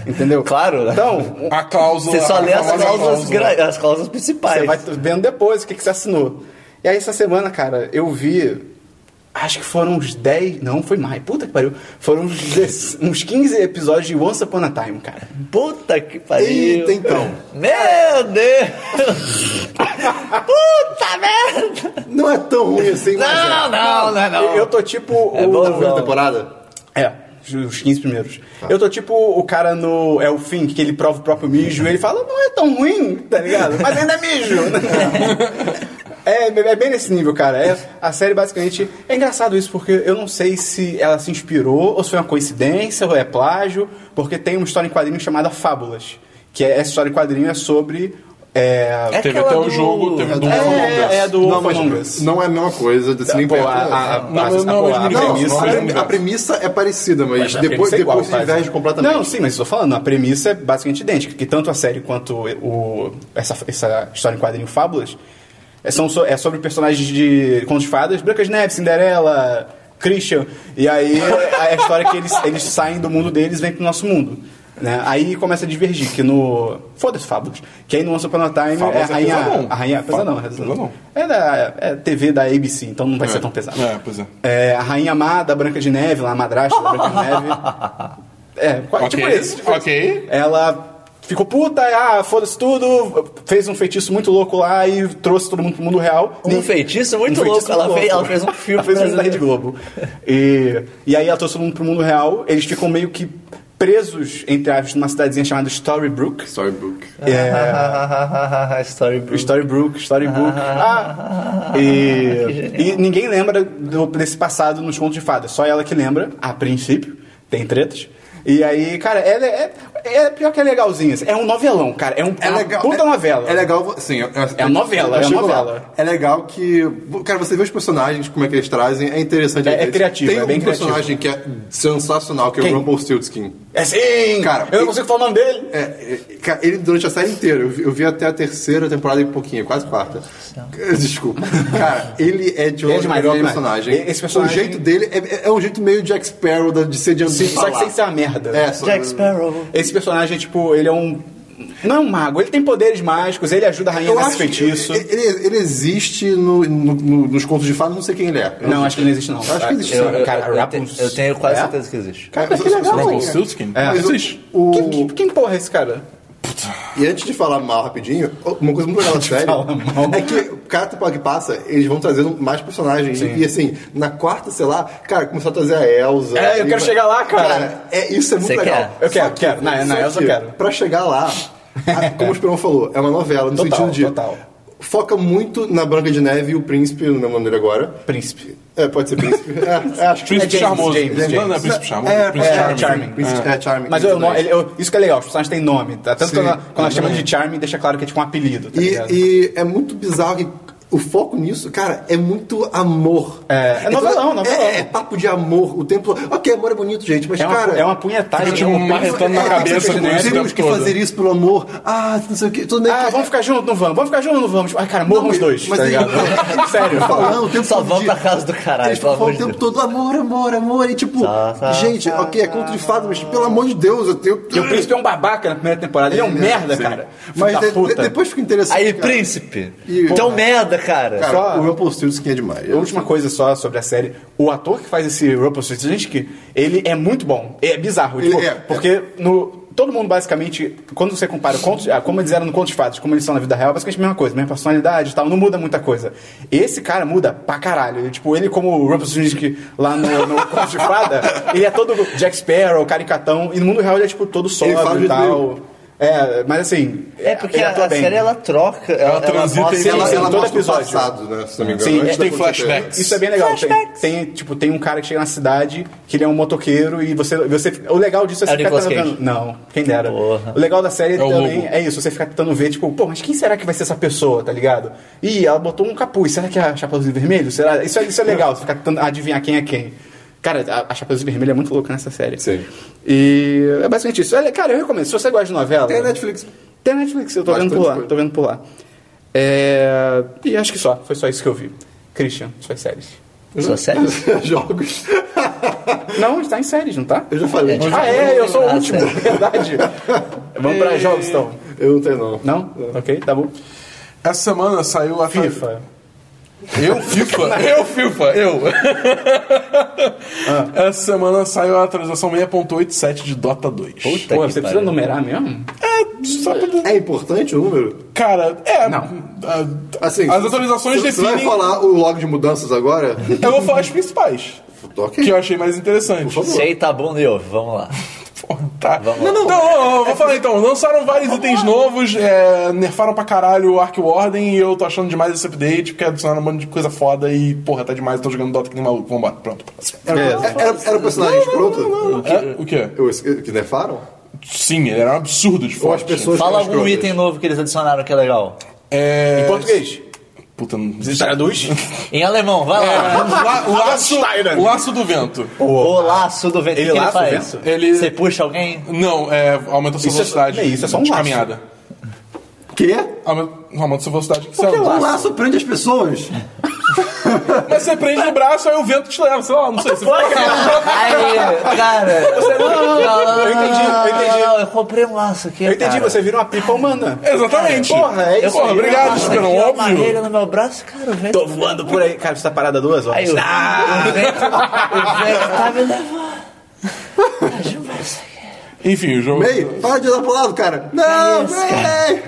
Speaker 5: Entendeu?
Speaker 4: Claro, né?
Speaker 5: Então,
Speaker 3: A cláusula.
Speaker 4: Você só
Speaker 3: a
Speaker 4: lê as
Speaker 3: famosa
Speaker 4: cláusulas,
Speaker 3: cláusula.
Speaker 4: gra- as cláusulas principais.
Speaker 5: Você é, vai vendo depois o que, que você assinou. E aí, essa semana, cara, eu vi. Acho que foram uns 10. Não, foi mais. Puta que pariu. Foram uns, 10 uns 15 episódios de Once Upon a Time, cara.
Speaker 4: Puta que pariu.
Speaker 2: Eita, então.
Speaker 4: Meu Deus! Puta merda!
Speaker 2: Não é tão ruim assim, mas é.
Speaker 4: Não, não, não, não.
Speaker 5: Eu, eu tô tipo.
Speaker 4: É
Speaker 5: o-
Speaker 4: bom,
Speaker 2: Na primeira
Speaker 4: não.
Speaker 2: temporada?
Speaker 5: É, os 15 primeiros. Eu tô tipo o cara no. É o fim, que ele prova o próprio mijo e ele fala, não é tão ruim, tá ligado? Mas ainda é mijo. É, é bem nesse nível, cara. É, a série basicamente. É engraçado isso, porque eu não sei se ela se inspirou, ou se foi uma coincidência, ou é plágio, porque tem uma história em quadrinho chamada Fábulas. Que é, essa história em quadrinho é sobre. É,
Speaker 4: É
Speaker 3: Teve
Speaker 4: aquela
Speaker 3: até o
Speaker 4: do-
Speaker 3: jogo, teve do
Speaker 5: é,
Speaker 3: Among Us.
Speaker 5: é, é do
Speaker 2: não,
Speaker 5: Among Us.
Speaker 2: mas não é a mesma coisa, desse nem
Speaker 5: Pô,
Speaker 2: perto.
Speaker 5: a, a, a,
Speaker 3: Não, não,
Speaker 5: a- pô, a
Speaker 3: não, não,
Speaker 5: premissa-
Speaker 2: Não,
Speaker 3: não,
Speaker 2: a,
Speaker 3: é
Speaker 2: premi- a premissa é parecida, mas, depois,
Speaker 5: a premissa é igual,
Speaker 2: depois
Speaker 5: quase.
Speaker 2: diverge completamente.
Speaker 5: Não, sim, mas estou falando, a premissa é basicamente idêntica, que tanto a série quanto o, essa, essa história em quadrinho Fábulas é, são so- é sobre personagens de contos de fadas, Brancas de Neve, Cinderela, Christian, e aí é a história que eles, eles saem do mundo deles e vêm pro nosso mundo. Né? Aí começa a divergir, que no. Foda-se, Fábulas. Que aí no Once Upon a Time é a
Speaker 3: Fábulas é
Speaker 5: rainha.
Speaker 3: pesadão.
Speaker 5: a rainha. Pesadão,
Speaker 3: Fábulas é
Speaker 5: pesadão.
Speaker 3: pesadão.
Speaker 5: É da é TV da ABC, então não vai ser tão pesado.
Speaker 3: É, pois é.
Speaker 5: É, a Rainha Má da Branca de Neve, lá, a madrasta da Branca de Neve. É, quase
Speaker 3: Ok,
Speaker 5: tipo isso. tipo
Speaker 3: ok.
Speaker 5: isso. Ela ficou puta, ah, foda-se tudo, fez um feitiço muito louco lá e trouxe todo mundo pro mundo real.
Speaker 4: Um
Speaker 5: Nem-
Speaker 4: feitiço muito louco.
Speaker 5: feitiço
Speaker 4: Ela
Speaker 5: muito
Speaker 4: fez-
Speaker 5: louco.
Speaker 4: ela fez um filme
Speaker 5: Ela fez um filme da
Speaker 4: brasileiro.
Speaker 5: Rede Globo. E, e aí ela trouxe todo mundo pro mundo real, eles ficam meio que presos, entre aspas, numa cidadezinha chamada Storybrook.
Speaker 2: Storybook.
Speaker 5: É,
Speaker 4: Storybook.
Speaker 5: Storybrooke, Storybook. É. Ah,
Speaker 4: que
Speaker 5: e,
Speaker 4: genial.
Speaker 5: e ninguém lembra do- desse passado nos contos de fadas. Só ela que lembra, a princípio. Tem tretas. E aí, cara, ela é, é, é pior que é legalzinha. assim. É um novelão, cara. É, um, é uma puta novela.
Speaker 2: É legal, sim. É,
Speaker 5: É novela,
Speaker 2: eu
Speaker 5: é
Speaker 2: chego
Speaker 5: novela.
Speaker 2: lá. É legal que. Cara, você vê os personagens, como é que eles trazem, é interessante.
Speaker 5: É-
Speaker 2: às
Speaker 5: é
Speaker 2: vezes.
Speaker 5: criativo,
Speaker 2: Tem
Speaker 5: é
Speaker 2: um
Speaker 5: bem criativo.
Speaker 2: personagem que é sensacional, que é
Speaker 5: Quem?
Speaker 2: o Rumpelstiltskin.
Speaker 5: É sim!
Speaker 2: Cara,
Speaker 5: eu não
Speaker 2: ele-
Speaker 5: consigo falar o nome dele.
Speaker 2: É, é, cara, ele durante a série inteira, eu vi, eu vi até a terceira temporada e pouquinho, quase quarta. Desculpa. Cara, ele é de um
Speaker 5: Ele Então. é demais,
Speaker 2: melhor
Speaker 5: ele é demais.
Speaker 2: personagem.
Speaker 5: E- esse personagem-
Speaker 2: O jeito dele é, é um jeito meio Jack Sparrow da- de ser de
Speaker 5: Sim, só que sem ser
Speaker 2: ser
Speaker 5: uma merda.
Speaker 2: É, só-
Speaker 4: Jack Sparrow.
Speaker 5: Esse personagem, tipo, ele é um. Não é um mago, ele tem poderes mágicos, ele ajuda a rainha
Speaker 2: Eu
Speaker 5: nesse
Speaker 2: acho que
Speaker 5: feitiço.
Speaker 2: Ele, ele- ele existe no- no- no- nos contos de fadas, não sei quem ele é.
Speaker 5: Não, acho que não existe, não.
Speaker 2: Acho que existe,
Speaker 4: Eu,
Speaker 2: sim.
Speaker 4: eu-
Speaker 5: Cara,
Speaker 4: eu, te-
Speaker 5: Rapunzel.
Speaker 4: eu tenho quase
Speaker 5: É?
Speaker 4: certeza que existe.
Speaker 5: Cara, que
Speaker 2: Mas eu- um
Speaker 5: legal.
Speaker 3: Rumpelstiltskin?
Speaker 5: É.
Speaker 3: Existe.
Speaker 2: O-
Speaker 5: Quem, quem, quem porra é esse cara?
Speaker 2: E antes de falar mal rapidinho, uma coisa muito legal da série
Speaker 5: falar mal.
Speaker 2: é que cada temporada que passa, eles vão trazendo mais personagens. E assim, na quarta, sei lá, cara, começou a trazer a Elsa.
Speaker 5: É, eu
Speaker 2: E
Speaker 5: quero
Speaker 2: vai-
Speaker 5: chegar lá, cara.
Speaker 2: é, isso é muito
Speaker 4: Você
Speaker 2: legal.
Speaker 5: quer? Eu
Speaker 2: Só
Speaker 5: quero, quero. Na- na
Speaker 2: só
Speaker 5: Elsa
Speaker 2: que,
Speaker 5: eu quero.
Speaker 2: Pra chegar lá, a- como o Esperão falou, é uma novela, no
Speaker 5: Total,
Speaker 2: sentido de...
Speaker 5: total.
Speaker 2: Foca muito na Branca de Neve e o Príncipe, não lembro o nome dele agora.
Speaker 5: Príncipe.
Speaker 2: É, pode ser Príncipe. É, é, acho que
Speaker 3: Príncipe
Speaker 5: É James,
Speaker 3: Charmoso.
Speaker 5: James, James.
Speaker 3: Não, não é Príncipe Charmoso.
Speaker 2: É,
Speaker 3: Príncipe
Speaker 5: é,
Speaker 3: Charming.
Speaker 5: Charming.
Speaker 2: Príncipe- É, Charming.
Speaker 5: Mas eu,
Speaker 2: tudo
Speaker 5: não,
Speaker 2: bem.
Speaker 5: ele- eu- isso que é legal, os personagens têm nome. Tá? Tanto
Speaker 2: Sim,
Speaker 5: quando, ela- quando elas chamam de Charme, deixa claro que é tipo um apelido, tá
Speaker 2: E,
Speaker 5: ligado?
Speaker 2: e é muito bizarro que o foco nisso, cara, é muito amor.
Speaker 5: É, é novelão, novelão.
Speaker 2: É, é papo de amor o tempo todo. Ok, amor é bonito, gente, mas
Speaker 5: É uma,
Speaker 2: cara.
Speaker 5: é uma punhetagem.
Speaker 3: Fica tipo
Speaker 5: no
Speaker 3: um
Speaker 5: peito.
Speaker 3: marretando na
Speaker 2: é, tem
Speaker 3: cabeça com
Speaker 2: que-
Speaker 3: esse
Speaker 2: Temos
Speaker 3: tempo
Speaker 2: que
Speaker 3: todo.
Speaker 2: fazer isso pelo amor. Ah, não sei o que. Tudo bem.
Speaker 5: Ah, vamos ficar junto? Não vamos. Vamos ficar junto? Não vamos. Ai, cara, morram
Speaker 2: Não,
Speaker 5: os dois.
Speaker 2: mas
Speaker 5: tá
Speaker 2: ele-
Speaker 5: ligado? Sério.
Speaker 2: Falando o tempo
Speaker 4: Só
Speaker 2: todo
Speaker 4: vamos
Speaker 2: de-
Speaker 4: pra casa do caralho,
Speaker 2: Eles
Speaker 4: pelo
Speaker 2: falam
Speaker 4: amor
Speaker 2: o
Speaker 4: de
Speaker 2: tempo
Speaker 4: Deus.
Speaker 2: todo amor, amor, amor. E tipo,
Speaker 4: Tá, tá,
Speaker 2: gente, ok, é conto de fadas, mas pelo amor de Deus, eu tenho.
Speaker 5: E o príncipe é um babaca na primeira temporada. Ele é um merda, cara.
Speaker 2: Mas
Speaker 5: Filho da
Speaker 2: de-
Speaker 5: puta.
Speaker 2: de- depois fica interessante.
Speaker 4: Aí,
Speaker 2: cara.
Speaker 4: príncipe!
Speaker 2: E-
Speaker 4: Então
Speaker 2: Porra.
Speaker 4: merda, cara!
Speaker 2: Cara,
Speaker 5: só-
Speaker 2: o Rumpel Stiltskin é demais.
Speaker 5: A última coisa só sobre a série. O ator que faz esse Rumpelstiltskin, ele é muito bom. É bizarro.
Speaker 2: Ele
Speaker 5: tipo,
Speaker 2: é.
Speaker 5: Porque no... Todo mundo, basicamente, quando você compara o conto, ah, como eles eram no Conto de Fadas, como eles são na vida real, é basicamente a mesma coisa, mesma personalidade e tal, não muda muita coisa. Esse cara muda pra caralho. Ele, tipo, ele como o Rumpelstiltskin lá no, no Conto de Fada, ele é todo Jack Sparrow, caricatão, e no mundo real ele é, tipo, todo
Speaker 2: fala
Speaker 5: sóbrio
Speaker 2: de
Speaker 5: e tal. É, mas assim...
Speaker 4: É porque
Speaker 5: ele
Speaker 4: a,
Speaker 5: atua
Speaker 4: a
Speaker 5: bem.
Speaker 4: série ela troca, ela, ela
Speaker 3: transita
Speaker 4: mostra-
Speaker 3: entre-
Speaker 2: ela,
Speaker 5: sim,
Speaker 2: ela
Speaker 5: todo
Speaker 2: mostra
Speaker 5: episódio.
Speaker 2: o passado, né? Se não me engano.
Speaker 5: Sim,
Speaker 2: antes
Speaker 5: a gente
Speaker 2: da
Speaker 3: tem
Speaker 2: acontecer.
Speaker 3: flashbacks.
Speaker 5: Isso é bem legal. Tem, tem, tipo, tem um cara que chega na cidade que ele é um motoqueiro e você. você o legal disso é
Speaker 4: É
Speaker 5: você
Speaker 4: o Nicolas
Speaker 5: ficar tentando.
Speaker 4: Cage.
Speaker 5: Não, quem dera.
Speaker 4: Porra.
Speaker 5: O legal da série
Speaker 3: É o
Speaker 5: também
Speaker 3: lobo.
Speaker 5: é isso, você ficar tentando ver, tipo, pô, mas quem será que vai ser essa pessoa, tá ligado? Ih, ela botou um capuz, será que é a Chapeuzinho Vermelho? Será? Isso, é- isso é legal, você ficar tentando adivinhar quem é quem. Cara, a, a Chapeuzinho Vermelho é muito louca nessa série.
Speaker 2: Sim.
Speaker 5: E é basicamente isso. Olha, Cara, eu recomendo. Se você gosta de novela.
Speaker 2: Tem a Netflix.
Speaker 5: Tem a Netflix, eu tô
Speaker 2: Bastante
Speaker 5: vendo por lá.
Speaker 2: coisa.
Speaker 5: Tô vendo por lá. É, E acho que só. Foi só isso que eu vi. Christian, suas séries.
Speaker 4: Sua série?
Speaker 2: Jogos.
Speaker 5: Não, a gente tá em séries, não tá?
Speaker 2: Eu já falei.
Speaker 4: Gente,
Speaker 5: Ah, é, eu sou o
Speaker 4: Ah,
Speaker 5: último,
Speaker 4: sério.
Speaker 5: verdade. Vamos pra jogos, então.
Speaker 2: É, Eu não tenho, não.
Speaker 5: Não? Ok, tá bom.
Speaker 3: Essa semana saiu a
Speaker 5: FIFA.
Speaker 3: Eu, FIFA? eu, FIFA, eu. Essa semana saiu a atualização 6.87 de Dota 2.
Speaker 4: Puta
Speaker 5: Pô,
Speaker 4: que
Speaker 5: você precisa
Speaker 4: pariu.
Speaker 5: numerar mesmo?
Speaker 3: É, só pra...
Speaker 2: É importante o número?
Speaker 3: Cara, é.
Speaker 5: Não.
Speaker 3: a-
Speaker 2: Assim,
Speaker 3: as atualizações
Speaker 2: você- Você
Speaker 3: definem.
Speaker 2: vai falar o log de mudanças agora?
Speaker 3: Eu vou falar as principais.
Speaker 2: ok.
Speaker 3: Que eu achei mais interessante.
Speaker 4: Se aí tá bom, Neo, vamos lá.
Speaker 3: Porra, tá.
Speaker 4: Vamos
Speaker 3: não, não, então, ó, ó, vou falar então. Lançaram vários itens novos, é, nerfaram pra caralho o Ark Warden e eu tô achando demais esse update, porque adicionaram um monte de coisa foda e, porra, tá demais, eu tô jogando Dota que nem maluco. Vamos embora. Pronto. próximo.
Speaker 2: Era,
Speaker 1: É.
Speaker 2: era, era o personagem escroto?
Speaker 3: É, o quê?
Speaker 2: Eu esque- Que nerfaram?
Speaker 3: Sim, ele era um absurdo de
Speaker 2: Ou as
Speaker 3: forte.
Speaker 2: pessoas
Speaker 4: Fala
Speaker 2: que eram
Speaker 4: algum
Speaker 2: escrotas?
Speaker 4: item novo que eles adicionaram que é legal.
Speaker 3: É...
Speaker 5: Em português.
Speaker 3: Puta, não...
Speaker 5: Traduz?
Speaker 4: Em alemão, vai
Speaker 3: É,
Speaker 4: lá.
Speaker 3: la- laço, laço do vento.
Speaker 4: O laço do vento.
Speaker 5: Ele
Speaker 4: o que ele
Speaker 5: laça o
Speaker 4: faz?
Speaker 5: vento?
Speaker 3: Ele-
Speaker 4: Você puxa alguém?
Speaker 3: Não, é, aumenta a sua
Speaker 5: Isso é-
Speaker 3: velocidade.
Speaker 5: é isso, é só um
Speaker 3: de
Speaker 5: laço.
Speaker 3: caminhada.
Speaker 2: Quê?
Speaker 3: Aumenta, aumenta a sua velocidade. Sei lá.
Speaker 2: O
Speaker 5: um
Speaker 2: laço prende as pessoas.
Speaker 3: Mas você prende no braço, aí o vento te leva, sei lá, não sei. Você
Speaker 4: Aí, cara. Não, não, não,
Speaker 5: Eu entendi, eu entendi.
Speaker 4: não, eu comprei um laço aqui.
Speaker 5: Eu entendi,
Speaker 4: cara.
Speaker 5: você vira uma pipa humana.
Speaker 3: Exatamente.
Speaker 5: Porra, é isso
Speaker 3: Porra,
Speaker 5: aí.
Speaker 3: obrigado,
Speaker 4: Nossa,
Speaker 3: Esperão,
Speaker 4: aqui, ó, uma
Speaker 3: um óbvio.
Speaker 4: rede no meu braço, cara, o vento. tá
Speaker 5: Tô voando por aí. Cara, você tá parada duas horas.
Speaker 4: Aí o, o vento, o vento tá me levando. Ajuda isso aqui.
Speaker 3: Enfim, o jogo.
Speaker 2: Ei, para de andar pro lado, cara. Não, é. ei.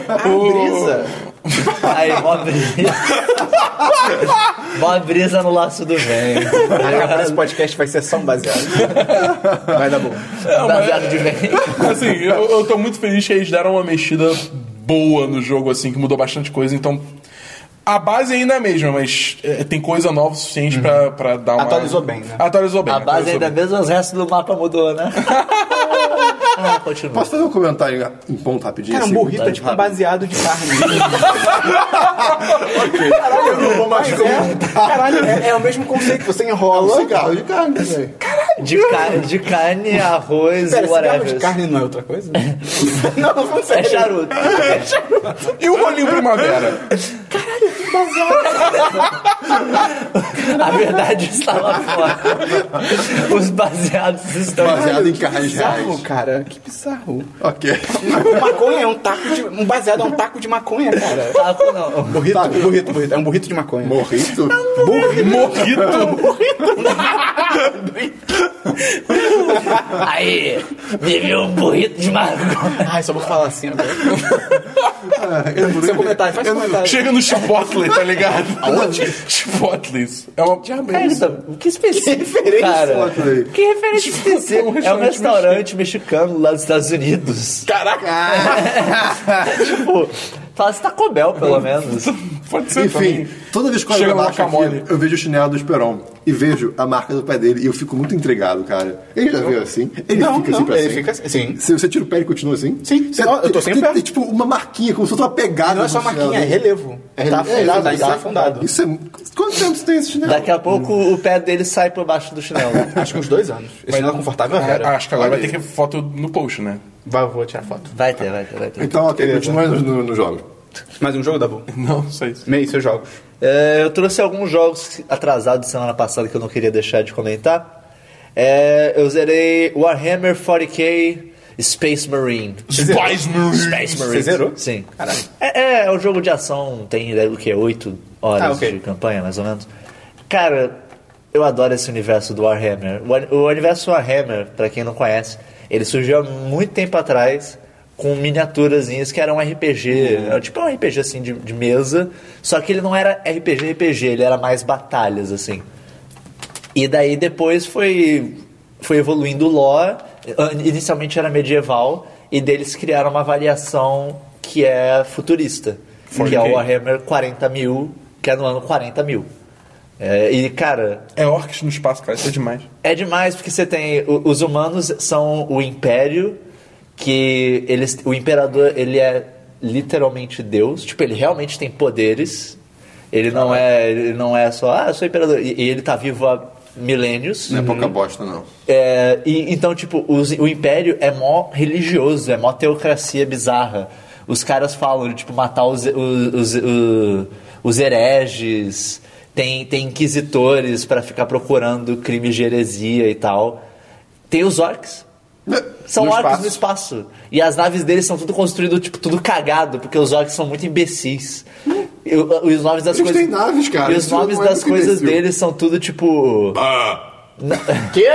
Speaker 5: brisa.
Speaker 4: Aí, mó brisa. mó brisa no laço do vento.
Speaker 5: Agora esse podcast vai ser só um baseado. Vai dar bom.
Speaker 4: Baseado de vento.
Speaker 3: Assim, eu, eu tô muito feliz que eles deram uma mexida boa no jogo, assim, que mudou bastante coisa, então. A base ainda é a mesma, mas é, tem coisa nova o suficiente pra, pra dar uma.
Speaker 5: Atualizou bem, né?
Speaker 3: Atualizou bem.
Speaker 4: A base
Speaker 3: atualizou
Speaker 4: ainda é a
Speaker 3: bem.
Speaker 4: mesma, os restos do mapa mudou, né? ah, continua.
Speaker 2: Posso fazer um comentário em ponto rapidinho?
Speaker 5: Cara, um
Speaker 2: assim?
Speaker 5: burrito é tipo um
Speaker 2: Rápido.
Speaker 5: baseado de carne.
Speaker 2: Caralho, eu não vou mais
Speaker 5: É, caralho, é, é o mesmo conceito. Você enrola.
Speaker 2: Cigarro de carne, velho.
Speaker 4: De, ca- de carne, arroz
Speaker 5: Pera,
Speaker 4: e
Speaker 5: cigarro de
Speaker 4: whatever.
Speaker 5: carne não é outra coisa? não, não não sei.
Speaker 4: É charuto.
Speaker 3: E o rolinho primavera?
Speaker 4: A verdade está lá fora. Os baseados estão.
Speaker 2: Baseado em carnes
Speaker 5: Bizarro,
Speaker 2: reais.
Speaker 5: cara. Que bizarro.
Speaker 2: Ok.
Speaker 5: maconha é um taco de... Um baseado é um taco de maconha, cara.
Speaker 4: Taco não.
Speaker 5: Burrito, burrito, burrito. É um burrito de maconha.
Speaker 2: Morrito?
Speaker 3: Morrito!
Speaker 4: Aí, me viu um burrito de maconha.
Speaker 5: Ai, só vou falar assim agora.
Speaker 2: Seu
Speaker 5: Comentário, faz comentário.
Speaker 3: Chega no Chipotle, tá ligado? Aonde? Chipotle. É uma.
Speaker 4: Cara, isso tá- que específico, cara.
Speaker 2: Chipotle.
Speaker 4: Que referência específica.
Speaker 3: um
Speaker 4: É um
Speaker 3: restaurante
Speaker 4: restaurante mexicano lá dos Estados Unidos.
Speaker 5: Caraca.
Speaker 4: Tipo, Fala assim, Taco Bell, pelo menos.
Speaker 3: Pode ser
Speaker 2: Enfim,
Speaker 3: também.
Speaker 2: toda vez que eu olho
Speaker 3: Chega
Speaker 2: a
Speaker 3: lá
Speaker 2: marca aqui,
Speaker 3: mole.
Speaker 2: eu vejo o chinelo do Esperon e vejo a marca do pé dele e eu fico muito intrigado, cara. Ele já veio assim? Ele
Speaker 1: Não,
Speaker 2: fica
Speaker 1: não,
Speaker 2: assim pra
Speaker 1: ele
Speaker 2: sempre?
Speaker 1: fica assim, sim.
Speaker 2: Se você tira o pé, ele continua assim?
Speaker 1: Sim,
Speaker 2: Você-
Speaker 1: eu tô sempre
Speaker 2: tem-
Speaker 1: perto.
Speaker 2: Tem, tipo uma marquinha, como se fosse uma pegada.
Speaker 1: Não é só
Speaker 2: no chinelo
Speaker 1: marquinha, é
Speaker 2: dele.
Speaker 1: relevo.
Speaker 2: É
Speaker 1: Tá
Speaker 2: relevo,
Speaker 1: afundado,
Speaker 2: é,
Speaker 1: tá
Speaker 2: isso-
Speaker 1: afundado.
Speaker 2: Isso é... Quanto tempo você tem esse chinelo?
Speaker 4: Daqui a pouco o pé dele sai por baixo do chinelo.
Speaker 1: Acho que uns dois anos. Esse não é confortável,
Speaker 3: Ah,
Speaker 1: cara.
Speaker 3: Acho que agora
Speaker 2: Olha
Speaker 3: vai ter que foto no post, né?
Speaker 1: Vai, vou tirar foto.
Speaker 4: Vai ter, vai ter, vai ter.
Speaker 2: Então, ok, continua nos no, nos jogos.
Speaker 1: Mais um jogo, Dabu?
Speaker 3: Não, só isso.
Speaker 1: Meio seus jogos.
Speaker 4: É, eu trouxe alguns jogos atrasados semana passada que eu não queria deixar de comentar. É, eu zerei Warhammer 40k Space Marine.
Speaker 3: Spice
Speaker 4: Space Marine.
Speaker 1: Você zerou?
Speaker 4: Sim.
Speaker 1: Caralho.
Speaker 4: É, é, é um jogo de ação, tem né, o que? 8 horas
Speaker 1: Ah, ok.
Speaker 4: de campanha, mais ou menos. Cara, eu adoro esse universo do Warhammer. O, uni- o universo Warhammer, pra quem não conhece, ele surgiu há muito tempo atrás com miniaturazinhas que eram RPG,
Speaker 1: Uhum.
Speaker 4: era tipo um RPG assim de, de mesa, só que ele não era RPG RPG, ele era mais batalhas assim. E daí depois foi, foi evoluindo o lore. An- Inicialmente era medieval, e deles criaram uma variação que é futurista. Que é o
Speaker 3: 40K.
Speaker 4: Warhammer 40 mil, que é no ano 40 mil. e, cara,
Speaker 3: É orcs no espaço, cara, isso é demais.
Speaker 4: é demais porque você tem. o- Os humanos são o império, que eles, o imperador ele é literalmente Deus. Tipo, ele realmente tem poderes. Ele
Speaker 2: Ah.
Speaker 4: não é, ele não é só, ah, eu sou imperador. E, e ele tá vivo há milênios.
Speaker 2: Não é pouca bosta, não.
Speaker 4: É, e, então, tipo, os- o Império é mó religioso, é mó teocracia bizarra. Os caras falam, de, tipo, matar os, os, os, o- os hereges, tem, tem inquisitores pra ficar procurando crimes de heresia e tal. Tem os orcs.
Speaker 2: É,
Speaker 4: São
Speaker 1: No
Speaker 4: orcs
Speaker 1: espaço.
Speaker 4: no espaço. E as naves deles são tudo construído, tipo, tudo cagado, porque os orcs são muito imbecis. E, o- os nomes das
Speaker 2: Hum. Eles
Speaker 4: coisas.
Speaker 2: têm naves, cara,
Speaker 4: E os
Speaker 2: isso
Speaker 4: nomes
Speaker 2: não é
Speaker 4: das
Speaker 2: muito
Speaker 4: coisas
Speaker 2: imbecil.
Speaker 4: deles são tudo tipo.
Speaker 1: Quê?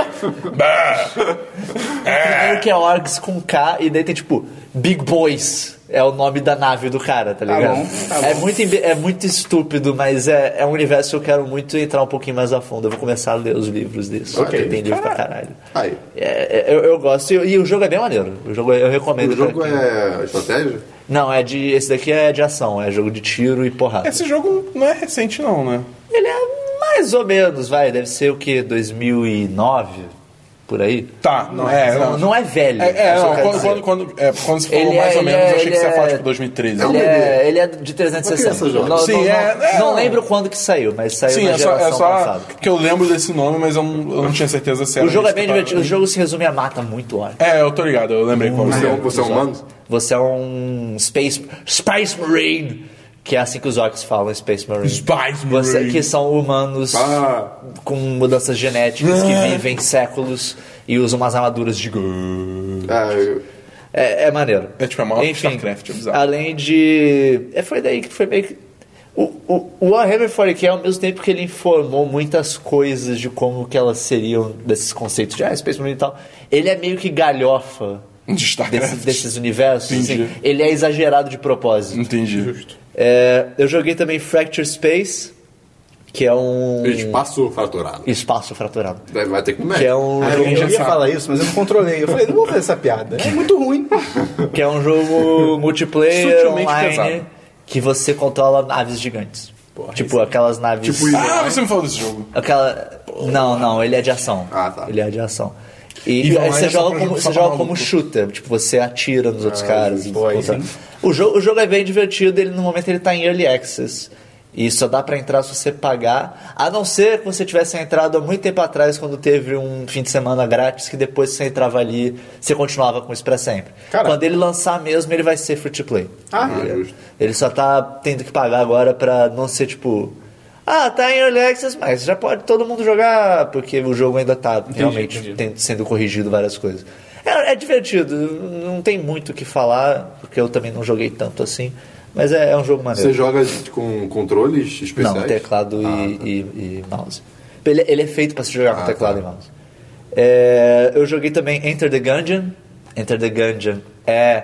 Speaker 4: Primeiro que é Orgs com K e daí tem tipo Big Boys. É o nome da nave do cara, tá ligado?
Speaker 1: bom, tá
Speaker 4: é,
Speaker 1: bom.
Speaker 4: Muito, imbe- é muito estúpido, mas é, é um universo que eu quero muito entrar um pouquinho mais a fundo. Eu vou começar a ler os livros disso.
Speaker 2: Ok.
Speaker 4: Tem- Tem livro pra caralho.
Speaker 2: Aí.
Speaker 4: É, é, eu, eu gosto. E, e o jogo é bem maneiro. O jogo eu recomendo.
Speaker 2: O jogo
Speaker 4: pra quem-
Speaker 2: é estratégia?
Speaker 4: Não, é de. Esse daqui é de ação, é jogo de tiro e porrada.
Speaker 3: Esse jogo não é recente, não, né?
Speaker 4: Ele é mais ou menos, vai, deve ser o que? 2009? Por aí?
Speaker 3: Tá, não, é.
Speaker 4: Não, não é velho.
Speaker 3: É, é,
Speaker 4: isso eu
Speaker 3: não,
Speaker 4: quero
Speaker 3: quando,
Speaker 4: dizer.
Speaker 3: quando, quando, é, quando você falou
Speaker 4: Ele é-
Speaker 3: mais ou
Speaker 4: ele
Speaker 3: menos,
Speaker 4: é-
Speaker 3: eu achei que
Speaker 4: ele
Speaker 3: você ia falar
Speaker 4: é-
Speaker 3: tipo 2013.
Speaker 4: Ele
Speaker 2: um
Speaker 4: é,
Speaker 2: bebê.
Speaker 4: ele é de
Speaker 2: Uma criança
Speaker 4: 360.
Speaker 2: jovem.
Speaker 4: Não,
Speaker 3: Sim,
Speaker 4: não,
Speaker 3: é-
Speaker 4: não-
Speaker 3: é,
Speaker 4: não
Speaker 3: não.
Speaker 4: lembro quando que saiu, mas saiu
Speaker 3: Sim,
Speaker 4: na
Speaker 3: é só,
Speaker 4: geração
Speaker 3: é só
Speaker 4: passada.
Speaker 3: que eu lembro desse nome, mas eu não, eu não tinha certeza se era
Speaker 4: O jogo é
Speaker 3: isso que
Speaker 4: bem
Speaker 3: eu tava-
Speaker 4: divertido. O jogo se resume a mata muito hora.
Speaker 3: É, eu tô ligado, eu lembrei qual
Speaker 2: Você é,
Speaker 3: era.
Speaker 2: um- você é um humano?
Speaker 4: Você é um Space, Space Marine, que é assim que os orcs falam, Space Marine.
Speaker 3: Spice
Speaker 4: Você,
Speaker 3: Marine.
Speaker 4: que são humanos
Speaker 2: Ah.
Speaker 4: com mudanças genéticas
Speaker 3: Ah.
Speaker 4: que vivem séculos e usam umas armaduras de...
Speaker 2: Ah, eu-
Speaker 4: É, é maneiro.
Speaker 3: É tipo, é maior que
Speaker 4: Enfim,
Speaker 3: StarCraft, é bizarro.
Speaker 4: Além de. É, foi daí que foi meio que. O, o, o Warhammer 40k, ao mesmo tempo que ele informou muitas coisas de como que elas seriam, desses conceitos de ah, Space Marine e tal, ele é meio que galhofa
Speaker 3: De StarCraft.
Speaker 4: desse- desses universos.
Speaker 3: Entendi. Hum.
Speaker 4: assim. ele é exagerado de propósito.
Speaker 3: Entendi.
Speaker 4: É, eu joguei também Fracture Space, que é um.
Speaker 2: Espaço fraturado.
Speaker 4: Espaço fraturado.
Speaker 2: Vai- Vai ter que comer.
Speaker 4: Que é um
Speaker 1: Ah, eu, eu
Speaker 4: jogo
Speaker 1: ia falar isso, mas eu não controlei. Eu falei, não vou fazer essa piada. É muito ruim.
Speaker 4: que é um jogo multiplayer
Speaker 3: Sutilmente
Speaker 4: online
Speaker 3: pesado.
Speaker 4: que você controla naves gigantes. tipo aquelas naves.
Speaker 2: Tipo isso.
Speaker 3: Ah, você me falou desse jogo.
Speaker 4: aquela... Não, não, ele é de ação.
Speaker 2: Ah, tá.
Speaker 4: Ele é de ação.
Speaker 3: E
Speaker 4: E, aí
Speaker 3: online
Speaker 4: você
Speaker 3: é só
Speaker 4: joga
Speaker 3: pra
Speaker 4: como,
Speaker 3: jogo-
Speaker 4: você
Speaker 3: só pra
Speaker 4: joga como
Speaker 3: maluco.
Speaker 4: shooter, tipo, você atira nos outros caras.
Speaker 1: pô, aí
Speaker 4: Puta.
Speaker 1: sim.
Speaker 4: Né? O, jogo, o jogo é bem divertido, ele no momento ele tá em early access. E só dá pra entrar se você pagar. A não ser que você tivesse entrado há muito tempo atrás, quando teve um fim de semana grátis, que depois você entrava ali, você continuava com isso pra sempre.
Speaker 1: Caraca.
Speaker 4: Quando ele lançar mesmo, ele vai ser free to play.
Speaker 1: Ah,
Speaker 4: ele, ele só tá tendo que pagar agora pra não ser tipo. Ah, tá em early access, mas já pode todo mundo jogar, porque o jogo ainda tá realmente
Speaker 1: entendi.
Speaker 4: tendo- sendo corrigido várias coisas. É, é divertido, não tem muito o que falar, porque eu também não joguei tanto assim, mas é, é um jogo maneiro.
Speaker 2: Você joga com controles especiais? Ah,
Speaker 4: Não, teclado e, e- e mouse. Ele, ele é feito pra se jogar com teclado e mouse. É, eu joguei também Enter the Gungeon. Enter the Gungeon é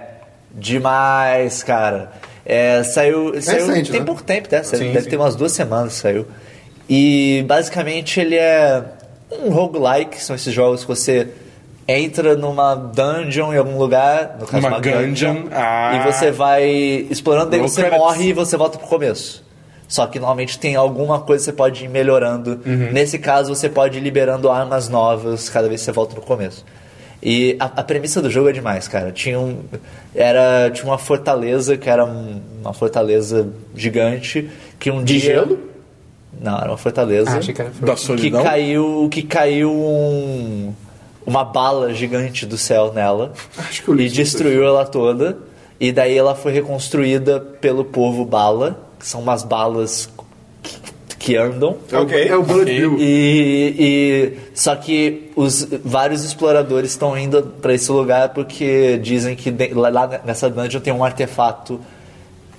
Speaker 4: demais, cara. É, saiu, ele saiu
Speaker 2: Recente,
Speaker 4: tem
Speaker 2: né?
Speaker 4: pouco tempo, né? Saiu-
Speaker 1: Sim,
Speaker 4: deve
Speaker 1: sim.
Speaker 4: ter umas duas semanas que saiu. E basicamente ele é um roguelike, são esses jogos que você entra numa dungeon em algum lugar, no caso
Speaker 3: Uma dungeon, ah.
Speaker 4: e você vai explorando, daí
Speaker 3: No
Speaker 4: você
Speaker 3: credits.
Speaker 4: morre e você volta pro começo. Só que normalmente tem alguma coisa que você pode ir melhorando.
Speaker 5: Uhum.
Speaker 4: Nesse caso, você pode ir liberando armas novas cada vez que você volta no começo. E a, a premissa do jogo é demais, cara. Tinha, um, era, tinha uma fortaleza que era um- uma fortaleza gigante. Que um
Speaker 5: De
Speaker 4: dia-
Speaker 5: gelo?
Speaker 4: Não, era uma fortaleza
Speaker 5: Ah, achei que era fruta.
Speaker 3: Da
Speaker 4: que
Speaker 3: solidão?
Speaker 4: caiu então- que caiu um, uma bala gigante do céu nela
Speaker 2: Acho que eu li
Speaker 4: e
Speaker 2: isso
Speaker 4: destruiu ela toda e daí ela foi reconstruída pelo povo bala que são umas balas que, que andam
Speaker 2: É o-
Speaker 1: Ok.
Speaker 2: É o Bullet Bill.
Speaker 4: e, e- só que os vários exploradores estão indo pra esse lugar porque dizem que de- lá- lá nessa dungeon tem um artefato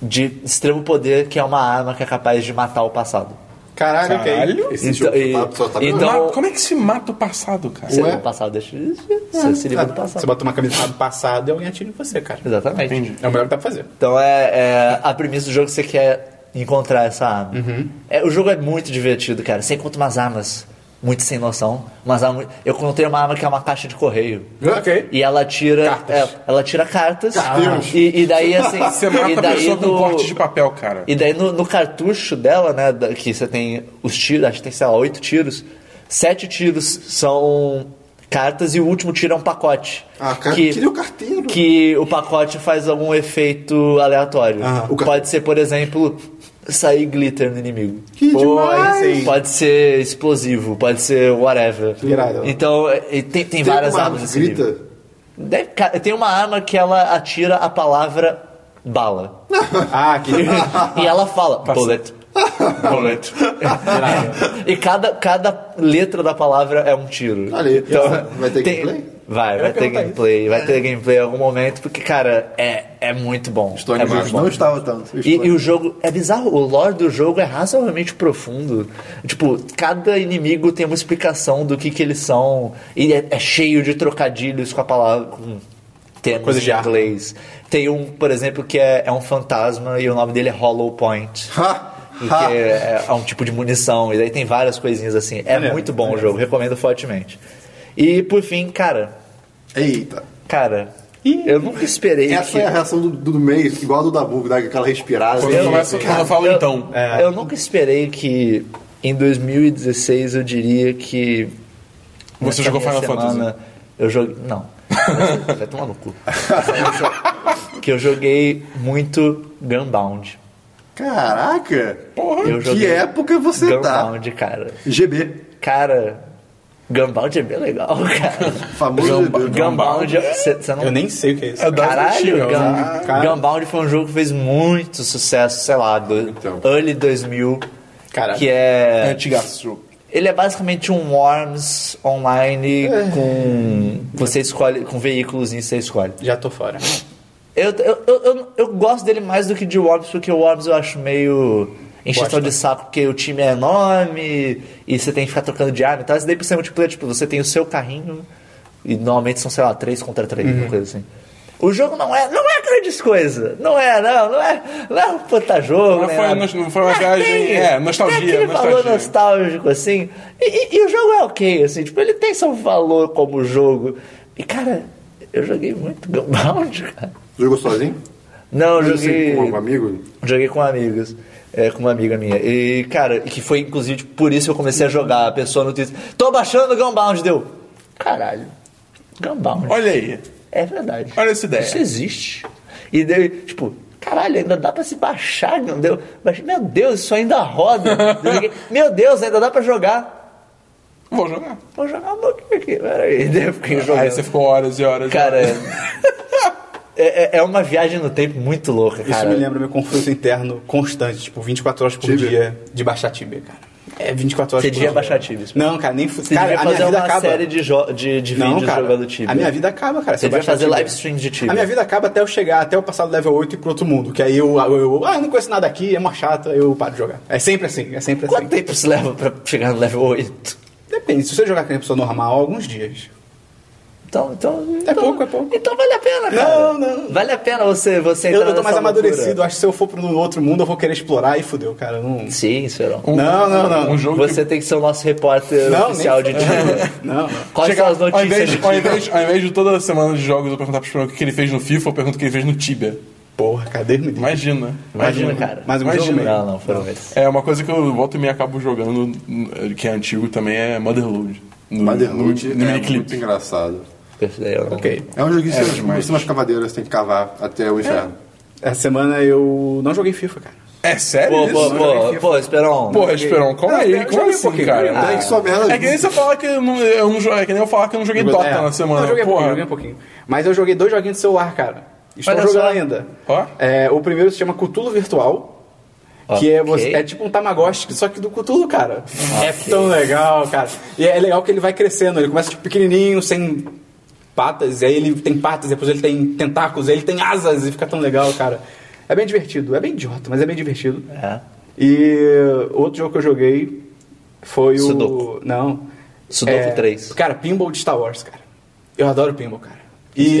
Speaker 4: de extremo poder que é uma arma que é capaz de matar o passado.
Speaker 1: Caralho, ok.
Speaker 3: Caralho.
Speaker 2: Esse
Speaker 4: Então-
Speaker 2: jogo
Speaker 4: e-
Speaker 2: tá- só tá
Speaker 4: então-
Speaker 3: Ma- Como é que se mata o passado, cara?
Speaker 4: Você
Speaker 2: Ué?
Speaker 4: do passado deixa.
Speaker 3: Ah,
Speaker 4: Você se
Speaker 1: Ah,
Speaker 4: livra do
Speaker 5: Você
Speaker 4: passado.
Speaker 5: bota uma camisa do passado e alguém atira em você, cara.
Speaker 4: Exatamente.
Speaker 5: É o melhor que dá pra fazer.
Speaker 4: Então é, é a premissa do jogo que você quer encontrar essa arma.
Speaker 3: Uhum.
Speaker 4: É, o jogo é muito divertido, cara. Você encontra umas armas muito sem noção. Umas armas, muito- eu encontrei uma arma que é uma caixa de correio.
Speaker 5: Ok.
Speaker 4: E ela tira.
Speaker 5: Cartas.
Speaker 4: é, ela tira cartas.
Speaker 2: Cartas.
Speaker 4: E, e daí assim.
Speaker 3: Você mata
Speaker 4: e
Speaker 3: a
Speaker 4: daí
Speaker 3: pessoa com um
Speaker 4: no-
Speaker 3: corte de papel, cara.
Speaker 4: E daí no, no cartucho dela, né, da- que você tem os tiros, acho que tem, sei lá, oito tiros, sete tiros são cartas e o último tiro é um pacote.
Speaker 2: Ah, cara, queria o carteiro.
Speaker 4: Que o pacote faz algum efeito aleatório.
Speaker 2: Ah, o car-
Speaker 4: Pode ser, por exemplo, sair glitter no inimigo.
Speaker 2: Que
Speaker 5: Pô, aí
Speaker 2: demais!
Speaker 5: sim.
Speaker 4: Pode ser explosivo, pode ser whatever.
Speaker 5: irado.
Speaker 4: Então, é, e tem, tem
Speaker 2: Tem
Speaker 4: várias
Speaker 2: uma
Speaker 4: armas
Speaker 2: arma que
Speaker 4: nesse nível.
Speaker 2: grita.
Speaker 4: Deve- ca- Tem uma arma que ela atira a palavra bala.
Speaker 5: Ah, que
Speaker 4: e ela fala bullet.
Speaker 3: Boleto.
Speaker 5: Ah.
Speaker 4: E cada, cada letra da palavra é um tiro.
Speaker 2: Olha aí. Vai ter
Speaker 4: tem-
Speaker 2: gameplay?
Speaker 4: Vai, vai ter gameplay.
Speaker 5: É.
Speaker 4: Vai ter gameplay em algum momento, porque, cara, é, é muito bom.
Speaker 2: Estou
Speaker 4: é
Speaker 2: animado.
Speaker 4: muito bom.
Speaker 7: Não estava tanto.
Speaker 4: E, e o jogo é bizarro, o lore do jogo é razoavelmente profundo. Tipo, cada inimigo tem uma explicação do que que eles são, e é, é cheio de trocadilhos com a palavra. Com termos
Speaker 5: Coisa de
Speaker 4: de
Speaker 5: arma.
Speaker 4: inglês. Tem um, por exemplo, que é, é um fantasma e o nome dele é Hollow Point. Porque é, é um tipo de munição, e daí tem várias coisinhas assim. É
Speaker 5: Maneiro,
Speaker 4: muito bom o jogo, recomendo fortemente. E por fim, cara,
Speaker 2: Eita.
Speaker 4: cara, eu nunca esperei
Speaker 2: Essa
Speaker 4: é- que.
Speaker 2: é a reação do, do, do meio, igual a do Dabu, né? que dá aquela respirada.
Speaker 3: Quando
Speaker 2: Assim.
Speaker 3: começa, quando eu falo
Speaker 4: eu, É.
Speaker 3: então.
Speaker 4: Eu nunca esperei que em 2016 eu diria que.
Speaker 3: Você
Speaker 4: nessa
Speaker 3: jogou
Speaker 4: minha
Speaker 3: Final Fantasy?
Speaker 4: Eu joguei. Não. Vai tomar no cu. que eu joguei muito Gunbound.
Speaker 2: Caraca!
Speaker 3: Porra.
Speaker 4: Eu
Speaker 2: Que
Speaker 4: joguei
Speaker 2: época você tá.
Speaker 4: Gunbound, cara.
Speaker 2: GB.
Speaker 4: Cara, Gunbound é bem legal, cara.
Speaker 2: Famoso
Speaker 3: Gamba-
Speaker 2: GB.
Speaker 4: Gunbound, você não.
Speaker 5: Eu nem sei o que é isso.
Speaker 3: É da-
Speaker 4: Caralho,
Speaker 3: antigas,
Speaker 4: Gun-
Speaker 3: né?
Speaker 5: Cara.
Speaker 4: Gunbound foi um jogo que fez muito sucesso, sei lá, do
Speaker 2: Então.
Speaker 4: early 2000,
Speaker 5: Caralho.
Speaker 4: que é...
Speaker 3: Antigaço né, jogo.
Speaker 4: Ele é basicamente um Worms online com você escolhe com veículos e você escolhe.
Speaker 5: Já tô fora.
Speaker 4: Eu, eu, eu, eu, eu gosto dele mais do que de Worms porque o Worms eu acho meio encheção de saco porque o time é enorme e você tem que ficar trocando de arma. Então esse daí pra ser multiplayer, tipo, você tem o seu carrinho e normalmente são, sei lá, 3 contra 3,
Speaker 3: Uhum.
Speaker 4: uma coisa assim. O jogo não é, não é grande coisa. Não é, não, não é, não é um puta jogo.
Speaker 3: Não
Speaker 4: nem
Speaker 3: foi
Speaker 4: nada.
Speaker 3: nos- não foi uma
Speaker 4: Mas
Speaker 3: viagem-
Speaker 4: tem-
Speaker 3: é, nostalgia,
Speaker 4: Tem aquele valor
Speaker 3: nostalgia.
Speaker 4: nostálgico, assim. E, e- e o jogo é ok, assim, tipo, ele tem seu valor como jogo. E, cara, eu joguei muito Gunbound, cara.
Speaker 2: Jogou sozinho?
Speaker 4: Não, eu
Speaker 2: Assim,
Speaker 4: joguei.
Speaker 2: com um amigo?
Speaker 4: Joguei com amigos. É, com uma amiga minha. E, cara, que foi inclusive tipo, por isso que eu comecei a jogar. A pessoa no Twitter. Tô baixando o Gunbound, deu. Caralho. Gunbound.
Speaker 3: Olha aí.
Speaker 4: É verdade.
Speaker 3: Olha essa ideia.
Speaker 4: Isso existe. E deu, tipo, caralho, ainda dá pra se baixar, não deu? Mas, meu Deus, isso ainda roda. Eu joguei, meu Deus, ainda dá pra jogar.
Speaker 3: Vou jogar.
Speaker 4: Vou jogar um pouquinho aqui, peraí. Daí eu fiquei jogando.
Speaker 3: Aí você ficou horas e horas.
Speaker 4: Cara, é, é- é uma viagem no tempo muito louca,
Speaker 5: Isso
Speaker 4: cara.
Speaker 5: me lembra meu conflito interno constante, tipo, 24 horas por
Speaker 2: Tibia.
Speaker 5: dia de baixar Tibia, cara. É 24 horas
Speaker 4: Você
Speaker 5: por
Speaker 4: devia
Speaker 5: dia.
Speaker 4: baixar Tibia.
Speaker 5: Não, cara, nem
Speaker 4: Você
Speaker 5: fudeu. Cara,
Speaker 4: devia
Speaker 5: a minha
Speaker 4: fazer
Speaker 5: vida
Speaker 4: uma
Speaker 5: acaba.
Speaker 4: série de, jo- de, de
Speaker 5: Não,
Speaker 4: vídeos
Speaker 5: cara.
Speaker 4: jogando Tibia.
Speaker 5: A minha vida acaba, cara. se
Speaker 4: Você
Speaker 5: eu
Speaker 4: devia
Speaker 5: baixar
Speaker 4: fazer
Speaker 5: Tibia.
Speaker 4: live stream de Tibia.
Speaker 5: A minha vida acaba até eu chegar até eu passar do level 8 e ir pro outro mundo. Que aí eu, eu, eu, ah, eu não conheço nada aqui, é uma chata, eu paro de jogar. É sempre assim, é sempre
Speaker 4: Quanto
Speaker 5: assim.
Speaker 4: tempo se leva pra chegar no level 8?
Speaker 5: Depende, se você jogar com uma pessoa normal, alguns dias.
Speaker 4: Então, então, então-
Speaker 5: pouco, é pouco.
Speaker 4: Então vale a pena, cara.
Speaker 5: Não, não.
Speaker 4: Vale a pena você, você
Speaker 5: Eu,
Speaker 4: entrar
Speaker 5: eu tô
Speaker 4: nessa
Speaker 5: mais amadurecido,
Speaker 4: loucura.
Speaker 5: acho que se eu for pro outro mundo eu vou querer explorar e fudeu, cara. Não,
Speaker 4: Sim, Serão.
Speaker 5: não, não. não.
Speaker 3: Um jogo
Speaker 4: Você tem que ser o nosso repórter
Speaker 5: Não,
Speaker 4: oficial de
Speaker 5: nem-
Speaker 4: Tinder.
Speaker 5: Não, não.
Speaker 4: Quais
Speaker 3: Chega-
Speaker 4: são as
Speaker 3: ao,
Speaker 4: notícias
Speaker 3: invés,
Speaker 4: de
Speaker 3: ao,
Speaker 4: Tinder?
Speaker 3: invés, ao invés de toda semana de jogos eu perguntar pro Esperão o que ele fez no FIFA, eu pergunto o que ele fez no Tibia.
Speaker 5: Porra, cadê me deu?
Speaker 3: Imagina.
Speaker 4: Imagina, cara.
Speaker 5: mais um
Speaker 3: Imagina.
Speaker 5: jogo mesmo.
Speaker 4: Não, não, foram esses.
Speaker 3: É, uma coisa que eu volto e me acabo jogando, que é antigo também, é Motherload. No,
Speaker 2: Motherload
Speaker 3: no,
Speaker 2: é
Speaker 3: no
Speaker 2: muito
Speaker 3: miniclip.
Speaker 2: engraçado.
Speaker 4: Ok.
Speaker 2: É um joguinho que
Speaker 3: É
Speaker 2: você,
Speaker 3: demais.
Speaker 2: você umas cavadeiras, tem que cavar até o inferno.
Speaker 5: Essa semana eu não joguei FIFA, cara.
Speaker 3: É, sério
Speaker 4: Pô,
Speaker 3: isso?
Speaker 4: pô, pô, pô, Esperon.
Speaker 3: Porra, Esperão, calma
Speaker 5: Não,
Speaker 3: aí,
Speaker 5: eu
Speaker 3: como
Speaker 5: joguei um
Speaker 3: assim,
Speaker 5: pouquinho, eu
Speaker 3: cara?
Speaker 5: joguei.
Speaker 2: Daí que só merda.
Speaker 3: É que nem você falar que eu não, eu não joguei, é que nem eu falar que eu não joguei Dota
Speaker 5: É.
Speaker 3: na semana.
Speaker 5: Não, eu joguei um pouquinho,
Speaker 3: porra.
Speaker 5: joguei um pouquinho. Mas eu joguei dois joguinhos de celular, cara. Estou
Speaker 4: Olha
Speaker 5: jogando
Speaker 4: só.
Speaker 5: ainda.
Speaker 3: Ó.
Speaker 5: É, o primeiro se chama Cutulo Virtual. Que é,
Speaker 4: Ok.
Speaker 5: você- é tipo um Tamagotchi, só que do Cutulo, cara. É tão legal, cara. E é legal que ele vai crescendo. Ele começa tipo, pequenininho, sem patas. E aí ele tem patas, depois ele tem tentáculos, aí ele tem asas. E fica tão legal, cara. É bem divertido. É bem idiota, mas é bem divertido.
Speaker 4: É.
Speaker 5: E outro jogo que eu joguei foi
Speaker 4: Sudoku.
Speaker 5: o... Não. É,
Speaker 4: Sudoku 3.
Speaker 5: Cara, Pinball de Star Wars, cara. Eu adoro Pinball, cara. E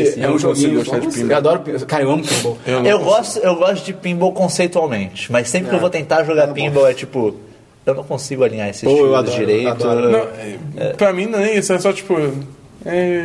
Speaker 4: Esqueci,
Speaker 3: eu
Speaker 5: é um
Speaker 3: não consigo
Speaker 5: joguinho...
Speaker 3: gostar de Pinball.
Speaker 5: Eu adoro Pinball. Cara, eu amo Pinball.
Speaker 3: Eu não
Speaker 4: Eu
Speaker 3: consigo.
Speaker 4: gosto, eu gosto de pinball conceitualmente, mas sempre que
Speaker 5: É.
Speaker 4: eu vou tentar jogar pinball é tipo, eu não consigo alinhar esses
Speaker 5: Pô, eu
Speaker 4: tiros
Speaker 5: adoro,
Speaker 4: direito.
Speaker 5: adoro.
Speaker 3: Não, é, Pra mim não é isso, é só tipo. é,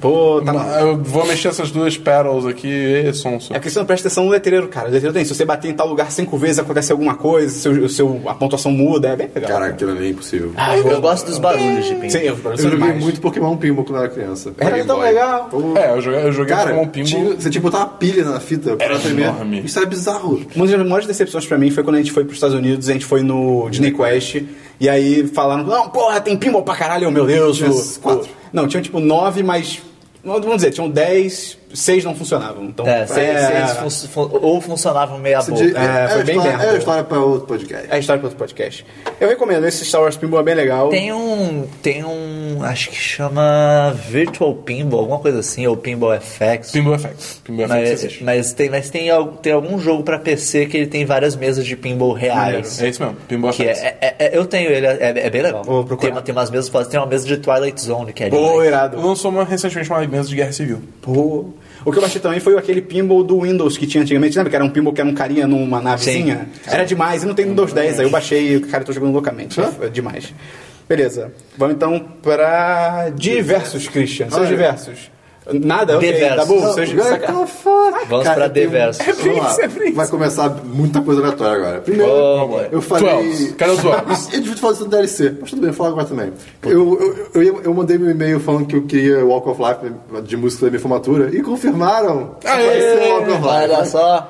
Speaker 5: Pô, tá
Speaker 3: Ma-
Speaker 5: mal.
Speaker 3: Eu vou mexer essas duas pérolas aqui, e sonso.
Speaker 5: É porque você não presta atenção no letreiro, cara. O letreiro tem. Se você bater em tal lugar cinco vezes, acontece alguma coisa, seu, seu, a pontuação muda, é bem legal.
Speaker 2: Caraca, aquilo ali é impossível.
Speaker 4: Ah, eu, gosto dos barulhos de pinball.
Speaker 5: Sim, eu, eu
Speaker 2: eu joguei muito Pokémon Pinball quando eu era criança.
Speaker 5: Era
Speaker 2: Game
Speaker 5: tão
Speaker 2: Boy.
Speaker 5: legal.
Speaker 2: Pô,
Speaker 3: É, eu joguei, eu joguei
Speaker 2: Cara,
Speaker 3: Pokémon Pinball.
Speaker 2: tinha- você tinha que botar uma pilha na fita pra tremer.
Speaker 3: enorme.
Speaker 2: Isso era bizarro.
Speaker 5: Uma das maiores decepções pra mim foi quando a gente foi pros Estados Unidos, a gente foi no Disney Quest, e aí falaram, não, porra, tem pinball pra caralho, eu, meu Deus.
Speaker 2: Tinha
Speaker 5: o-
Speaker 2: esses quatro.
Speaker 5: o- Não, tinham tipo nove, mas, vamos dizer, tinham dez, seis não funcionavam. Então,
Speaker 4: É, se- se eles
Speaker 5: é-
Speaker 4: fun- fun- ou funcionavam meia
Speaker 2: Você
Speaker 4: boca.
Speaker 2: tinha-
Speaker 5: é, foi
Speaker 2: a
Speaker 5: bem
Speaker 2: história,
Speaker 5: merda.
Speaker 2: é a história pra outro podcast.
Speaker 5: é a história para outro podcast. Eu recomendo, esse Star Wars Pinball é bem legal.
Speaker 4: Tem um. Tem um. Acho que chama Virtual Pinball, alguma coisa assim, ou Pinball FX.
Speaker 3: Pinball FX. Pinball FX
Speaker 5: é-
Speaker 4: mas,
Speaker 3: existe.
Speaker 4: mas tem, mas tem, al- tem algum jogo pra PC que ele tem várias mesas de pinball reais.
Speaker 3: É isso mesmo, Pinball
Speaker 4: Que
Speaker 3: FX.
Speaker 4: é, é- é- eu tenho ele, é, é bem legal.
Speaker 5: Vou procurar.
Speaker 4: Tem, uma- tem umas mesas, tem uma mesa de Twilight Zone que é
Speaker 5: Pô,
Speaker 4: demais.
Speaker 5: irado.
Speaker 3: Lançou uma, recentemente uma mesa de guerra civil.
Speaker 5: Pô. O que eu baixei também foi aquele pinball do Windows que tinha antigamente, lembra? Que era um pinball que era um carinha numa navezinha. é. Era demais, e não tem no 210, aí eu baixei e o cara eu tô jogando loucamente. É demais. Beleza. Vamos então pra diversos, Christian. Seus
Speaker 2: Olha.
Speaker 5: diversos. Nada? Ok,
Speaker 4: Diversos.
Speaker 5: tá bom.
Speaker 4: Não,
Speaker 1: é
Speaker 5: Seus
Speaker 2: Agora,
Speaker 5: saca-
Speaker 2: tá foda.
Speaker 4: Vamos
Speaker 2: Cara,
Speaker 4: pra
Speaker 2: tem-
Speaker 4: D-Versus.
Speaker 2: Vamos lá. Vai começar muita coisa aleatória agora. Primeiro,
Speaker 4: Oh, boy.
Speaker 2: eu falei...
Speaker 3: Twelves. Cadê os Twelves?
Speaker 2: Eu devia fazer isso no DLC, mas tudo bem, eu vou falar agora também. Eu, eu, eu, ia- eu mandei meu e-mail falando que eu queria Walk of Life de música da minha formatura e confirmaram que vai ser Walk of Life.
Speaker 4: Olha só.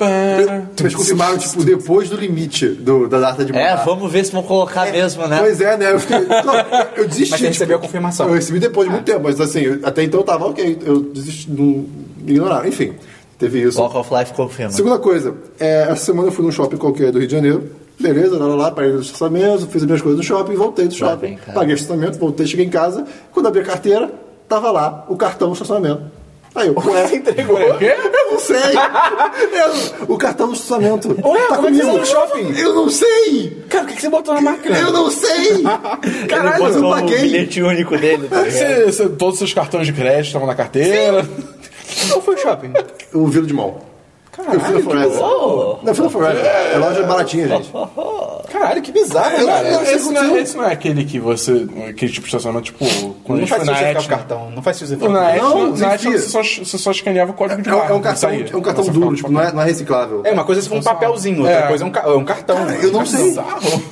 Speaker 2: Mas confirmaram, tipo, depois do limite do- da data de
Speaker 4: É,
Speaker 2: mandar.
Speaker 4: vamos ver se vão colocar mesmo, né?
Speaker 2: Pois é, né? Eu, fiquei, não, eu desisti. tipo,
Speaker 5: Mas você recebeu a confirmação.
Speaker 2: Eu recebi depois de muito tempo, mas assim, eu- até então eu tava ok, eu desisti, não ignoraram. Enfim, teve isso.
Speaker 4: Walk of Life confirma.
Speaker 2: Segunda coisa, é, essa semana eu fui num shopping qualquer do Rio de Janeiro. Beleza, lá, lá, lá, parei no estacionamento, fiz as minhas coisas no shopping, voltei do shopping.
Speaker 4: bem, cara.
Speaker 2: paguei o estacionamento, voltei, cheguei em casa. Quando abri a carteira, tava lá o cartão do estacionamento. Aí eu,
Speaker 5: Você
Speaker 2: ué,
Speaker 5: entregou.
Speaker 3: Quê?
Speaker 2: eu não sei. Eu- o cartão do estacionamento.
Speaker 5: Ué, como é que você tá no shopping?
Speaker 2: Eu não sei.
Speaker 5: Cara, o que que você botou na máquina?
Speaker 2: Eu não sei. Caralho, eu
Speaker 4: Botou
Speaker 2: não
Speaker 5: um
Speaker 4: o
Speaker 2: paguei.
Speaker 4: um bilhete único dele. tá ligado?
Speaker 3: Você- É, você- todos os seus cartões de crédito estavam na carteira.
Speaker 5: Qual foi o shopping?
Speaker 2: O Vila de Mão. Caralho, eu fui na Forever.
Speaker 4: bom.
Speaker 2: Não, eu fui na Forever. É loja baratinha, gente.
Speaker 5: Caralho, que bizarro,
Speaker 2: Eu-
Speaker 5: cara.
Speaker 2: eu- não sei
Speaker 3: Esse
Speaker 2: o que
Speaker 3: não, é,
Speaker 2: aconteceu.
Speaker 3: esse não é aquele que você. Aquele tipo de estacionamento, tipo. Quando a
Speaker 5: Não
Speaker 3: gente
Speaker 5: faz
Speaker 3: foi
Speaker 5: sentido
Speaker 3: na
Speaker 5: ficar com o
Speaker 3: Etna.
Speaker 5: cartão. Não faz
Speaker 3: Na
Speaker 5: sentido ficar
Speaker 3: Etna,
Speaker 2: Não,
Speaker 3: na
Speaker 2: existia.
Speaker 3: Etna você, só, você só escaneava o código de
Speaker 2: É um,
Speaker 3: barra.
Speaker 2: é um
Speaker 3: não
Speaker 2: cartão,
Speaker 3: saía.
Speaker 2: é um cartão
Speaker 3: Você
Speaker 2: duro,
Speaker 3: ficava
Speaker 2: tipo,
Speaker 3: com-
Speaker 2: não é, não é reciclável.
Speaker 5: É, uma coisa é se for um papelzinho, outra
Speaker 3: É.
Speaker 5: coisa é um, ca- é um cartão.
Speaker 2: Eu não sei.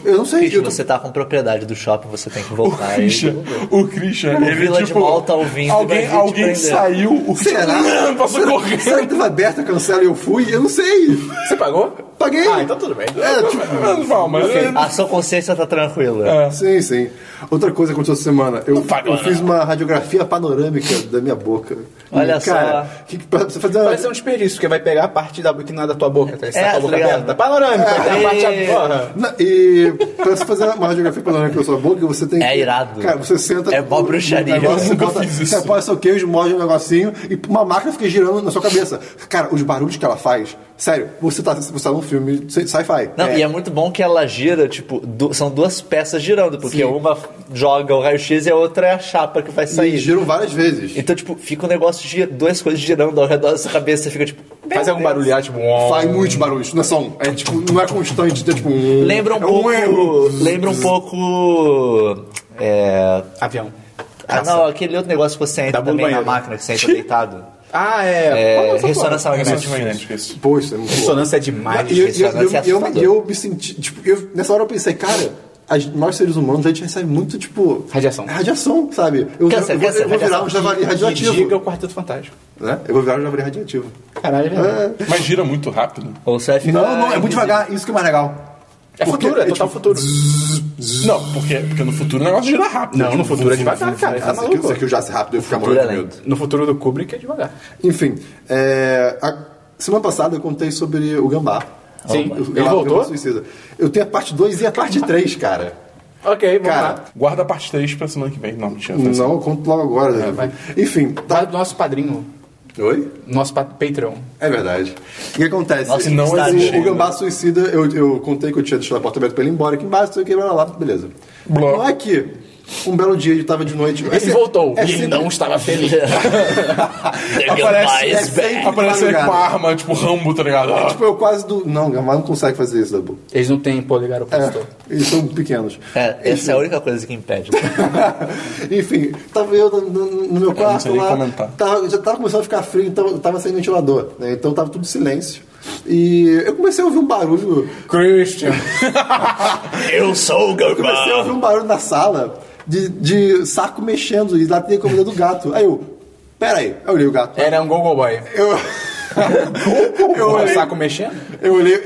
Speaker 2: Eu não sei.
Speaker 4: Christian,
Speaker 2: Eu tô-
Speaker 4: você tá com propriedade do shopping, você tem que
Speaker 3: O
Speaker 4: voltar. aí.
Speaker 3: Christian, o Christian,
Speaker 4: O
Speaker 3: ele
Speaker 4: Village
Speaker 3: tipo.
Speaker 4: Mall tá ouvindo e vai vir
Speaker 3: alguém
Speaker 4: te
Speaker 3: alguém
Speaker 4: prender.
Speaker 3: saiu, o Christian
Speaker 2: Será?
Speaker 3: passou correndo.
Speaker 2: Será que tava aberta, cancela e eu fui? Eu não sei.
Speaker 5: Você pagou?
Speaker 2: Paguei.
Speaker 5: Ah, então tudo bem.
Speaker 2: É, tipo,
Speaker 3: Não, não, mas é
Speaker 4: A sua consciência tá tranquila.
Speaker 2: sim, sim. Outra coisa que aconteceu essa semana, eu,
Speaker 3: pagou,
Speaker 2: eu fiz
Speaker 5: né?
Speaker 2: uma radiografia panorâmica da minha boca.
Speaker 4: Olha
Speaker 2: E, cara, Que, que- pra você fazer uma-
Speaker 5: Parece um desperdício, porque vai pegar a parte da que não é da tua boca, tá? Você
Speaker 4: É,
Speaker 5: tá com a boca
Speaker 4: tá ligado?
Speaker 5: aberta. Panorâmica, é. a parte
Speaker 4: É.
Speaker 5: agora.
Speaker 2: Na- e pra você fazer uma radiografia panorâmica da sua boca, você tem
Speaker 4: É
Speaker 2: que-
Speaker 4: irado.
Speaker 2: Cara, você senta.
Speaker 4: É mó bruxaria.
Speaker 2: no negócio,
Speaker 4: Eu
Speaker 3: nunca
Speaker 2: bota-
Speaker 3: fiz isso.
Speaker 2: Você apoia seu queijo, morde um negocinho e uma máquina fica girando na sua cabeça. Cara, os barulhos que ela faz Sério, você tá, você tá num filme de sci-fi.
Speaker 4: Não, e é muito bom que ela gira, tipo, du- são duas peças girando, porque uma joga o raio-x e a outra é a chapa que vai
Speaker 2: E
Speaker 4: sair.
Speaker 2: giram várias vezes.
Speaker 4: Então, tipo, fica um negócio de duas coisas girando ao redor da sua cabeça, você fica tipo.
Speaker 5: Faz algum barulho, ah, tipo...
Speaker 2: Faz muitos barulhos, não é só um. É tipo, não é constante, é tipo um.
Speaker 4: Lembra um
Speaker 2: é
Speaker 4: pouco.
Speaker 2: erro.
Speaker 4: lembra um pouco. É.
Speaker 5: Avião.
Speaker 4: Ah, não, aquele outro negócio que você entra
Speaker 5: Dá bom
Speaker 4: também na
Speaker 5: banheiro.
Speaker 4: máquina, que você entra deitado.
Speaker 5: Ah, é... Qual é
Speaker 4: É,
Speaker 5: essa
Speaker 4: ressonância magnética.
Speaker 3: Magnética, isso.
Speaker 2: Pô, isso é muito louco.
Speaker 5: Ressonância é
Speaker 2: Ah,
Speaker 5: demais.
Speaker 2: E eu, e eu,
Speaker 4: Isso, isso é
Speaker 2: eu- eu-
Speaker 4: assustador.
Speaker 2: eu me senti, tipo, eu- nessa hora eu pensei, cara, a gente- nós seres humanos, a gente recebe muito, tipo...
Speaker 5: Radiação.
Speaker 2: Radiação, sabe? Eu,
Speaker 4: Câncer,
Speaker 2: eu vou-
Speaker 4: câncer,
Speaker 2: eu vou virar
Speaker 4: radiação.
Speaker 2: um javali
Speaker 5: E diga o
Speaker 2: radioativo.
Speaker 5: Quarteto Fantástico.
Speaker 2: Né? Eu vou virar um javali radioativo.
Speaker 5: Caralho, é verdade.
Speaker 2: É.
Speaker 3: Mas gira muito rápido.
Speaker 4: Ou você vai ficar.
Speaker 2: Não, não, é muito devagar, isso que é mais legal. tipo,
Speaker 5: É futuro, é total futuro.
Speaker 3: Não, porque, porque no futuro o negócio gira rápido.
Speaker 5: Não, no futuro é
Speaker 3: vum, vum,
Speaker 5: devagar,
Speaker 3: vum,
Speaker 5: cara.
Speaker 3: vum.
Speaker 5: Tá
Speaker 2: Ah, se eu-
Speaker 5: maluco. né?
Speaker 2: se eu girasse rápido, eu ia ficar
Speaker 4: Futuro
Speaker 2: morrendo de
Speaker 4: é
Speaker 2: medo.
Speaker 5: No futuro do Kubrick é devagar.
Speaker 2: Enfim, é, a- semana passada eu contei sobre o Gambá.
Speaker 5: Sim.
Speaker 2: O
Speaker 5: Ele
Speaker 2: Gambá
Speaker 5: voltou?
Speaker 2: Suicida. Eu tenho a parte 2 e a parte 3, cara.
Speaker 5: Ok, vamos
Speaker 2: Cara,
Speaker 5: lá.
Speaker 3: Guarda a parte 3 pra semana que vem. Não, mentira. tá faz
Speaker 2: não, eu conto logo agora. né?
Speaker 5: vai.
Speaker 2: Enfim,
Speaker 5: Tá
Speaker 2: tá...
Speaker 5: do nosso padrinho,
Speaker 2: Oi?
Speaker 5: nosso pa- Patreon.
Speaker 2: É verdade. O que acontece?
Speaker 4: Nossa,
Speaker 3: não
Speaker 2: o,
Speaker 3: existe
Speaker 2: o
Speaker 3: ainda.
Speaker 2: Gambá Suicida, eu, eu contei que eu tinha deixado o apartamento pra ele ir embora aqui embaixo, sei o que, blá, blá, blá, beleza.
Speaker 3: Blá.
Speaker 2: Não é que um belo dia ele tava de noite. assim, é
Speaker 5: Ele voltou e ele
Speaker 2: sempre-
Speaker 5: não estava feliz.
Speaker 2: Aparece, é
Speaker 4: Mas,
Speaker 2: sempre
Speaker 3: sentido. Aparece ele
Speaker 2: madrugada.
Speaker 3: com a arma, tipo Rambo, tá ligado? Ah,
Speaker 2: Tipo, eu quase do. Não, o Gambá não consegue fazer isso, Dabu.
Speaker 5: Eles não têm polegar opositor.
Speaker 2: É, eles são pequenos.
Speaker 4: É, essa é a única coisa que impede.
Speaker 2: Enfim, tava eu no, no- no meu
Speaker 3: não
Speaker 2: quarto
Speaker 3: sei nem tá.
Speaker 2: lá.
Speaker 3: comentar.
Speaker 2: Tava, já tava começando a ficar frio, então eu tava sem ventilador, né? Então tava tudo silêncio. E eu comecei a ouvir um barulho.
Speaker 5: Christian.
Speaker 4: Eu sou o
Speaker 2: Eu comecei a ouvir
Speaker 4: Gamba!
Speaker 2: um barulho na sala de, de saco mexendo e lá tem a comida do gato. Aí eu, peraí, eu olhei o gato.
Speaker 5: Era um Google Boy.
Speaker 2: Eu, eu
Speaker 5: O
Speaker 2: olhei,
Speaker 5: saco mexendo?
Speaker 2: eu olhei,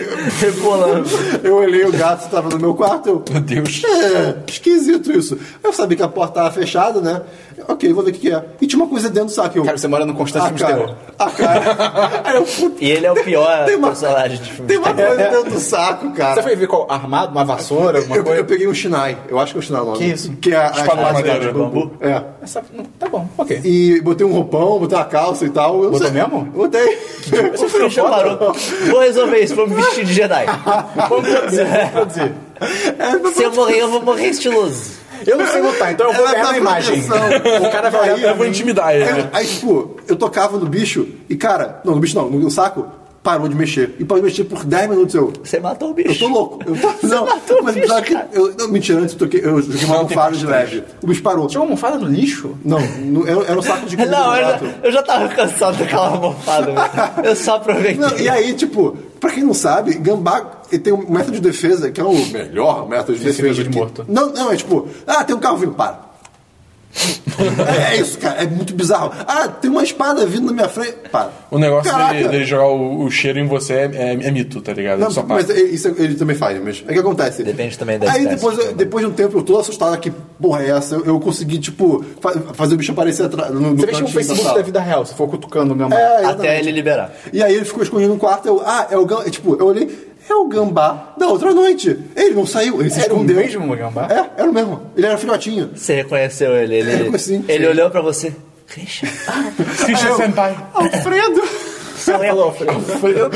Speaker 2: eu olhei o gato, tava no meu quarto. Eu,
Speaker 3: Meu Deus.
Speaker 2: É, esquisito isso. Eu sabia que a porta tava fechada, né? Ok, vou ver o que, que é. E tinha uma coisa dentro do saco. Eu,
Speaker 5: Cara, você mora no constante
Speaker 2: ah,
Speaker 5: filme de
Speaker 2: cara,
Speaker 5: terror.
Speaker 2: ah, cara. Aí eu, puta,
Speaker 4: E ele é o pior
Speaker 2: Tem uma-
Speaker 4: personagem de filme.
Speaker 2: tem uma coisa dentro do saco,
Speaker 5: Você
Speaker 2: cara.
Speaker 5: foi ver qual? Armado? Uma vassoura? É. Uma
Speaker 2: É. eu,
Speaker 5: coisa? Tipo,
Speaker 2: eu peguei um chinai, eu acho que é um chinai o nome.
Speaker 5: Que isso?
Speaker 2: Que é a, a
Speaker 3: Espada de
Speaker 2: espada
Speaker 3: madeira,
Speaker 2: de
Speaker 3: né?
Speaker 2: bambu. É.
Speaker 5: Essa- não, Tá bom, ok.
Speaker 2: E botei um roupão, botei uma calça e tal. Eu não
Speaker 5: Botou
Speaker 2: sei.
Speaker 5: mesmo?
Speaker 2: Botei.
Speaker 4: O Christian parou. Vou resolver isso, vou me vestir de Jedi.
Speaker 5: Vamos produzir, vamos produzir.
Speaker 4: Se eu morrer, eu vou morrer estiloso.
Speaker 5: Eu não sei lutar, então eu vou
Speaker 2: Ela
Speaker 5: ganhar
Speaker 2: tá
Speaker 5: na imagem.
Speaker 2: proteção.
Speaker 5: O cara vai olhar
Speaker 2: Aí,
Speaker 5: pra
Speaker 3: Eu vou
Speaker 5: mim.
Speaker 3: intimidar ele.
Speaker 2: Aí,
Speaker 3: né?
Speaker 2: aí, tipo, eu tocava no bicho e, cara, não, no bicho não, no saco, parou de mexer. E parou de mexer por 10 minutos. Eu,
Speaker 4: Você matou o
Speaker 2: Eu tô
Speaker 4: bicho.
Speaker 2: louco. Eu tô... Não,
Speaker 4: matou o
Speaker 2: mas
Speaker 4: bicho,
Speaker 2: pior que.
Speaker 4: cara.
Speaker 2: Eu, não, mentira, antes eu toquei, eu joguei uma
Speaker 3: Não, tem
Speaker 2: almofada de
Speaker 3: bastante.
Speaker 2: leve. O bicho parou.
Speaker 5: Tinha uma almofada no lixo?
Speaker 2: Não, não, era, era um saco de comida
Speaker 4: Não,
Speaker 2: do
Speaker 4: eu já,
Speaker 2: gato.
Speaker 4: eu já tava cansado daquela almofada. mesmo. Eu só aproveitei.
Speaker 2: Não, e aí, tipo, pra quem não sabe, gambá ele tem um método de defesa que é o melhor método de
Speaker 5: Esse
Speaker 2: defesa.
Speaker 5: vídeo de
Speaker 2: que-
Speaker 5: morto.
Speaker 2: Não, não, é tipo, ah, tem um carro vindo, para. é, é isso, cara, é muito bizarro. Ah, tem uma espada vindo na minha frente, para.
Speaker 3: O negócio
Speaker 2: Caraca.
Speaker 3: dele, dele jogar o, o cheiro em você é, é- é mito, tá ligado?
Speaker 2: Não,
Speaker 3: Só
Speaker 2: mas
Speaker 3: passa.
Speaker 2: ele- isso ele também faz, mas é que acontece.
Speaker 4: Depende também da
Speaker 2: Aí
Speaker 4: espécie
Speaker 2: depois, eu-
Speaker 4: também.
Speaker 2: depois de um tempo eu tô assustado que porra é essa? Eu, eu consegui, tipo, fa- fazer o bicho aparecer atrás. No, no
Speaker 5: Você mexeu no
Speaker 2: cantinho
Speaker 5: Facebook
Speaker 2: sala.
Speaker 5: da vida real, se for cutucando o gambá.
Speaker 2: É, exatamente.
Speaker 4: Até ele liberar.
Speaker 2: E aí ele ficou escondido no quarto, eu, ah, é o gambá. Tipo, eu olhei, é o gambá da outra noite. Ele não saiu, ele se
Speaker 5: Era o
Speaker 2: escondeu.
Speaker 5: mesmo gambá?
Speaker 2: É, era o mesmo. Ele era filhotinho.
Speaker 4: Você reconheceu ele. Ele,
Speaker 2: Eu reconheci.
Speaker 4: ele olhou pra você. Christian.
Speaker 3: Christian
Speaker 2: é eu-
Speaker 3: Senpai.
Speaker 2: Alfredo!
Speaker 4: Sou eu. Sou eu,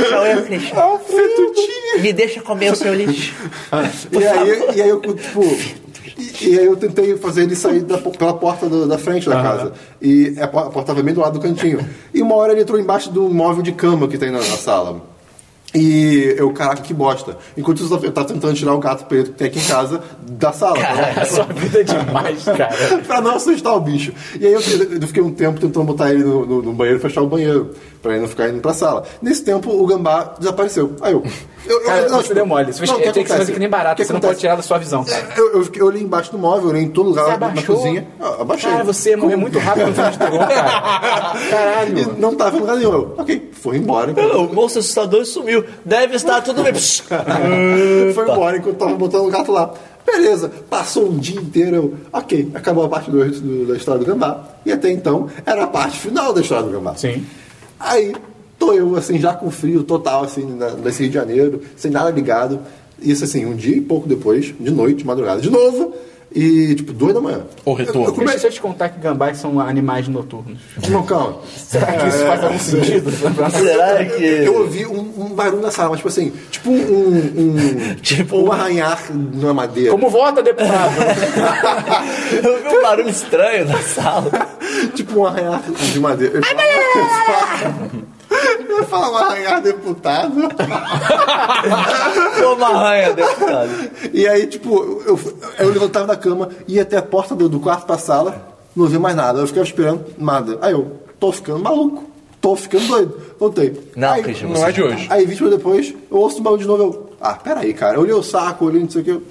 Speaker 4: Christian.
Speaker 5: Ah,
Speaker 2: Alfredo!
Speaker 4: Me deixa comer o seu lixo.
Speaker 2: E aí, e aí eu, tipo. E, e aí eu tentei fazer ele sair da po- pela porta do- da frente da casa. E a, po- a porta estava bem do lado do cantinho. E uma hora ele entrou embaixo do móvel de cama que tem na, na sala. E eu, caraca, que bosta. Enquanto isso, eu tava tentando tirar o gato preto que tem aqui em casa da sala.
Speaker 5: A sua vida é demais, cara.
Speaker 2: pra não assustar o bicho. E aí eu, eu fiquei um tempo tentando botar ele no, no- no banheiro, fechar o banheiro, pra ele não ficar indo pra sala. Nesse tempo, o gambá desapareceu. Aí eu. eu, eu-
Speaker 5: Cara, você
Speaker 2: tipo,
Speaker 5: deu mole. Você
Speaker 2: não, o
Speaker 5: tem que fazer
Speaker 2: acontece?
Speaker 5: que nem
Speaker 2: O
Speaker 5: barato, você não
Speaker 2: acontece? É,
Speaker 5: pode tirar da sua visão, cara.
Speaker 2: Eu, eu, fiquei- eu olhei embaixo do móvel, eu olhei em todo lugar
Speaker 5: Você
Speaker 2: lá na- na
Speaker 5: abaixou?
Speaker 2: cozinha. Ah, abaixei.
Speaker 5: Cara, você morreu muito rápido no filme de terror, cara.
Speaker 2: E
Speaker 5: Caralho.
Speaker 2: não tava em lugar nenhum. Eu, ok, foi embora. então.
Speaker 4: O monstro assustador sumiu. Deve estar tudo bem. Psh.
Speaker 2: foi embora enquanto eu tava botando o gato lá. Beleza, passou um dia inteiro. Eu, ok, acabou a parte 2 da história do gambá. E até então era a parte final da história do gambá.
Speaker 5: Sim.
Speaker 2: Aí tô eu, assim, já com frio total, assim, na, nesse Rio de Janeiro, sem nada ligado. Isso, assim, um dia e pouco depois, de noite, de madrugada, de novo, E, tipo, duas da manhã.
Speaker 3: O retorno.
Speaker 2: Eu, eu
Speaker 5: Deixa
Speaker 2: comecei...
Speaker 5: eu te contar que gambás são animais noturnos.
Speaker 2: Não, calma. É,
Speaker 5: Será que isso faz algum sentido?
Speaker 4: Será que.
Speaker 2: Eu ouvi um, um barulho na sala, mas tipo assim, tipo um. um
Speaker 4: Tipo-
Speaker 2: um arranhar numa madeira.
Speaker 5: Como vota, deputado?
Speaker 4: Eu ouvi um barulho estranho na sala.
Speaker 2: tipo um arranhar de madeira. Eu ia falar- Eu ia falar um arranhar deputado.
Speaker 4: Deu uma arranha, deputado.
Speaker 2: E aí, tipo, eu, eu, eu levantava da cama, ia até a porta do, do quarto pra sala, não via mais nada. Eu ficava esperando nada. Aí eu, tô ficando maluco, tô ficando doido. Voltei.
Speaker 4: Não,
Speaker 2: aí,
Speaker 4: Christian,
Speaker 3: Não é de hoje.
Speaker 2: Aí, 20 minutos depois, eu ouço o barulho de novo. Eu, ah, peraí, cara. Eu olhei o saco, olhei não sei o que. eu-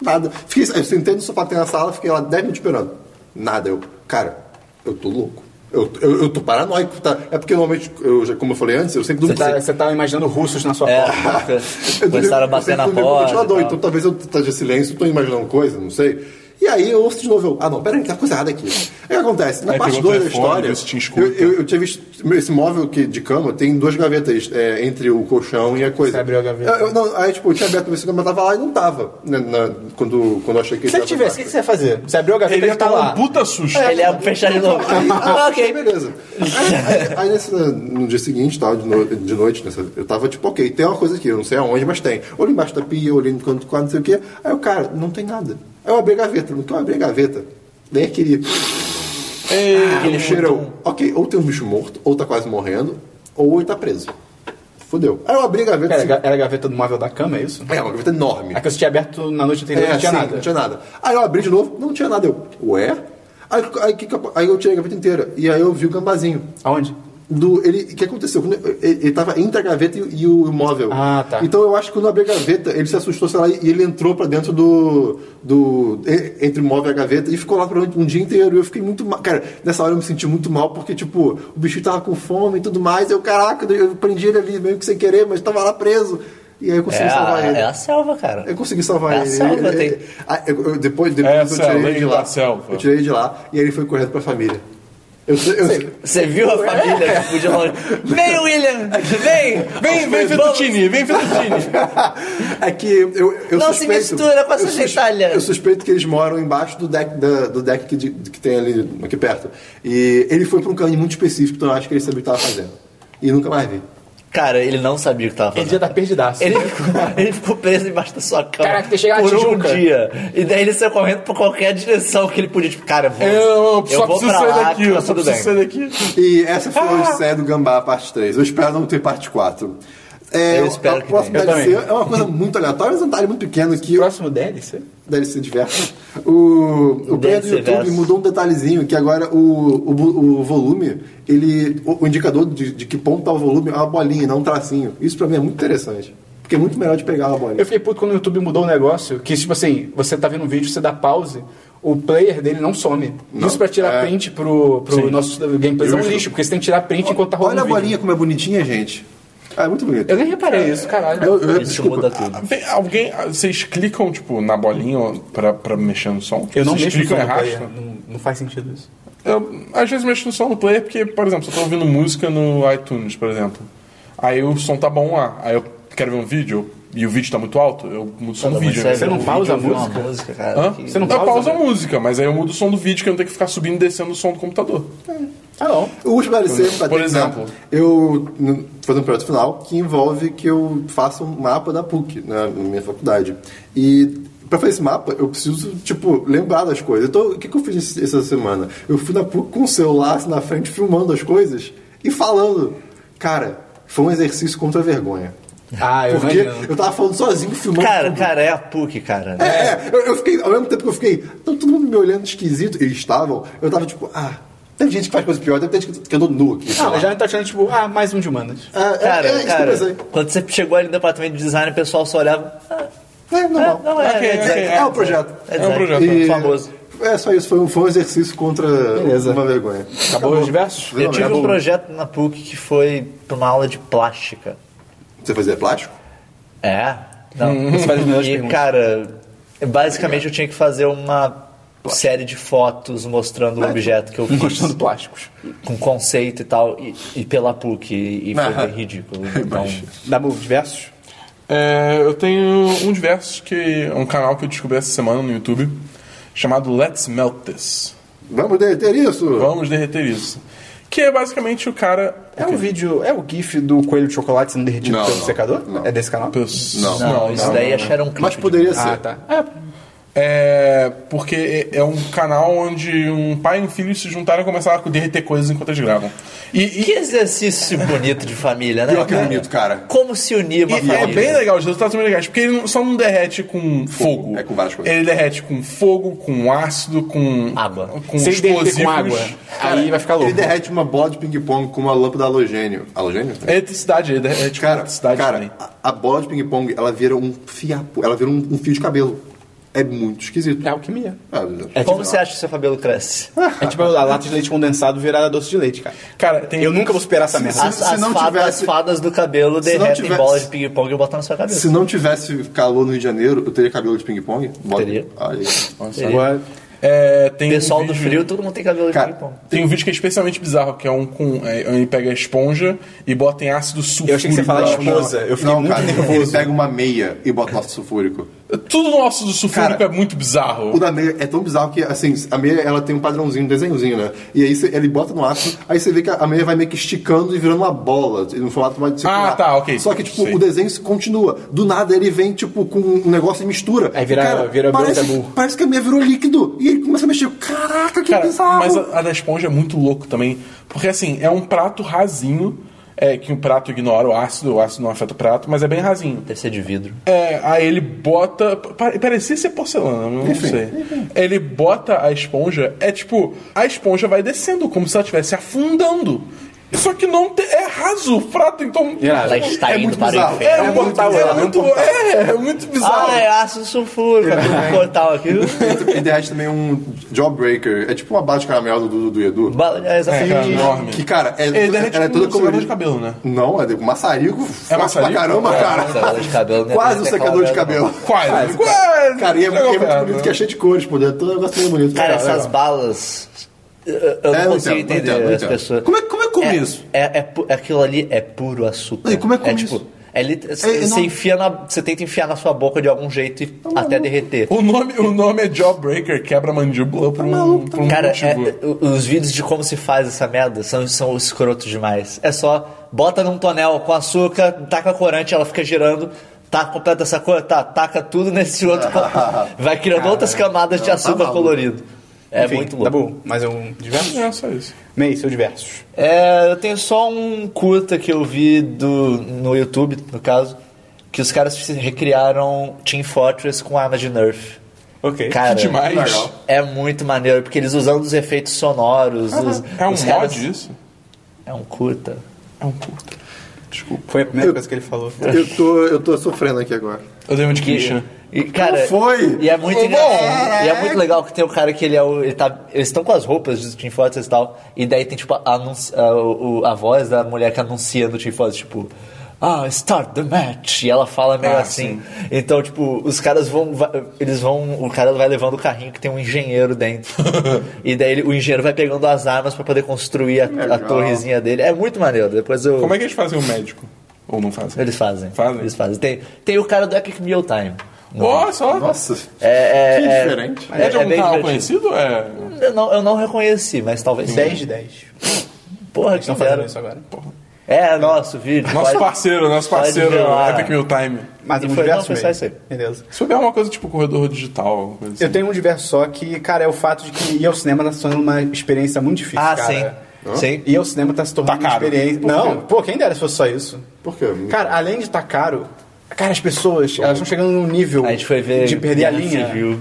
Speaker 2: Nada. Fiquei, eu sentei no sofá que tem na sala, fiquei lá 10 minutos esperando. Nada. Eu, cara, eu tô louco. Eu, eu, eu tô paranoico, tá? É porque normalmente, eu, já, como eu falei antes, eu sempre
Speaker 5: Você
Speaker 2: durmo
Speaker 5: tá, você tá imaginando russos na sua
Speaker 4: É,
Speaker 5: porta.
Speaker 2: eu
Speaker 4: começaram a
Speaker 2: dormi-
Speaker 4: bater
Speaker 2: eu
Speaker 4: na
Speaker 2: dormi com o
Speaker 4: porta.
Speaker 2: ventilador,
Speaker 4: e tal.
Speaker 2: então talvez eu tá de silêncio, tô imaginando coisa, não sei. E aí eu ouço de novo, eu, ah não, peraí, tem uma coisa errada aqui. Aí o que acontece, na
Speaker 3: Aí
Speaker 2: parte
Speaker 3: pegou o
Speaker 2: 2 da
Speaker 3: telefone,
Speaker 2: história,
Speaker 3: vê se tinha escuta.
Speaker 2: eu, eu, eu tinha visto esse móvel que, de cama, tem duas gavetas é, entre o colchão e a coisa.
Speaker 5: Você abriu a gaveta.
Speaker 2: Eu, eu- não, aí tipo, eu tinha aberto pra ver se a cama tava lá e não tava, né, na- quando, quando eu achei que
Speaker 5: Se ele
Speaker 2: tava
Speaker 5: tivesse, o que que você ia fazer? Você abriu a gaveta
Speaker 3: Ele
Speaker 5: e
Speaker 3: ia
Speaker 5: ele tá
Speaker 3: estar um
Speaker 5: lá.
Speaker 3: puta susto.
Speaker 2: É.
Speaker 4: Ele é ia fechar de novo.
Speaker 2: Aí,
Speaker 4: Ah,
Speaker 2: ah,
Speaker 4: ok.
Speaker 2: beleza. Aí, aí- aí nesse- no dia seguinte, tal, de, no- de noite, nessa- eu tava tipo, ok, tem uma coisa aqui, eu não sei aonde, mas tem. Olhei embaixo da pia, olhei no canto do quadro, não sei o quê. Aí o cara, não tem nada. Aí eu abri a gaveta, no que eu abri a gaveta, nem aquele
Speaker 4: Aquele
Speaker 2: cheirão. Ok, ou tem um bicho morto, ou tá quase morrendo, ou ele tá preso. Fudeu. Aí eu abri a gaveta.
Speaker 5: Era,
Speaker 2: assim,
Speaker 5: ga- era a gaveta do móvel da cama, é isso?
Speaker 2: é, uma gaveta enorme.
Speaker 5: A que você tinha aberto na noite anterior
Speaker 2: É,
Speaker 5: não tinha
Speaker 2: sim,
Speaker 5: nada.
Speaker 2: Não tinha nada. Aí eu abri de novo, não tinha nada. Eu, ué? Aí, aí, que que eu- aí eu tirei a gaveta inteira. E aí eu vi o gambazinho.
Speaker 5: Aonde?
Speaker 2: do ele o que aconteceu Quando ele, ele tava entre a gaveta e, e o móvel
Speaker 5: Ah, tá.
Speaker 2: então eu acho que quando eu abri a gaveta ele se assustou sei lá e ele entrou pra dentro do do e- entre o móvel e a gaveta e ficou lá durante um dia inteiro e eu fiquei muito mal cara nessa hora eu me senti muito mal porque tipo o bichinho tava com fome e tudo mais eu caraca eu prendi ele ali meio que sem querer mas tava lá preso e aí eu consegui
Speaker 4: É
Speaker 2: salvar
Speaker 4: a,
Speaker 2: ele
Speaker 4: é a selva, cara.
Speaker 2: eu consegui salvar
Speaker 4: É a
Speaker 2: ele.
Speaker 4: selva,
Speaker 2: Ele-
Speaker 4: tem-
Speaker 2: ele- Ah, eu- eu- depois depois
Speaker 3: Essa
Speaker 2: eu
Speaker 3: é a
Speaker 2: tirei
Speaker 3: lei
Speaker 2: ele de
Speaker 3: da
Speaker 2: lá.
Speaker 3: selva.
Speaker 2: Eu tirei ele de lá e ele foi correndo pra família. Eu, eu,
Speaker 4: Você viu a família que podia longe? Vem, William! Vem!
Speaker 3: Vem, vem,
Speaker 4: Vamos.
Speaker 3: Fettuccine, vem, Fettuccine.
Speaker 2: É que eu, eu
Speaker 4: Não se
Speaker 2: suspeito,
Speaker 4: mistura com essa
Speaker 2: eu sus-
Speaker 4: gentalha.
Speaker 2: Eu suspeito que eles moram embaixo do deck, da- do deck que, de- que tem ali aqui perto. E ele foi pra um caminho muito específico, então eu acho que ele sabia o que tava fazendo. E nunca mais vi.
Speaker 4: Cara, ele não sabia o que tava
Speaker 5: Ele
Speaker 4: fazendo.
Speaker 5: já tá perdidaço.
Speaker 4: Ele ficou, ele ficou preso embaixo da sua cama
Speaker 5: Caraca, tem que chegar na
Speaker 4: por um
Speaker 5: Tijuca.
Speaker 4: dia. E daí ele saiu correndo pra qualquer direção que ele podia. Tipo, cara, eu vou,
Speaker 3: Eu só
Speaker 4: vou
Speaker 3: preciso
Speaker 4: pra
Speaker 3: sair
Speaker 4: lá,
Speaker 3: daqui,
Speaker 4: que tá
Speaker 3: eu só
Speaker 4: tudo
Speaker 3: preciso
Speaker 4: bem.
Speaker 3: sair daqui.
Speaker 2: E essa foi a
Speaker 5: Ah!
Speaker 2: Odisseia do Gambá, parte 3. Eu espero não ter parte 4. É,
Speaker 4: Eu espero
Speaker 2: a
Speaker 4: que
Speaker 2: próxima
Speaker 5: tenha. Eu
Speaker 2: DLC é uma coisa muito aleatória, mas é um detalhe muito pequeno que eu,
Speaker 5: Próximo DLC?
Speaker 2: DLC diverso. O, o player do
Speaker 4: DLC
Speaker 2: YouTube
Speaker 4: verso.
Speaker 2: mudou um detalhezinho que agora o, o, bu- o volume, ele. O, o indicador de, de que ponto tá o volume é uma bolinha, não um tracinho. Isso pra mim é muito interessante. Porque é muito melhor de pegar uma bolinha.
Speaker 5: Eu fiquei puto quando o YouTube mudou o negócio, que tipo assim, você tá vendo um vídeo, você dá pause, o player dele não some. Isso pra tirar
Speaker 2: É.
Speaker 5: print pro, pro nosso gameplay é um lixo, porque você tem que tirar print enquanto tá rolando
Speaker 2: Olha a
Speaker 5: o vídeo.
Speaker 2: bolinha como é bonitinha, gente. Ah, é muito bonito.
Speaker 5: Eu nem reparei isso, caralho.
Speaker 2: Eu- eu-
Speaker 4: Isso
Speaker 2: desculpa.
Speaker 4: muda tudo.
Speaker 3: Tem alguém. Vocês clicam, tipo, na bolinha ó, pra, pra mexer no som?
Speaker 5: Eu não
Speaker 3: Vocês
Speaker 5: mexo no
Speaker 3: clicam
Speaker 5: som
Speaker 3: e
Speaker 5: do player.
Speaker 3: arrastam?
Speaker 5: Não, não faz sentido isso.
Speaker 3: Eu, às vezes mexo no som no player porque, por exemplo, se eu tô ouvindo música no iTunes, por exemplo. Aí o som tá bom lá. Aí eu quero ver um vídeo e o vídeo tá muito alto, eu mudo o som do
Speaker 4: Mas é
Speaker 3: vídeo. né?
Speaker 4: sério,
Speaker 5: Você não
Speaker 4: o vídeo
Speaker 5: pausa a
Speaker 4: é
Speaker 5: música?
Speaker 4: uma música cara,
Speaker 3: Hã?
Speaker 4: que-
Speaker 5: Você não
Speaker 3: eu
Speaker 5: pausa,
Speaker 3: pauso a
Speaker 5: né?
Speaker 3: música, mas aí eu mudo o som do vídeo que eu não tenho que ficar subindo e descendo o som do computador.
Speaker 5: Ah, não.
Speaker 2: O último DLC, pra
Speaker 3: Por
Speaker 2: terminar,
Speaker 3: exemplo.
Speaker 2: eu n- tô fazendo um projeto final que envolve que eu faça um mapa da PUC na na minha faculdade. E pra fazer esse mapa, eu preciso, tipo, lembrar das coisas. Então, o que, que eu fiz esse- essa semana? Eu fui na PUC com o celular assim, na frente, filmando as coisas e falando. Cara, foi um exercício contra a vergonha.
Speaker 5: Ah, eu
Speaker 2: Porque
Speaker 5: imagino.
Speaker 2: eu tava falando sozinho, filmando.
Speaker 4: Cara,
Speaker 2: tudo.
Speaker 4: cara, é a PUC, cara.
Speaker 2: É, é, eu, eu fiquei, ao mesmo tempo que eu fiquei, tava todo mundo me olhando esquisito, eles estavam, eu tava tipo, ah, tem gente que faz coisa pior, deve ter gente que eu tô nu aqui. sei
Speaker 5: Ah,
Speaker 2: lá.
Speaker 5: mas já tá achando, tipo, ah, mais um de humanas.
Speaker 2: É, é,
Speaker 4: Cara,
Speaker 2: é, isso que eu
Speaker 4: cara,
Speaker 2: pensei.
Speaker 4: quando você chegou ali no departamento de design, o pessoal só olhava. "Ah,
Speaker 2: É normal.
Speaker 4: É, não é,
Speaker 3: Ok,
Speaker 4: é,
Speaker 3: ok,
Speaker 4: design,
Speaker 2: É um projeto.
Speaker 4: é design.
Speaker 3: projeto.
Speaker 2: E-
Speaker 4: famoso.
Speaker 2: É só isso, foi um, foi um exercício contra
Speaker 5: Beleza.
Speaker 2: uma vergonha.
Speaker 5: Acabou, os diversos?
Speaker 4: Eu tive
Speaker 2: Acabou.
Speaker 4: um projeto na PUC que foi pra uma aula de plástica.
Speaker 2: Você fazia plástico?
Speaker 4: É? Não.
Speaker 5: Você faz as melhores
Speaker 4: E,
Speaker 5: perguntas.
Speaker 4: cara, basicamente eu tinha que fazer uma série de fotos mostrando o objeto que eu fiz,
Speaker 5: Mostrando plásticos.
Speaker 4: com conceito e tal, e, e pela PUC, e, e foi bem ridículo. Então,
Speaker 5: Dá os diversos?
Speaker 3: É, eu tenho um diversos que é um canal que eu descobri essa semana no YouTube chamado Let's Melt This.
Speaker 2: Vamos derreter isso?
Speaker 3: Vamos derreter isso. Que é basicamente o cara.
Speaker 5: É um vídeo, é o GIF do coelho de chocolate sendo derretido
Speaker 2: Não,
Speaker 5: pelo
Speaker 2: não,
Speaker 5: secador?
Speaker 2: não.
Speaker 5: É desse canal?
Speaker 2: Não.
Speaker 4: Então, Não, isso daí acharam um clipe.
Speaker 2: Mas poderia ser.
Speaker 5: Ah, tá. É,
Speaker 3: É porque é é um canal onde um pai e um filho se juntaram e começaram a derreter coisas enquanto eles gravam. E, e-
Speaker 4: Que exercício bonito de família, né?
Speaker 2: Pior que
Speaker 4: cara?
Speaker 2: bonito, cara.
Speaker 4: Como se unir uma
Speaker 3: e é
Speaker 4: família.
Speaker 3: bem legal, os resultados são bem legais, porque ele não- só não derrete com fogo.
Speaker 2: é com várias coisas.
Speaker 3: Ele derrete com fogo, com ácido, com.
Speaker 4: Água.
Speaker 3: Com
Speaker 5: se ele derreter
Speaker 3: explosivos.
Speaker 5: com água, aí vai ficar
Speaker 2: Ele
Speaker 5: louco.
Speaker 2: derrete uma bola de ping-pong com uma lâmpada halogênio. Halogênio?
Speaker 3: É Eletricidade, ele derrete com
Speaker 2: Cara,
Speaker 3: eletricidade
Speaker 2: cara
Speaker 3: também.
Speaker 2: a, a bola de ping-pong, ela vira um fiapo, ela vira um, um fio de cabelo. É muito esquisito.
Speaker 5: É tipo, alquimia.
Speaker 2: Ah,
Speaker 4: É Como você acha que seu cabelo cresce?
Speaker 5: É tipo a lata de leite condensado virada doce de leite, cara.
Speaker 3: Cara, tem. um
Speaker 5: Eu nunca vou superar essa merda.
Speaker 2: se-
Speaker 4: As,
Speaker 2: se
Speaker 4: as
Speaker 2: não
Speaker 4: fadas,
Speaker 2: tivesse-
Speaker 4: fadas do cabelo
Speaker 2: se não
Speaker 4: derretem
Speaker 2: tivesse-
Speaker 4: bola de ping-pong e botam na sua cabeça.
Speaker 2: Se não tivesse calor no Rio de Janeiro, eu teria cabelo de ping-pong? Bola-
Speaker 4: Teria.
Speaker 2: Olha aí.
Speaker 5: Agora,
Speaker 3: É, tem
Speaker 4: O
Speaker 3: um
Speaker 4: pessoal do
Speaker 3: vídeo-
Speaker 4: frio, todo mundo tem cabelo de
Speaker 2: Cara,
Speaker 4: ping-pong.
Speaker 3: Tem um vídeo que é especialmente bizarro, que é um com. É, ele pega a esponja e bota em ácido sulfúrico.
Speaker 5: eu achei que você ia falar de
Speaker 3: Não, não.
Speaker 5: esposa. Eu fiquei
Speaker 2: não,
Speaker 5: muito
Speaker 2: cara, ele
Speaker 5: nervoso.
Speaker 2: pega uma meia e bota ácido sulfúrico.
Speaker 3: Tudo no ácido sulfúrico
Speaker 2: Cara,
Speaker 3: é muito bizarro.
Speaker 2: O da meia é tão bizarro que, assim, a meia ela tem um padrãozinho, um desenhozinho, né? E aí cê- ele bota no ácido, aí você vê que a meia vai meio que esticando e virando uma bola, no formato mais circular.
Speaker 5: Ah,
Speaker 3: tá, ok.
Speaker 2: Só que, tipo,
Speaker 3: Sei.
Speaker 2: o desenho se continua. Do nada ele vem, tipo, com um negócio e mistura.
Speaker 5: Aí vira-
Speaker 2: Cara,
Speaker 5: vira
Speaker 2: parece,
Speaker 5: Beelzebub.
Speaker 2: parece que a meia virou líquido. E ele começa a mexer. Caraca, que
Speaker 3: Cara,
Speaker 2: bizarro.
Speaker 3: mas a, a da esponja é muito louco também. Porque assim, é um prato rasinho, é, que o prato ignora o ácido, o ácido não afeta o prato, mas é bem rasinho.
Speaker 4: Deve ser de vidro.
Speaker 3: É, aí ele bota. pa- Parecia ser porcelana, não sei. Ele bota a esponja, é tipo, a esponja vai descendo, como se ela estivesse afundando. Só que não te- é raso o prato, então.
Speaker 5: Irado.
Speaker 4: Ela está
Speaker 2: é
Speaker 4: indo
Speaker 2: muito
Speaker 4: para o
Speaker 2: bizarro.
Speaker 4: inferno.
Speaker 5: É um portal,
Speaker 3: é,
Speaker 5: ela, é um
Speaker 3: muito,
Speaker 5: portal.
Speaker 3: é, é muito bizarro.
Speaker 4: Ah, é ácido sulfúrico,
Speaker 2: É.
Speaker 4: tem um portal aqui.
Speaker 2: E derrete também um jawbreaker. É tipo uma bala de caramelo do, do, do Edu.
Speaker 4: Bala- é,
Speaker 3: É,
Speaker 4: exatamente.
Speaker 3: cara, enorme.
Speaker 2: Que, cara, é,
Speaker 3: Ele derrete
Speaker 2: ela é toda
Speaker 3: com um secador
Speaker 2: colorida.
Speaker 3: de cabelo, né?
Speaker 2: Não, é de maçarico. forte
Speaker 3: maçarico?
Speaker 2: Pra caramba,
Speaker 3: É,
Speaker 2: cara.
Speaker 4: secador de cabelo, né?
Speaker 2: Quase um
Speaker 4: Tem
Speaker 2: secador de
Speaker 4: cabelo,
Speaker 2: cabelo.
Speaker 3: Quase, quase.
Speaker 2: Cara, e é,
Speaker 3: Legal,
Speaker 2: é muito
Speaker 3: cara. né?
Speaker 2: bonito, que é cheio de cores, pô. É todo negócio meio bonito.
Speaker 4: Cara, essas
Speaker 2: legal.
Speaker 4: balas. Eu eu
Speaker 2: É,
Speaker 4: não
Speaker 2: eu entendo,
Speaker 4: consigo
Speaker 2: eu
Speaker 4: entender
Speaker 2: entendo, eu
Speaker 4: as
Speaker 2: entendo.
Speaker 4: pessoas.
Speaker 2: Como é- como é que come isso?
Speaker 4: É, é pu- aquilo ali é puro açúcar.
Speaker 2: E como é que come
Speaker 4: tipo,
Speaker 2: isso?
Speaker 4: é lit- você
Speaker 2: não- Tá
Speaker 4: enfia na, você tenta enfiar na sua boca de algum jeito e até derreter. tá
Speaker 3: O nome, o nome é Jawbreaker, quebra a mandíbula
Speaker 2: Tá
Speaker 3: por um, por um
Speaker 4: Cara,
Speaker 3: motivo.
Speaker 4: é- o- os vídeos de como se faz essa merda são, são escrotos demais. É só bota num tonel com açúcar, taca corante, ela fica girando, taca completa essa cor, tá, taca tudo nesse outro. vai criando outras camadas
Speaker 3: tá
Speaker 4: de açúcar
Speaker 2: maluco.
Speaker 4: colorido. É
Speaker 5: Enfim,
Speaker 4: muito louco.
Speaker 5: Tá bom, mais um diverso?
Speaker 3: É, só isso.
Speaker 5: Meio, seu diversos.
Speaker 4: É, eu tenho só um curta que eu vi do, no YouTube, no caso, que os caras se recriaram Team Fortress com armas de Nerf.
Speaker 5: Ok.
Speaker 4: Cara,
Speaker 3: Que demais.
Speaker 2: legal.
Speaker 4: é muito maneiro, porque eles usando os efeitos sonoros. os-
Speaker 3: É um
Speaker 4: os
Speaker 3: mod
Speaker 4: caras-
Speaker 3: isso?
Speaker 4: É um curta.
Speaker 3: É um curto.
Speaker 5: Foi a primeira coisa que ele falou.
Speaker 2: Eu tô, eu tô sofrendo aqui agora.
Speaker 3: Eu dei uma de Christian.
Speaker 4: E, cara,
Speaker 2: Como foi?
Speaker 4: E é muito
Speaker 3: Bom,
Speaker 4: engraçado. E é muito legal que tem o cara que ele é o. ele tá- eles estão com as roupas do Team Fortress e tal. E daí tem, tipo, a, anunci- a- o- a voz da mulher que anuncia no Team Fortress, tipo. Ah, start the match! E ela fala meio
Speaker 3: Ah,
Speaker 4: assim. Então, tipo, os caras vão. va- Eles vão. O cara vai levando o carrinho que tem um engenheiro dentro. e daí ele- o engenheiro vai pegando as armas pra poder construir a, a
Speaker 2: Legal.
Speaker 4: torrezinha dele. É muito maneiro. Depois eu.
Speaker 3: Como é que eles fazem o médico? Ou não fazem?
Speaker 4: Eles fazem.
Speaker 3: Fazem?
Speaker 4: Eles fazem. Tem, tem o cara do Epic Meal Time.
Speaker 3: Ó, só.
Speaker 2: Nossa,
Speaker 4: É, é,
Speaker 2: que
Speaker 4: é-
Speaker 2: diferente.
Speaker 3: é de
Speaker 4: é
Speaker 3: algum
Speaker 4: bem
Speaker 3: canal
Speaker 4: divertido.
Speaker 3: conhecido? É.
Speaker 4: Eu não, eu não reconheci, mas talvez.
Speaker 5: 10 de 10.
Speaker 4: Porra, que
Speaker 5: Estão tá fazendo
Speaker 4: fizeram.
Speaker 5: isso agora.
Speaker 4: É, nosso vídeo.
Speaker 3: Nosso
Speaker 4: pode-
Speaker 3: parceiro, nosso
Speaker 4: pode
Speaker 3: parceiro
Speaker 4: ver lá.
Speaker 3: Epic Meal Time.
Speaker 5: Mas
Speaker 4: E
Speaker 5: um
Speaker 4: foi-
Speaker 5: diverso
Speaker 4: não, foi só
Speaker 5: meio.
Speaker 4: isso aí.
Speaker 5: Beleza.
Speaker 3: Se houver uma coisa tipo corredor digital, alguma coisa assim.
Speaker 5: Eu tenho um diverso só que, cara, é o fato de que ir ao cinema tá se tornando uma experiência muito difícil,
Speaker 4: Ah,
Speaker 5: cara.
Speaker 4: sim. Sim.
Speaker 5: Ir ao cinema tá se tornando
Speaker 3: Tá caro.
Speaker 5: uma experiência...
Speaker 2: Por
Speaker 5: Não,
Speaker 2: quê?
Speaker 5: pô, quem dera se fosse só isso.
Speaker 2: Por quê?
Speaker 5: Cara, além de estar caro, cara, as pessoas, elas estão chegando num nível
Speaker 4: A gente foi ver.
Speaker 5: de perder a
Speaker 4: Guerra
Speaker 5: linha.
Speaker 4: Civil.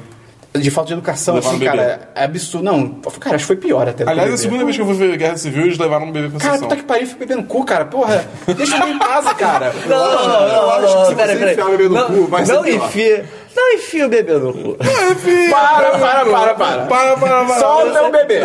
Speaker 5: De falta de educação,
Speaker 3: Levaram
Speaker 5: assim,
Speaker 3: bebê.
Speaker 5: cara, é absurdo. Não, cara, acho que foi pior até. do que
Speaker 3: Aliás, é
Speaker 5: bebê.
Speaker 3: a segunda vez que eu fui ver Guerra Civil, eles levaram um bebê pra
Speaker 5: Cara,
Speaker 3: sessão.
Speaker 4: tá-
Speaker 5: puta que pariu, fica bebendo cu, cara. Porra, deixa eu ir em casa, cara.
Speaker 4: Não, não, não, não,
Speaker 2: acho que
Speaker 4: não,
Speaker 2: se
Speaker 4: peraí,
Speaker 2: você
Speaker 4: peraí.
Speaker 2: enfiar o bebê no
Speaker 4: Não,
Speaker 2: cu, vai ser
Speaker 4: não
Speaker 2: pior.
Speaker 4: enfia. Não enfia o bebê no cu.
Speaker 5: Para, para, para,
Speaker 3: Para,
Speaker 5: para.
Speaker 3: para, para.
Speaker 5: Só o meu bebê.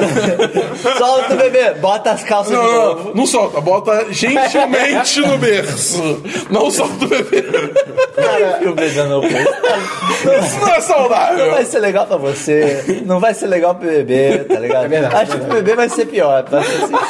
Speaker 4: Solta o bebê, bota as calças de
Speaker 3: Não,
Speaker 4: novo.
Speaker 3: não, não solta, bota gentilmente no berço. Não solta o bebê.
Speaker 4: Não enfia o bebê no cu.
Speaker 3: Isso não é
Speaker 4: Não vai
Speaker 3: saudável.
Speaker 4: ser legal pra você, não vai ser legal pro bebê, tá ligado?
Speaker 5: É verdade,
Speaker 4: Acho que o bebê vai ser pior, pra ser sincero.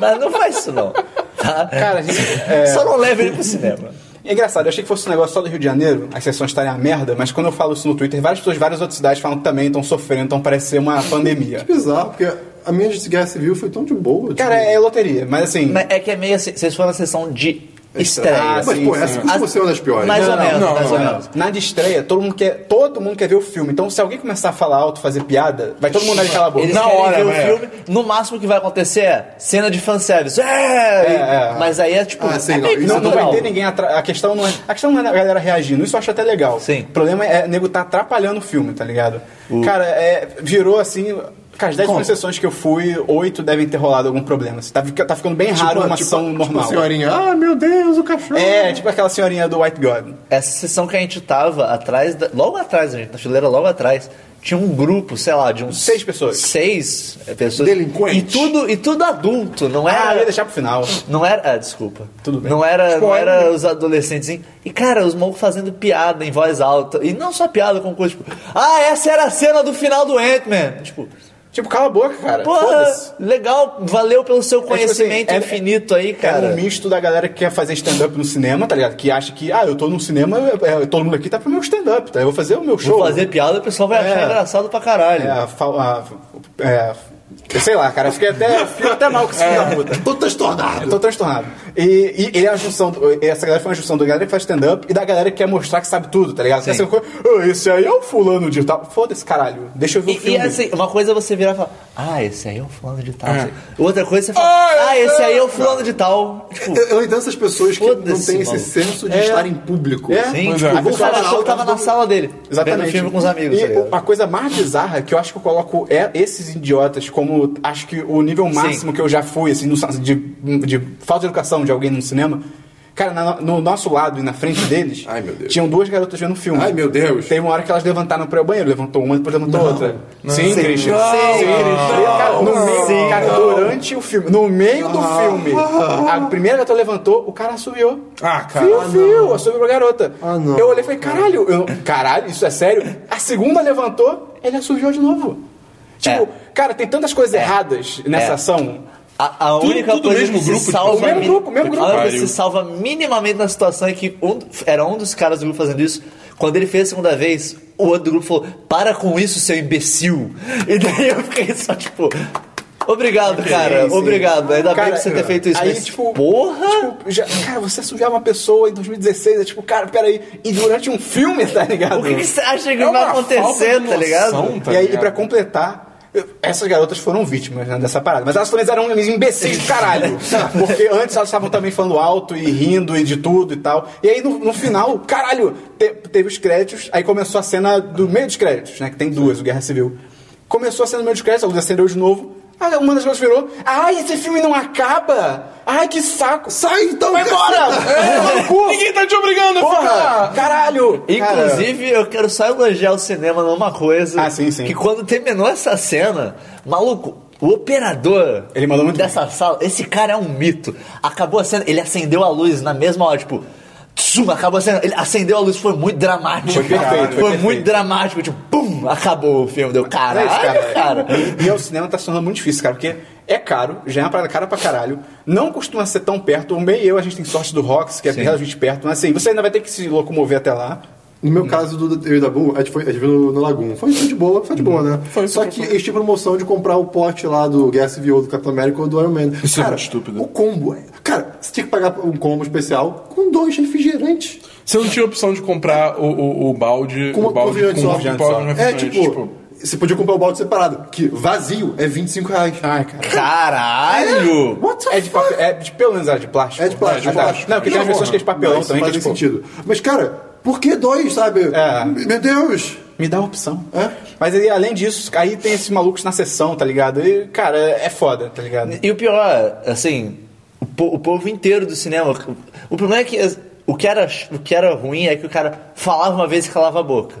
Speaker 4: Mas não faz isso não. Tá?
Speaker 5: Cara, a gente, é,
Speaker 4: Só não leva ele pro cinema.
Speaker 5: É engraçado, eu achei que fosse um negócio só do Rio de Janeiro, as sessões estarem a merda, mas quando eu falo isso no Twitter, várias pessoas de várias outras cidades falam que também estão sofrendo, então parece ser uma pandemia.
Speaker 2: É Bizarro, porque a minha de guerra civil foi tão de boa.
Speaker 5: Cara,
Speaker 2: tipo-
Speaker 5: é loteria, mas assim.
Speaker 4: Mas é que é meio assim, vocês foram na sessão de estreia.
Speaker 5: Ah,
Speaker 2: Mas,
Speaker 5: sim,
Speaker 2: pô,
Speaker 5: sim.
Speaker 2: essa que você é uma das piores.
Speaker 4: Mais ou
Speaker 5: Não,
Speaker 4: menos,
Speaker 3: não,
Speaker 4: mais
Speaker 3: não, é.
Speaker 4: ou
Speaker 3: não.
Speaker 4: menos.
Speaker 5: Na de estreia, todo mundo quer, todo mundo quer ver o filme. Então, se alguém começar a falar alto, fazer piada, vai todo mundo ali calar a boca.
Speaker 4: Eles
Speaker 3: Na
Speaker 4: querem
Speaker 3: hora,
Speaker 4: ver o
Speaker 3: né?
Speaker 4: filme, no máximo que vai acontecer é cena de fanservice. É!
Speaker 5: É, é.
Speaker 4: Mas aí é tipo.
Speaker 2: Ah, sim,
Speaker 4: é
Speaker 2: não,
Speaker 4: meio que
Speaker 2: isso
Speaker 5: Não, não vai
Speaker 4: natural.
Speaker 5: ter ninguém atrás. A questão não é. A questão não é a galera reagindo, isso eu acho até legal.
Speaker 4: Sim.
Speaker 5: O problema é o nego tá atrapalhando o filme, tá ligado? Cara, é, virou assim. Cara, as 10
Speaker 3: Como?
Speaker 5: concessões que eu fui, 8 devem ter rolado algum problema. Assim, tá, fica- tá ficando bem raro uma ação normal.
Speaker 2: Tipo, a senhorinha, ah, meu Deus, o cachorro.
Speaker 5: é, tipo aquela senhorinha do White God.
Speaker 4: Essa sessão que a gente tava atrás, da- logo atrás, gente, na fileira logo atrás, tinha um grupo, sei lá, de uns.
Speaker 5: Seis pessoas.
Speaker 4: Seis é, pessoas.
Speaker 2: Delinquente.
Speaker 4: E tudo, e tudo adulto, não é?
Speaker 5: Ah, eu
Speaker 4: era.
Speaker 5: ia deixar pro final.
Speaker 4: Não era. Ah, desculpa.
Speaker 5: Tudo bem. Tipo,
Speaker 4: Não era, não
Speaker 3: Spoiler.
Speaker 4: era os adolescentes. hein? E, cara, os malucos fazendo piada em voz alta. E não só piada, como coisa tipo. Ah, essa era a cena do final do Ant-Man. Tipo.
Speaker 5: Tipo, cala a boca, cara.
Speaker 4: Porra,
Speaker 5: Foda-se.
Speaker 4: legal, valeu pelo seu
Speaker 5: tipo assim,
Speaker 4: conhecimento
Speaker 5: é-
Speaker 4: infinito aí,
Speaker 5: É
Speaker 4: cara.
Speaker 5: um misto da galera que quer fazer stand-up no cinema, tá ligado? Que acha que, ah, eu tô no cinema, é, é, todo mundo aqui tá pro meu stand-up, tá? Eu vou fazer o meu show.
Speaker 4: Vou fazer piada, o pessoal vai achar
Speaker 5: É.
Speaker 4: engraçado pra caralho.
Speaker 5: É, a, fal- a, é, sei lá, cara, eu fiquei até, eu fico até mal com esse filho da puta.
Speaker 2: Tô transtornado.
Speaker 5: Eu tô transtornado. E, e ele é a junção, do- essa galera foi uma junção da galera que faz stand-up e da galera que quer mostrar que sabe tudo, tá ligado? Que
Speaker 4: Sim.
Speaker 5: Essa coisa, "Ah, esse aí é o fulano de tal. Foda-se, caralho. Deixa eu ver o
Speaker 4: E,
Speaker 5: filme.
Speaker 4: e assim, uma coisa é você virar e falar, ah, esse aí é o fulano de tal. Outra coisa é você falar, ah, esse aí é o fulano de tal. Tipo,
Speaker 2: Eu, eu entendo essas pessoas que não
Speaker 4: Foda-se,
Speaker 2: têm esse
Speaker 4: maluco.
Speaker 2: senso de
Speaker 5: É.
Speaker 2: estar em público. assim,
Speaker 5: É.
Speaker 4: sim,
Speaker 3: Pois
Speaker 4: tipo,
Speaker 3: é.
Speaker 4: o cara achou que tava na sala dele, vendo
Speaker 5: Exatamente.
Speaker 4: filme com os amigos.
Speaker 5: E
Speaker 4: tá ligado?
Speaker 5: uma coisa mais bizarra que eu acho que eu coloco é esses idiotas como acho que o nível máximo que eu já fui, assim, no, de, de falta de educação de alguém no cinema. Cara, na- no nosso lado e na frente deles,
Speaker 2: Ai, meu Deus.
Speaker 5: tinham duas garotas vendo filme.
Speaker 2: Ai, meu Deus.
Speaker 5: Teve uma hora que elas levantaram pra ir ao banheiro, levantou uma, depois levantou outra. Sim,
Speaker 4: Sim.
Speaker 5: Christian.
Speaker 4: Não,
Speaker 5: Sim, Christian. Cara, no meio,
Speaker 4: Sim.
Speaker 5: cara, durante o filme, no meio do filme, a primeira garota levantou, o cara assobiou.
Speaker 3: Ah, cara.
Speaker 5: Fio, fio, eu subi pra garota.
Speaker 2: Ah, não.
Speaker 5: Eu olhei e falei, caralho, eu- caralho, isso é sério? A segunda levantou, ele assumiu de novo. Tipo,
Speaker 4: É.
Speaker 5: cara, tem tantas coisas erradas
Speaker 4: É.
Speaker 5: nessa ação.
Speaker 4: A, a
Speaker 3: Tudo-
Speaker 4: única
Speaker 3: tudo
Speaker 4: coisa
Speaker 3: mesmo
Speaker 4: que
Speaker 3: grupo,
Speaker 4: se
Speaker 3: tipo,
Speaker 4: salva.
Speaker 5: o mesmo
Speaker 4: mi-
Speaker 5: grupo, o mesmo
Speaker 4: a
Speaker 5: grupo.
Speaker 4: única coisa
Speaker 3: Pariu.
Speaker 4: que se salva minimamente na situação é que um- era um dos caras do grupo fazendo isso. Quando ele fez a segunda vez, o outro grupo falou: Para com isso, seu imbecil. E daí eu fiquei só tipo. Obrigado, cara.
Speaker 5: sim.
Speaker 4: Obrigado. Ainda bem
Speaker 5: Cara,
Speaker 4: que você ter feito isso.
Speaker 5: aí,
Speaker 4: mas,
Speaker 5: tipo,
Speaker 4: porra!
Speaker 5: Tipo, já- cara, você assumiu uma pessoa em 2016, é tipo, cara, peraí, e durante um filme, tá ligado?
Speaker 4: o que, que você acha que
Speaker 3: É uma
Speaker 4: vai
Speaker 3: falta
Speaker 4: acontecer,
Speaker 3: de
Speaker 4: tá ligado?
Speaker 3: noção, tá
Speaker 5: e aí, e
Speaker 3: ligado?
Speaker 5: pra completar, eu- essas garotas foforam vítimas né, dessa parada. Mas elas também eram uns imbecis do caralho. Porque antes elas estavam também falando alto e rindo e de tudo e tal. E aí no, no final, caralho, te- teve os créditos, aí começou a cena do meio dos créditos, né? Que tem duas, o Guerra Civil. Começou a cena do meio dos créditos, a luz acendeu de novo. Aí uma das garotas virou. Ai, esse filme não acaba! Ai, que saco!
Speaker 2: Sai então,
Speaker 5: Vai embora! É, cu!
Speaker 3: Ninguém tá te obrigando a ficar.
Speaker 5: Porra! Caralho! Cara,
Speaker 4: Inclusive, eu quero só elogiar o cinema numa coisa.
Speaker 5: Ah, sim, sim.
Speaker 4: Que quando terminou essa cena, maluco, o operador
Speaker 5: Ele mandou muito
Speaker 4: dessa sala, esse cara é um mito. Acabou a cena, ele acendeu a luz na mesma hora, tipo. Tsum, acabou a cena. Ele acendeu a luz, foi muito dramático.
Speaker 5: Foi perfeito,
Speaker 4: cara.
Speaker 5: foi
Speaker 4: Foi,
Speaker 5: perfeito.
Speaker 4: muito dramático, tipo, pum, acabou o filme. Deu
Speaker 5: É
Speaker 4: caralho,
Speaker 5: isso,
Speaker 4: cara.
Speaker 5: E, e o cinema tá se tornando muito difícil, cara, porque é caro, já é uma parada cara pra caralho, não costuma ser tão perto. O meio e eu, a gente tem sorte do Rox, que é
Speaker 4: Sim.
Speaker 5: relativamente perto, mas assim, você ainda vai ter que se locomover até lá.
Speaker 2: No meu caso, do eu e da Bu, a gente foi, a gente viu no, no Lagoon. Foi, foi de boa, foi de boa, né?
Speaker 3: Uhum. Foi
Speaker 2: Só
Speaker 3: super
Speaker 2: que
Speaker 3: boa.
Speaker 2: eles tinham promoção de comprar o pote lá do Guerra Civil, do Capitão América ou do Iron Man.
Speaker 3: Isso é
Speaker 2: cara,
Speaker 3: muito estúpido.
Speaker 2: O combo. é- Cara, você tinha que pagar um combo especial com dois refrigerantes.
Speaker 3: Você não tinha opção de comprar o, o, o balde
Speaker 2: Com
Speaker 3: o
Speaker 2: uma
Speaker 3: balde
Speaker 2: conveniente
Speaker 3: com
Speaker 2: só.
Speaker 3: um balde
Speaker 2: É tipo, Você podia comprar o balde separado, que vazio é 25 reais. Ah,
Speaker 5: Ai, cara.
Speaker 4: Caralho!
Speaker 2: What the
Speaker 5: É de, papel, é de pelo menos era de plástico.
Speaker 2: É de plástico,
Speaker 5: Ah, tá.
Speaker 2: de plástico.
Speaker 5: Não, porque tem as
Speaker 2: Não,
Speaker 5: pessoas que é de papelão
Speaker 2: Mas
Speaker 5: também, que
Speaker 2: faz
Speaker 5: é, tipo,
Speaker 2: sentido. Mas, cara, por que dois, sabe?
Speaker 5: É.
Speaker 2: Meu Deus!
Speaker 5: me dá opção.
Speaker 2: É?
Speaker 5: Mas aí, além disso, aí tem esses malucos na sessão, tá ligado? E, cara, é foda, tá ligado?
Speaker 4: E o pior, assim, o, po- o povo inteiro do cinema. O problema é que as- o que, era, o que era ruim é que o cara falava uma vez e calava a boca.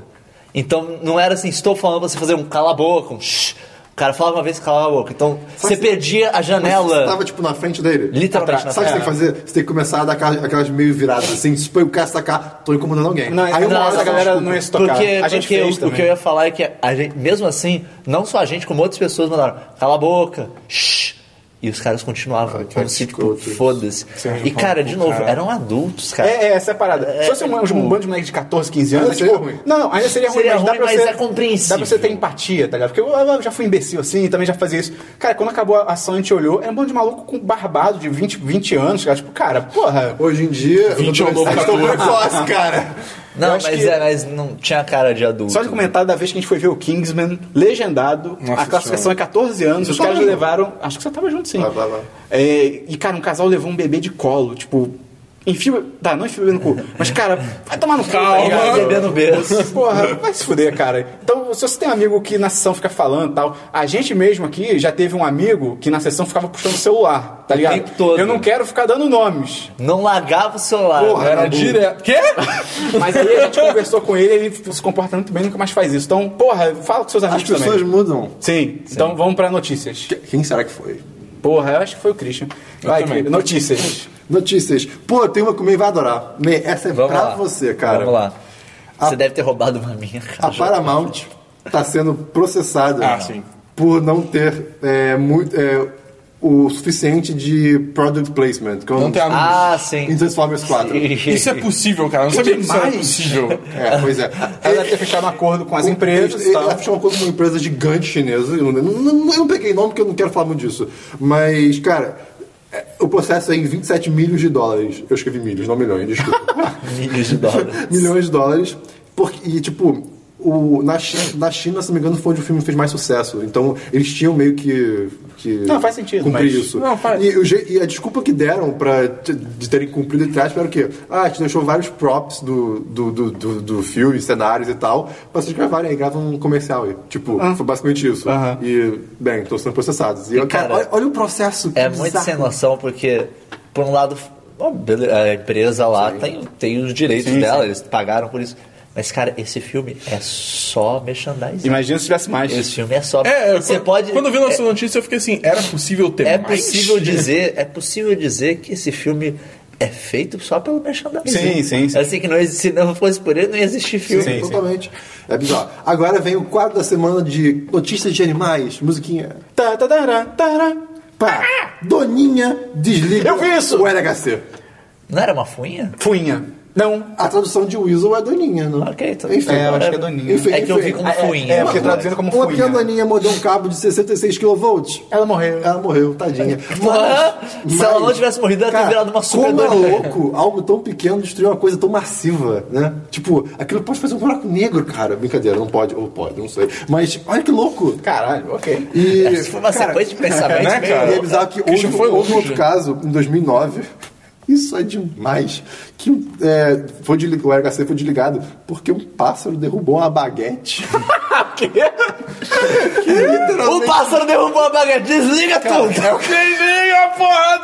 Speaker 4: Então não era assim, estou falando pra você fazer um cala a boca, um shh. O cara falava uma vez e calava a boca. Então você
Speaker 2: que-
Speaker 4: perdia a
Speaker 2: Você
Speaker 4: janela.
Speaker 2: tava, tipo, na frente dele.
Speaker 4: Literalmente na
Speaker 2: Sabe o que você tem que fazer? Você tem que começar a dar aquelas, aquelas meio viradas assim, põe o cara sacar, tô incomodando alguém.
Speaker 5: Não,
Speaker 2: Aí uma hora
Speaker 5: não,
Speaker 2: tipo,
Speaker 5: essa
Speaker 2: ela
Speaker 5: galera
Speaker 2: desculpa.
Speaker 5: não ia se tocar.
Speaker 4: Porque,
Speaker 5: a gente
Speaker 4: porque
Speaker 5: fez
Speaker 4: o, o
Speaker 5: também.
Speaker 4: que eu ia falar é que a gente, mesmo assim, não só a gente, como outras pessoas mandaram, cala a boca, shh. E E os caras continuavam,
Speaker 2: Ah,
Speaker 4: como se, tipo,
Speaker 2: outros.
Speaker 4: foda-se.
Speaker 3: Sérgio
Speaker 4: E, cara,
Speaker 3: Paulo,
Speaker 4: de novo,
Speaker 3: cara.
Speaker 4: eram adultos, cara.
Speaker 5: É, é, essa é a parada. Se fosse um, um bando de moleque de 14, 15 anos,
Speaker 2: Ainda seria
Speaker 5: tipo,
Speaker 2: ruim.
Speaker 5: Não, não, ainda seria ruim,
Speaker 4: Seria
Speaker 5: mas, dá
Speaker 4: ruim,
Speaker 5: pra
Speaker 4: mas
Speaker 5: você,
Speaker 4: é compreensível.
Speaker 5: Dá pra você ter empatia, tá ligado? Porque eu, eu já fui imbecil assim, também já fazia isso. Cara, quando acabou a ação, a gente olhou, era um bando de maluco com barbado de 20, 20 anos, cara. Tipo, cara, porra.
Speaker 2: Hoje em dia,
Speaker 3: 20 é um novo
Speaker 2: adolescentes estão
Speaker 3: 14.
Speaker 2: precoce, cara.
Speaker 4: Não,
Speaker 5: Eu
Speaker 4: mas,
Speaker 5: acho que-
Speaker 4: é, mas não tinha cara de adulto.
Speaker 5: Só de comentário da vez que a gente foi ver o Kingsman, legendado,
Speaker 3: Nossa
Speaker 5: a classificação é 14 anos, os
Speaker 2: tava
Speaker 5: caras
Speaker 2: junto?
Speaker 5: levaram. Acho que você tava junto sim.
Speaker 2: Vai, vai, vai.
Speaker 5: É, e, cara, um casal levou um bebê de colo, tipo. Enfia. Tá, não enfia o bebê no cu. Mas, cara, vai tomar no cu. tá
Speaker 3: Calma.
Speaker 5: ligado?
Speaker 4: né? Bebendo berço.
Speaker 5: Porra, vai se fuder, cara. Então, se você tem um amigo que na sessão fica falando e tal, a gente mesmo aqui já teve um amigo que na sessão ficava puxando o celular, tá ligado?
Speaker 4: tempo todo.
Speaker 5: Eu não quero ficar dando nomes.
Speaker 4: Não largava o celular. né?
Speaker 2: Porra,
Speaker 3: Era
Speaker 2: Era
Speaker 3: direto. Quê?
Speaker 5: Mas aí a gente conversou com ele, ele se comporta muito bem, nunca mais faz isso. Então, porra, fala com seus
Speaker 2: As
Speaker 5: amigos
Speaker 2: pessoas
Speaker 5: também.
Speaker 2: mudam.
Speaker 5: Sim, então vamos pra notícias.
Speaker 2: Quem será que foi?
Speaker 5: Porra, eu acho que foi o Christian. Vai,
Speaker 3: também.
Speaker 5: Cri- notícias.
Speaker 2: Notícias. Pô, tem uma que o Mei vai adorar. Mei, essa é
Speaker 4: Vamos
Speaker 2: pra
Speaker 4: lá.
Speaker 2: você, cara.
Speaker 4: Vamos lá.
Speaker 2: A-
Speaker 4: Você deve ter roubado uma minha, cara.
Speaker 2: A Paramount está sendo processada
Speaker 3: Ah, sim.
Speaker 2: por não ter é, muito, é, o suficiente de product placement. Que é um
Speaker 3: Não tem
Speaker 2: dos-
Speaker 3: anúncio.
Speaker 4: Ah, sim.
Speaker 2: Em Transformers 4.
Speaker 3: Isso é possível, cara. Eu não sabia que isso era
Speaker 5: demais.
Speaker 3: possível.
Speaker 2: É, pois é.
Speaker 5: Ela deve ter fechado um acordo com as
Speaker 2: Com-
Speaker 5: empresas
Speaker 2: ele-
Speaker 5: e
Speaker 2: ele-
Speaker 5: tal.
Speaker 2: Ela fechou uma coisa com uma empresa gigante chinesa. Eu não, não- não- eu não peguei nome porque eu não quero falar muito disso. Mas, cara, é, o processo é em 27 milhões de dólares. Eu escrevi milhos, não milhões, desculpa.
Speaker 4: Milhas de dólares.
Speaker 2: milhões de dólares. Porque, e, tipo, o, na, China, na China, se não me engano, foi onde o filme fez mais sucesso. Então, eles tinham meio que. que
Speaker 5: Não, faz sentido,
Speaker 2: Cumprir
Speaker 5: mas-
Speaker 2: isso.
Speaker 3: Não, faz.
Speaker 2: E, o je- e a desculpa que deram pra te- de terem cumprido o trato era o quê? Ah, a gente deixou vários props do, do, do, do, do filme, cenários e tal, pra vocês gravarem aí, gravam um comercial aí. Tipo, foi basicamente isso.
Speaker 5: Ah. Aham.
Speaker 2: E, bem, estão sendo processados. E, eu- cara,
Speaker 4: cara,
Speaker 2: olha, olha o processo. que
Speaker 4: É muito
Speaker 2: bizarro.
Speaker 4: sem noção, porque, por um lado, ó, bele- a empresa lá tem, tem os direitos dela, eles pagaram por isso. Mas, cara, esse filme é só merchandising.
Speaker 5: Imagina se tivesse mais.
Speaker 4: Esse filme é só.
Speaker 3: É, eu-
Speaker 4: você
Speaker 3: quando,
Speaker 4: pode.
Speaker 3: quando eu vi nossa
Speaker 4: é,
Speaker 3: notícia, eu fiquei assim, era possível ter
Speaker 4: é
Speaker 3: mais?
Speaker 4: possível dizer, é possível dizer que esse filme é feito só pelo merchandising.
Speaker 5: Sim, sim, sim.
Speaker 4: Assim que não, exi- se não fosse por ele, não ia existir filme.
Speaker 5: Sim, sim.
Speaker 2: Totalmente. É bizarro. Agora vem o quadro da semana de notícias de animais, musiquinha.
Speaker 5: Tá, tá, tará, tará.
Speaker 2: Pá, Doninha desliga
Speaker 5: Eu vi isso!
Speaker 2: o LHC.
Speaker 4: Não era uma fuinha?
Speaker 5: Fuinha. Não.
Speaker 2: A tradução de Weasel é Doninha, não?
Speaker 4: Ok, tudo
Speaker 2: Enfim,
Speaker 5: É, eu acho que é Doninha.
Speaker 2: Enfim,
Speaker 4: É que eu
Speaker 2: enfim.
Speaker 4: vi como
Speaker 5: Ah, é,
Speaker 4: fuinha.
Speaker 5: é, porque traduzindo como
Speaker 2: Uma pequena
Speaker 5: fuinha.
Speaker 2: Doninha mordeu um cabo de 66 kV.
Speaker 4: É
Speaker 5: Ela morreu.
Speaker 2: Ela morreu, tadinha.
Speaker 4: Porra,
Speaker 2: Mas-
Speaker 4: se ela não
Speaker 2: mas,
Speaker 4: tivesse morrido, ela teria
Speaker 2: cara,
Speaker 4: virado uma super
Speaker 2: Como é
Speaker 4: Doninha.
Speaker 2: louco algo tão pequeno destruir uma coisa tão massiva, né? Tipo, aquilo pode fazer um buraco negro, cara. Brincadeira, não pode. Ou pode, não sei. Mas olha que louco.
Speaker 5: Caralho, ok.
Speaker 2: E,
Speaker 4: Essa foi uma
Speaker 2: cara,
Speaker 4: sequência de pensamentos
Speaker 3: né,
Speaker 4: meio-
Speaker 3: cara?
Speaker 2: E é bizarro que houve,
Speaker 3: Christian foi
Speaker 2: houve
Speaker 3: longe.
Speaker 2: outro caso em 2009. Isso é demais. Que é, foi desli- o RHC foi desligado porque um pássaro derrubou uma baguete. que
Speaker 4: O
Speaker 2: literalmente.
Speaker 4: pássaro derrubou a baguete, desliga tudo!
Speaker 5: é
Speaker 3: Eu queria, porra,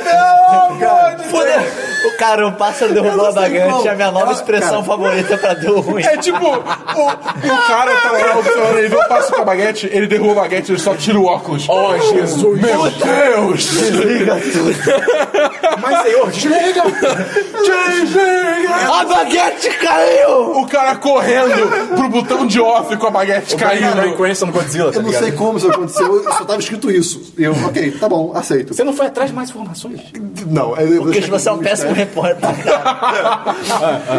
Speaker 3: Donatello!
Speaker 4: Foda- O cara, o pássaro derrubou
Speaker 2: Eu
Speaker 4: a
Speaker 2: não sei
Speaker 4: bagante,
Speaker 2: como.
Speaker 4: é a minha nova
Speaker 2: Ela-
Speaker 4: expressão
Speaker 2: cara.
Speaker 4: favorita pra deu ruim.
Speaker 3: É tipo, o, o cara tá lá observando, ele vê o pássaro com a baguete, ele derruba a baguete, ele só tira o óculos. Oh, Jesus! Meu Deus!
Speaker 5: Mas, senhor, desliga!
Speaker 3: Desliga!
Speaker 4: A baguete caiu!
Speaker 3: O cara correndo pro botão de off com a baguete
Speaker 5: Caiu.
Speaker 3: caindo.
Speaker 5: Cranston no Godzilla, tá
Speaker 2: Eu não
Speaker 5: ligado?
Speaker 2: sei como isso aconteceu, só tava escrito isso. Eu, ok, tá bom, aceito.
Speaker 5: Você não foi atrás de mais informações?
Speaker 2: Não, eu, eu
Speaker 4: Porque você é um péssimo repórter.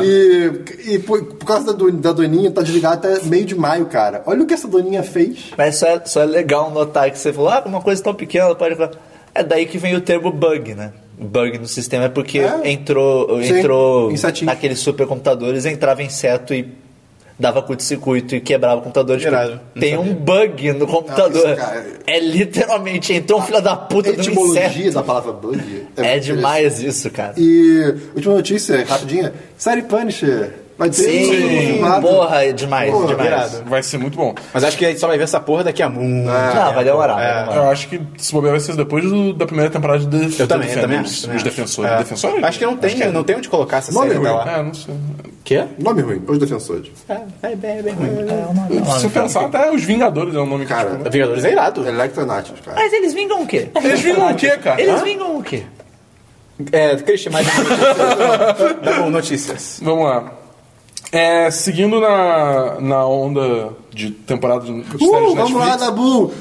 Speaker 2: E, e por, por causa da, do- da Doninha, tá desligado até meio de maio, cara. Olha o que essa Doninha fez.
Speaker 4: Mas só é, só é legal notar que você falou, ah, uma coisa tão pequena, pode falar. É daí que vem o termo bug, né? Bug no sistema é porque
Speaker 2: É.
Speaker 4: entrou,
Speaker 2: Sim,
Speaker 4: entrou
Speaker 2: insetinho.
Speaker 4: naqueles supercomputadores, entrava inseto e dava curto-circuito e quebrava o computador. Tipo,
Speaker 5: Irado, não
Speaker 4: tem um bug no computador.
Speaker 2: isso, cara,
Speaker 4: é literalmente, entrou um filho da puta do inseto.
Speaker 2: Etimologia da palavra bug.
Speaker 4: É
Speaker 2: muito
Speaker 4: demais isso, cara.
Speaker 2: E última notícia, rapidinha. Série Punisher. Vai ter um
Speaker 4: Sim,
Speaker 2: confirmado.
Speaker 4: porra, é demais,
Speaker 2: Porra,
Speaker 4: demais.
Speaker 5: irado.
Speaker 3: Vai ser muito bom.
Speaker 5: Mas acho que a gente só vai ver essa porra daqui a muito.
Speaker 4: Não, vai demorar, vai demorar.
Speaker 3: Eu acho que se bobear vai ser depois do- da primeira temporada de
Speaker 5: Eu também, eu também
Speaker 3: Defenders.
Speaker 5: acho. também
Speaker 3: Os
Speaker 5: acho.
Speaker 3: defensores.
Speaker 5: É.
Speaker 3: Defensores?
Speaker 5: Acho que não tem, não tem onde colocar essa
Speaker 2: Nome
Speaker 5: série até
Speaker 2: ruim.
Speaker 5: lá.
Speaker 3: É, não sei.
Speaker 2: Ah,
Speaker 5: Quê?
Speaker 2: Nome ruim, os defensores.
Speaker 5: É, é bem, é bem ruim.
Speaker 3: Se eu
Speaker 2: então
Speaker 3: pensar, até os Vingadores é um nome que
Speaker 2: Cara,
Speaker 3: tipo,
Speaker 5: Vingadores é irado.
Speaker 2: Electronautics, cara.
Speaker 4: Mas eles vingam o quê?
Speaker 3: Eles vingam o quê, cara?
Speaker 4: Eles
Speaker 3: Hã?
Speaker 4: vingam o quê?
Speaker 5: É, Christian, mais notícias. Dá bom, notícias.
Speaker 3: Vamos lá. É, seguindo na, na onda de temporada de séries
Speaker 2: Uh,
Speaker 3: Netflix,
Speaker 2: vamos lá, Dabu!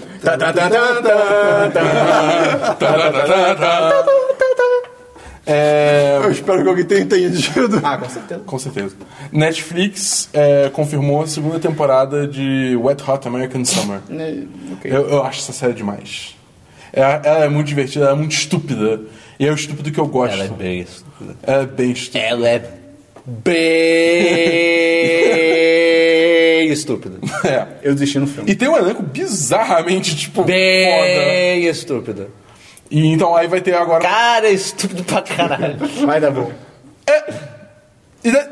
Speaker 3: é,
Speaker 2: Eu espero que alguém tenha entendido.
Speaker 5: Ah, com certeza.
Speaker 3: com certeza. Netflix é, confirmou a segunda temporada de Wet Hot American Summer. Eu, eu acho essa série demais. É- Ela é muito divertida, ela é muito estúpida. E é o estúpido que eu gosto.
Speaker 4: Ela é bem isso.
Speaker 3: Ela é bem estúpida.
Speaker 4: Ela é bem estúpida.
Speaker 3: É.
Speaker 5: Eu desisti no filme.
Speaker 3: E tem um elenco bizarramente, tipo, foda.
Speaker 4: Bem estúpida.
Speaker 3: E então aí vai ter agora.
Speaker 4: Cara, é estúpido pra caralho.
Speaker 5: Vai dar bom.
Speaker 3: E da-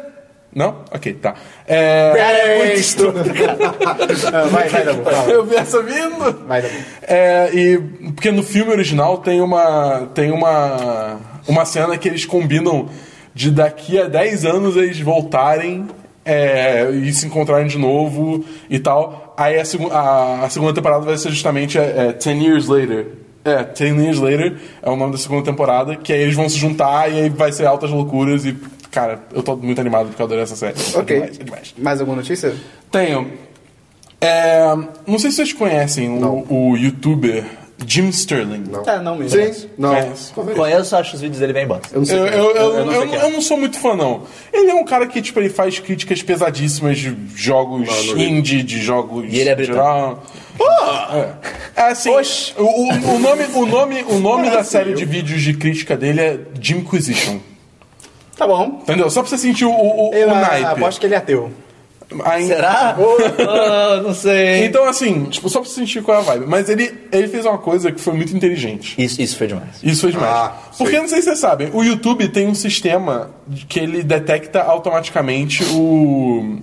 Speaker 3: Não? Ok, tá. É...
Speaker 4: Cara, é muito estúpido.
Speaker 5: Ah, vai, vai dar bom. Fala.
Speaker 3: Eu vi essa vindo.
Speaker 5: Vai dar bom.
Speaker 3: É, e porque no filme original tem uma tem uma uma cena que eles combinam de daqui a 10 anos eles voltarem é, e se encontrarem de novo e tal. Aí a, segu- a- a segunda temporada vai ser justamente é, é, 10 Years Later. É, 10 Years Later é o nome da segunda temporada, que aí eles vão se juntar e aí vai ser altas loucuras e, cara, eu tô muito animado porque eu adorei essa série. É
Speaker 5: Ok.
Speaker 3: demais, é demais.
Speaker 5: Mais alguma notícia?
Speaker 3: Tenho. É, não sei se vocês conhecem o, o youtuber Jim Sterling. Não.
Speaker 5: Ah, não mesmo.
Speaker 2: Sim? Não.
Speaker 3: É.
Speaker 4: Conheço, acho os vídeos dele bem bons.
Speaker 2: Eu não sei.
Speaker 3: Eu,
Speaker 2: quem é.
Speaker 3: eu, eu, eu,
Speaker 5: não sei quem é.
Speaker 3: eu não sou muito fã, não. Ele é um cara que, tipo, ele faz críticas pesadíssimas de jogos
Speaker 2: Não, não vi.
Speaker 3: indie, de jogos...
Speaker 4: E ele é britânico.
Speaker 3: geral. É. É assim, o, o, o nome, o nome, o nome da série de vídeos de crítica dele é Jimquisition.
Speaker 5: Tá bom.
Speaker 3: Entendeu? Só pra você sentir o, o, o
Speaker 5: Eu
Speaker 3: naipe.
Speaker 5: ah, aposto que ele é ateu.
Speaker 3: Aí-
Speaker 4: Será? Ah, não sei.
Speaker 3: Então, assim, tipo, só pra você sentir qual é a vibe. Mas ele, ele fez uma coisa que foi muito inteligente.
Speaker 4: Isso, isso foi demais.
Speaker 3: Isso foi demais.
Speaker 2: Ah,
Speaker 3: Porque
Speaker 2: sei.
Speaker 3: não sei se vocês sabem, o YouTube tem um sistema de que ele detecta automaticamente o.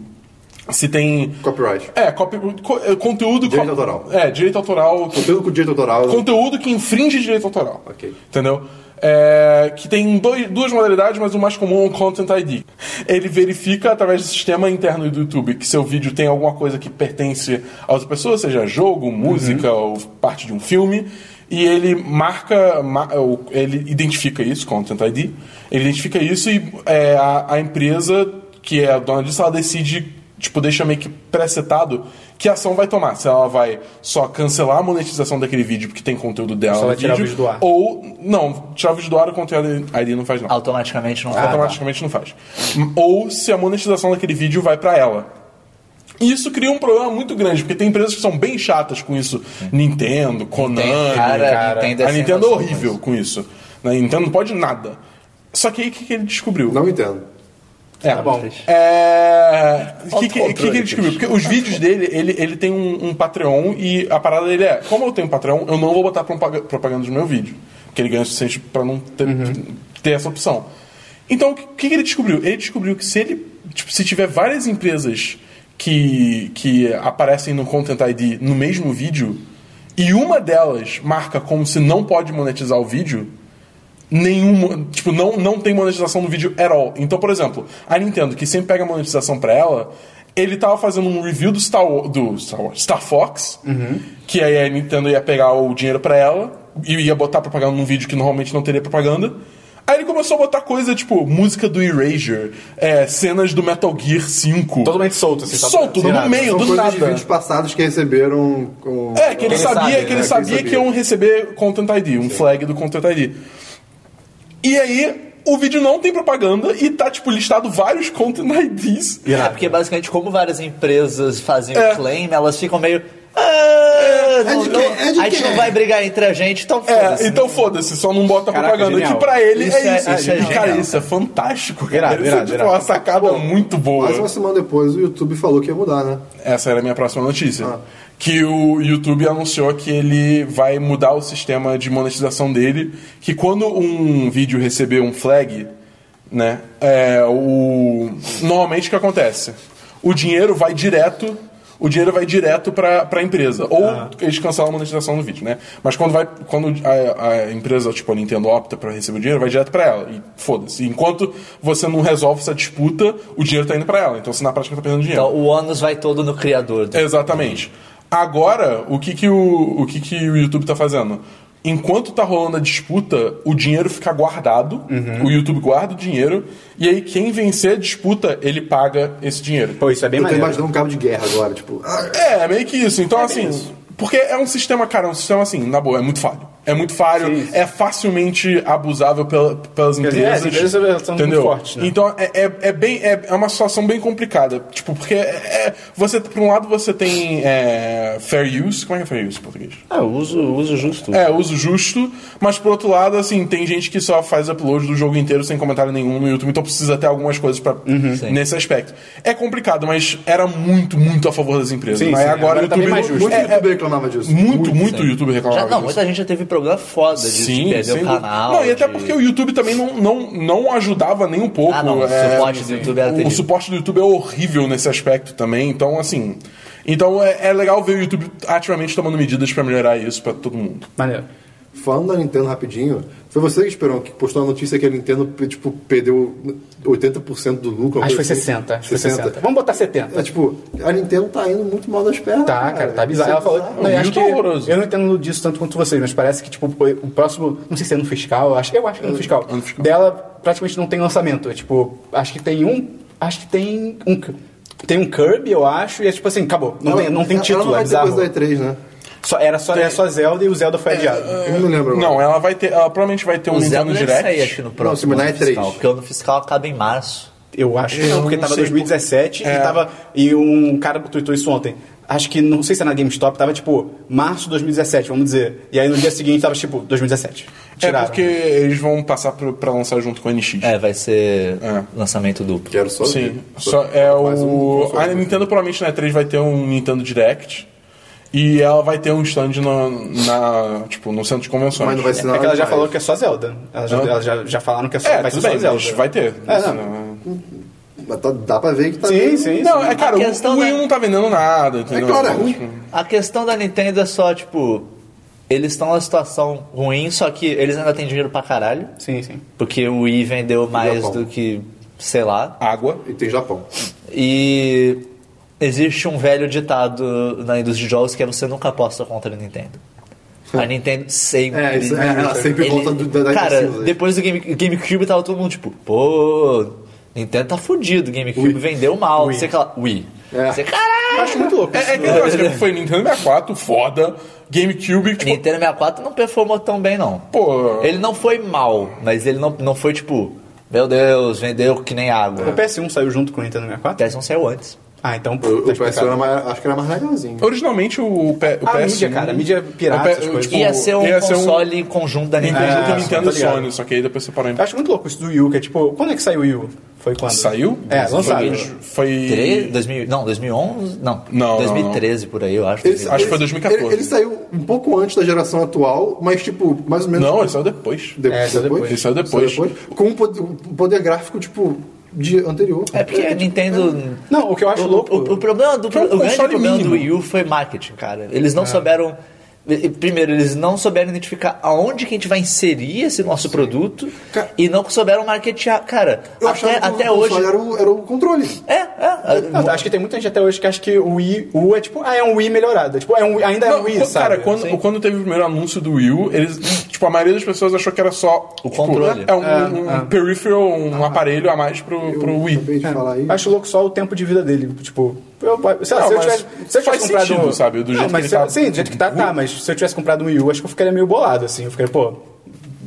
Speaker 3: Se tem.
Speaker 2: Copyright.
Speaker 3: É, copy, co- é, conteúdo.
Speaker 2: Direito autoral.
Speaker 3: É, direito autoral.
Speaker 2: Conteúdo com direito autoral.
Speaker 3: Conteúdo que infringe direito autoral.
Speaker 2: Ok.
Speaker 3: Entendeu? É, que tem dois- duas modalidades, mas o mais comum é o Content ID. Ele verifica através do sistema interno do YouTube que seu vídeo tem alguma coisa que pertence a outra pessoa, seja jogo, música ou parte de um filme, e ele marca, ma- ou ele identifica isso, Content ID, ele identifica isso e é, a, a empresa que é a dona disso, ela decide tipo, deixa meio que pré-setado que ação vai tomar. Se ela vai só cancelar a monetização daquele vídeo porque tem conteúdo dela
Speaker 5: Só
Speaker 3: no
Speaker 5: vai tirar o
Speaker 3: vídeo,
Speaker 5: vídeo do ar. Ah,
Speaker 3: ou, não, tirar o vídeo do ar, o conteúdo ID não faz não.
Speaker 4: Automaticamente
Speaker 3: Ah,
Speaker 5: tá.
Speaker 4: não foi.
Speaker 3: Automaticamente não faz. Ou se a monetização daquele vídeo vai pra ela. E isso cria um problema muito grande, porque tem empresas que são bem chatas com isso. Nintendo, Konami,
Speaker 4: Tem cara, Nintendo é
Speaker 3: a
Speaker 4: sem
Speaker 3: Nintendo é
Speaker 4: noção
Speaker 3: horrível com isso. né? A Nintendo não pode nada. Só que aí o que, que ele descobriu?
Speaker 2: Não entendo.
Speaker 3: É,
Speaker 5: Tá bom.
Speaker 3: É. O que, que,
Speaker 4: Autocontrole,
Speaker 3: que que ele descobriu? Porque os vídeos dele, ele, ele tem um, um Patreon e a parada dele é: como eu tenho um Patreon, eu não vou botar propaga- propaganda no meu vídeo. Porque ele ganha o suficiente pra não ter, ter essa opção. Então, o que, que que ele descobriu? Ele descobriu que se ele. Tipo, se tiver várias empresas que, que aparecem no Content ID no mesmo vídeo e uma delas marca como se não pode monetizar o vídeo, nenhuma, tipo, não, não tem monetização no vídeo at all. Então, por exemplo, a Nintendo, que sempre pega monetização pra ela, ele tava fazendo um review do Star, Wa- do Star, Wars, Star Fox,
Speaker 5: Uhum.
Speaker 3: que aí a Nintendo ia pegar o dinheiro pra ela e ia botar propaganda num vídeo que normalmente não teria propaganda. Aí ele começou a botar coisa tipo música do Erasure, é, cenas do Metal Gear 5.
Speaker 5: Totalmente solto, assim. só pra-
Speaker 3: solto,
Speaker 5: sei
Speaker 3: no
Speaker 5: lá.
Speaker 3: meio,
Speaker 2: São
Speaker 3: do
Speaker 2: coisas
Speaker 3: nada.
Speaker 2: de vídeos passados que receberam. Com...
Speaker 3: É, que ele,
Speaker 5: Ele
Speaker 3: sabia,
Speaker 5: sabe,
Speaker 3: que
Speaker 5: né?
Speaker 3: ele
Speaker 2: Que
Speaker 3: sabia,
Speaker 2: ele sabia.
Speaker 3: que é um- iam receber Content ID, um flag do Content ID. E aí, o vídeo não tem propaganda e tá, tipo, listado vários Content IDs.
Speaker 4: É porque basicamente, como várias empresas fazem
Speaker 3: É.
Speaker 4: o claim, elas ficam meio. "Ah, não-
Speaker 2: de
Speaker 4: não-
Speaker 2: quem? É de
Speaker 4: a gente
Speaker 2: quem?"
Speaker 4: não vai brigar entre a gente, então foda-se.
Speaker 3: É, então foda-se, só não bota
Speaker 5: Caraca,
Speaker 3: propaganda.
Speaker 5: genial.
Speaker 3: Que pra ele
Speaker 4: Isso
Speaker 3: é
Speaker 4: é-
Speaker 3: isso.
Speaker 4: isso é
Speaker 3: cara,
Speaker 4: genial,
Speaker 3: isso é fantástico. cara.
Speaker 5: Irado,
Speaker 3: isso é,
Speaker 5: irado,
Speaker 3: tipo,
Speaker 5: irado.
Speaker 3: uma sacada muito boa.
Speaker 2: Mas uma semana depois o YouTube falou que ia mudar, né?
Speaker 3: Essa era a minha próxima notícia. Que o YouTube anunciou que ele vai mudar o sistema de monetização dele, que quando um vídeo receber um flag, né, é, o... normalmente o que acontece? O dinheiro vai direto, o dinheiro vai direto pra, pra empresa. Ou eles cancelam a monetização do vídeo, né? Mas quando, vai, quando a, a empresa, tipo a Nintendo, opta pra receber o dinheiro, vai direto pra ela. E foda-se. Enquanto você não resolve essa disputa, o dinheiro tá indo pra ela. Então você na prática tá perdendo dinheiro.
Speaker 4: Então, o ônus vai todo no criador. do-
Speaker 3: Exatamente. Agora, o que que o, o, que que o YouTube tá fazendo? enquanto tá rolando a disputa, o dinheiro fica guardado, o YouTube guarda o dinheiro, e aí quem vencer a disputa, ele paga esse dinheiro.
Speaker 5: Pô, isso é bem
Speaker 2: Eu tô
Speaker 5: maneiro.
Speaker 2: imaginando um cabo de guerra agora, tipo. ah,
Speaker 3: É, é meio que isso. Então, assim. Porque é um sistema, cara, é um sistema assim, na boa, é muito falho. É muito falho,
Speaker 5: Sim.
Speaker 3: é facilmente abusável pela- pelas
Speaker 5: dizer,
Speaker 3: empresas.
Speaker 5: as empresas são muito
Speaker 3: entendeu?
Speaker 5: fortes, né?
Speaker 3: Então é, é, é bem, é, é uma situação bem complicada. Tipo, porque é, é- você, por um lado, você tem é, fair use. Como é que é fair use em português?
Speaker 4: Ah, eu uso, uso justo.
Speaker 3: É, uso justo, mas por outro lado, assim, tem gente que só faz upload do jogo inteiro sem comentário nenhum no YouTube, então precisa ter algumas coisas pra, nesse aspecto. É complicado, mas era muito, muito a favor das empresas.
Speaker 5: Sim,
Speaker 3: mas
Speaker 5: sim,
Speaker 3: agora o
Speaker 5: agora tá bem
Speaker 3: YouTube.
Speaker 5: mais justo.
Speaker 2: Muito
Speaker 3: É, é,
Speaker 2: youtuber reclamava disso.
Speaker 3: muito, muito YouTube reclamava
Speaker 4: Já, não,
Speaker 3: disso.
Speaker 4: muita gente já teve problema foda de, de perder
Speaker 3: sem
Speaker 4: o
Speaker 3: dúvida.
Speaker 4: canal.
Speaker 3: Não, e até
Speaker 4: de-
Speaker 3: porque o YouTube também não, não, não ajudava nem um pouco.
Speaker 4: Ah, não, o
Speaker 3: é,
Speaker 4: suporte do YouTube era
Speaker 3: o- O
Speaker 4: terrível.
Speaker 3: suporte do YouTube é horrível nesse aspecto também, então assim. Então é, é legal ver o YouTube ativamente tomando medidas pra melhorar isso pra todo mundo.
Speaker 5: Maneiro.
Speaker 2: Falando da Nintendo rapidinho, foi você que esperou que postou a notícia que a Nintendo tipo, perdeu 80% do lucro.
Speaker 5: Acho que
Speaker 2: uma
Speaker 5: foi
Speaker 2: coisa assim.
Speaker 5: 60, acho que foi 60. Vamos botar 70.
Speaker 2: É tipo, a Nintendo tá indo muito mal das pernas.
Speaker 5: Tá, cara, tá bizarro.
Speaker 2: Isso
Speaker 5: Ela
Speaker 2: é
Speaker 5: falou.
Speaker 2: bizarro.
Speaker 5: Não, eu,
Speaker 3: O
Speaker 5: acho
Speaker 3: Rio
Speaker 5: que
Speaker 3: tá horroroso.
Speaker 5: eu não entendo disso tanto quanto vocês, mas parece que, tipo, o próximo. Não sei se é no fiscal, eu acho, eu acho que é no fiscal.
Speaker 3: ano fiscal.
Speaker 5: Dela praticamente não tem lançamento. É, tipo, acho que tem um. Acho que tem um. Tem um Kirby, eu acho, e é tipo assim, acabou. Não,
Speaker 2: Ela-
Speaker 5: tem, não tem
Speaker 2: ela-
Speaker 5: título,
Speaker 2: Ela não
Speaker 5: é
Speaker 2: vai ter
Speaker 5: bizarro.
Speaker 2: coisa É, da E3, né?
Speaker 5: Só, era, só, era só Zelda e o Zelda foi adiado.
Speaker 2: Eu não lembro.
Speaker 3: Não, é- ela vai ter. Ela provavelmente vai ter um
Speaker 4: O Zelda
Speaker 3: Nintendo
Speaker 4: deve sair, acho
Speaker 3: Direct.
Speaker 4: que no próximo
Speaker 2: mas não é
Speaker 4: ano fiscal.
Speaker 2: três.
Speaker 4: Porque o ano fiscal acaba em março.
Speaker 5: Eu acho que
Speaker 3: Eu
Speaker 5: não, porque
Speaker 3: não
Speaker 5: tava
Speaker 3: sei,
Speaker 5: 2017
Speaker 3: é.
Speaker 5: e tava. E um cara tweetou isso ontem. Acho que, não sei se é na GameStop, tava tipo, março de 2017, vamos dizer. E aí no dia seguinte tava tipo, 2017.
Speaker 3: É
Speaker 5: Tiraram.
Speaker 3: porque eles vão passar pro- pra lançar junto com o NX.
Speaker 4: É, vai ser
Speaker 3: É.
Speaker 4: lançamento duplo.
Speaker 2: Quero só.
Speaker 3: Sim.
Speaker 2: ver.
Speaker 3: Só é
Speaker 2: mais um
Speaker 3: o.
Speaker 2: console.
Speaker 3: a Nintendo provavelmente na E3 vai ter um Nintendo Direct. E ela vai ter um stand na, na- tipo, no centro de convenções.
Speaker 2: Mas não vai ser
Speaker 5: É
Speaker 2: nada
Speaker 5: que ela já
Speaker 2: demais.
Speaker 5: falou que é só Zelda. Elas já,
Speaker 3: Hã?
Speaker 5: elas já, já falaram que é só,
Speaker 3: É,
Speaker 5: vai ser
Speaker 3: tudo
Speaker 5: só
Speaker 3: bem,
Speaker 5: Zelda.
Speaker 3: mas vai ter.
Speaker 5: É,
Speaker 3: Isso,
Speaker 5: não.
Speaker 3: né?
Speaker 2: Mas tá- dá pra ver que tá.
Speaker 5: Sim,
Speaker 2: meio-
Speaker 5: sim.
Speaker 3: Não, é cara,
Speaker 4: A
Speaker 3: o,
Speaker 4: questão
Speaker 3: o Wii
Speaker 4: da-
Speaker 3: não tá vendendo nada, entendeu?
Speaker 2: É claro, é ruim.
Speaker 3: Tipo,
Speaker 4: A questão da Nintendo é só, tipo, eles estão numa situação ruim, só que eles ainda têm dinheiro pra caralho.
Speaker 5: Sim, sim.
Speaker 4: Porque o Wii vendeu mais
Speaker 2: Japão.
Speaker 4: do que, sei lá.
Speaker 3: água.
Speaker 2: E tem Japão.
Speaker 4: E existe um velho ditado na indústria de jogos que é você nunca aposta contra a Nintendo. A Nintendo sempre.
Speaker 2: É, isso, é, ela sempre
Speaker 4: Ele-
Speaker 2: conta do- da, né? da
Speaker 4: Cara,
Speaker 2: Silva.
Speaker 4: depois do Game, GameCube tava todo mundo tipo, pô, Nintendo tá fudido, GameCube vendeu mal, não sei o que lá. Wii.
Speaker 2: É.
Speaker 4: Você, caralho!
Speaker 5: Eu acho muito louco.
Speaker 3: É, é aquele negócio que foi Nintendo 64, foda. GameCube, tipo,
Speaker 4: Nintendo 64 não performou tão bem, não.
Speaker 3: pô.
Speaker 4: Ele não foi mal, mas ele não, não foi tipo, meu Deus, vendeu que nem
Speaker 5: O
Speaker 2: É.
Speaker 4: água.
Speaker 5: PS1 saiu junto com o Nintendo
Speaker 4: O
Speaker 5: 64?
Speaker 4: PS1 saiu antes.
Speaker 3: É.
Speaker 5: Ah, então.
Speaker 2: O, o
Speaker 5: tá
Speaker 2: PS1
Speaker 5: explicado.
Speaker 2: era mais- acho que era mais legalzinho.
Speaker 3: Originalmente o, P, o
Speaker 5: A
Speaker 3: PS.
Speaker 5: Ah, mídia, cara, a mídia é pirata,
Speaker 3: o P-
Speaker 5: essas coisas.
Speaker 3: tipo,
Speaker 4: Ia ser um
Speaker 3: ia ser um-
Speaker 4: console em conjunto da
Speaker 3: Nintendo,
Speaker 4: Nintendo.
Speaker 5: É,
Speaker 3: com
Speaker 2: um
Speaker 3: Nintendo
Speaker 5: tá
Speaker 3: e
Speaker 5: ligado.
Speaker 3: Sony, só que aí depois separou em
Speaker 5: Eu acho muito louco isso do Wii U, que é tipo, quando é que saiu o Wii U? Foi quando?
Speaker 3: Saiu?
Speaker 5: É, lançado.
Speaker 3: Foi. foi-
Speaker 4: Tre- 2000, não, 2011? Não,
Speaker 3: não,
Speaker 4: 2013 por aí, eu acho.
Speaker 2: Ele-
Speaker 3: Acho que foi
Speaker 2: ele-
Speaker 3: 2014.
Speaker 2: Ele, ele saiu um pouco antes da geração atual, mas tipo, mais ou menos.
Speaker 3: Não, ele saiu depois.
Speaker 2: De-
Speaker 5: É, saiu depois.
Speaker 3: Ele saiu depois.
Speaker 2: Saiu depois. Com um pod- um poder gráfico, tipo, de anterior.
Speaker 4: É porque a Nintendo.
Speaker 5: Não, o que eu acho
Speaker 4: o,
Speaker 5: louco.
Speaker 4: O, o problema do,
Speaker 3: Que é um
Speaker 4: o grande
Speaker 3: console
Speaker 4: problema
Speaker 3: mínimo.
Speaker 4: do Wii U foi marketing, cara. Eles não souberam. e- e, Primeiro, eles não souberam identificar aonde que a gente vai inserir esse nosso produto
Speaker 2: Ca-
Speaker 4: e não souberam marketear. Cara,
Speaker 2: Eu
Speaker 4: até,
Speaker 2: achava que o
Speaker 4: até
Speaker 2: console
Speaker 4: hoje.
Speaker 2: Era um o, era o controle.
Speaker 4: É, é.
Speaker 5: Não, acho que tem muita gente até hoje que acha que o Wii U é tipo, ah, é um Wii melhorado. É Tipo, é um, Wii- ainda é
Speaker 3: Não,
Speaker 5: um Wii,
Speaker 3: quando-
Speaker 5: sabe?
Speaker 3: cara, quando,
Speaker 5: Assim.
Speaker 3: quando teve o primeiro anúncio do Wii U, eles, tipo, a maioria das pessoas achou que era só
Speaker 4: O
Speaker 3: tipo,
Speaker 4: controle.
Speaker 3: É um, um peripheral, um aparelho a mais pro, pro Wii.
Speaker 4: É.
Speaker 2: Acabei de falar aí.
Speaker 5: Acho louco só o tempo de vida dele. Tipo, eu, sei lá,
Speaker 3: Não,
Speaker 5: se eu
Speaker 3: mas
Speaker 5: tivesse, se eu
Speaker 3: faz
Speaker 5: tivesse comprado
Speaker 3: sentido,
Speaker 5: um...
Speaker 3: sabe, do jeito que
Speaker 5: mas
Speaker 3: ele
Speaker 5: se eu-
Speaker 3: tá.
Speaker 5: Sim, do jeito que tá, tá. Mas se eu tivesse comprado um Wii U, acho que eu ficaria meio bolado, assim. Eu ficaria, pô,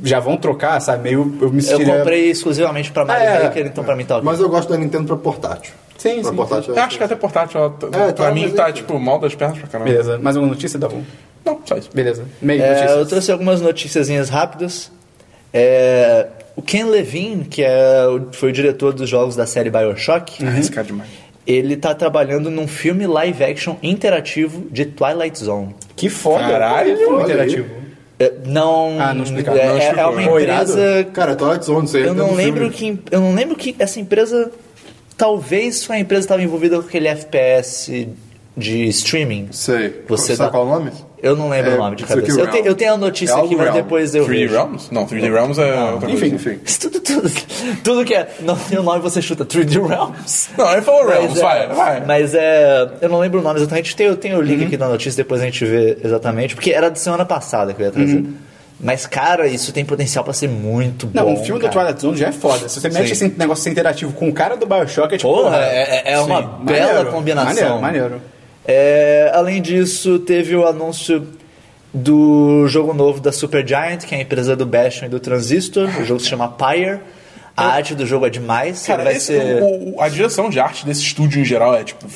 Speaker 5: já vão trocar, sabe? Meio, eu me
Speaker 4: Eu
Speaker 5: sentiria...
Speaker 4: comprei exclusivamente pra Mario
Speaker 5: Ah, é.
Speaker 4: Maker, então pra mim tá ok.
Speaker 2: Mas eu gosto da Nintendo pra portátil.
Speaker 5: Sim,
Speaker 2: pra
Speaker 5: sim,
Speaker 2: portátil,
Speaker 3: Eu acho que até portátil, ela, t- pra
Speaker 2: tá,
Speaker 3: mim,
Speaker 2: mas
Speaker 3: tá,
Speaker 2: é-
Speaker 3: tipo, mal das pernas pra caramba.
Speaker 5: Beleza, mais uma notícia, tá bom.
Speaker 3: Não, só isso.
Speaker 5: Beleza, meio
Speaker 4: É,
Speaker 5: notícia.
Speaker 4: eu trouxe algumas noticiazinhas rápidas. É, o Ken Levine, que é, o- foi o diretor dos jogos da série
Speaker 2: Uhum.
Speaker 4: Bioshock,
Speaker 3: Arriscar demais.
Speaker 4: ele tá trabalhando num filme live action interativo de Twilight Zone.
Speaker 5: Que foda.
Speaker 3: Caralho,
Speaker 5: que foda,
Speaker 2: olha aí.
Speaker 5: interativo.
Speaker 4: É, não.
Speaker 5: Ah, não explicaram,
Speaker 4: É,
Speaker 5: não
Speaker 4: é- é
Speaker 3: explicou,
Speaker 4: uma
Speaker 3: né?
Speaker 5: Pô, irado.
Speaker 4: empresa.
Speaker 2: Cara, Twilight Zone, você
Speaker 4: Eu não lembro
Speaker 2: que.
Speaker 4: que. em- Eu não lembro que essa empresa. Talvez sua empresa estava envolvida com aquele FPS de streaming.
Speaker 2: Sei.
Speaker 4: Você
Speaker 2: Sabe
Speaker 4: dá-
Speaker 2: qual é o nome?
Speaker 4: Eu não lembro
Speaker 2: É,
Speaker 4: o nome de
Speaker 2: isso aqui,
Speaker 4: cabeça. Eu,
Speaker 2: Realm.
Speaker 4: te- eu tenho a notícia
Speaker 2: É algo
Speaker 4: aqui, mas
Speaker 2: Realm.
Speaker 4: depois eu
Speaker 3: 3D
Speaker 4: vejo.
Speaker 3: Realms? Não, 3D Realms é outra coisa.
Speaker 5: Ah, Enfim,
Speaker 2: Enfim.
Speaker 4: Isso Tudo, tudo, tudo que é. Não tem o nome, você chuta 3D Realms.
Speaker 3: Não, ele falou Realms,
Speaker 4: é,
Speaker 3: vai, vai.
Speaker 4: Mas é. Eu não lembro o nome exatamente. Tem, eu tenho o link aqui na notícia, depois a gente vê exatamente. Porque era de semana passada que eu ia trazer. Mas, cara, isso tem potencial pra ser muito
Speaker 5: Não,
Speaker 4: bom.
Speaker 5: um filme do
Speaker 4: cara.
Speaker 5: Twilight Zone já é foda. Se você mexe esse negócio interativo com o cara do Bioshock, é tipo.
Speaker 4: Porra, é, é- é uma bela
Speaker 5: maneiro,
Speaker 4: combinação.
Speaker 5: Maneiro, maneiro.
Speaker 4: É, além disso, teve o anúncio do jogo novo da Supergiant, que é a empresa do Bastion e do Transistor. O jogo se chama Pyre. A arte do jogo é demais. ele
Speaker 3: Cara,
Speaker 4: vai
Speaker 3: esse-
Speaker 4: ser...
Speaker 3: o- o- a direção de arte desse estúdio em geral é, tipo,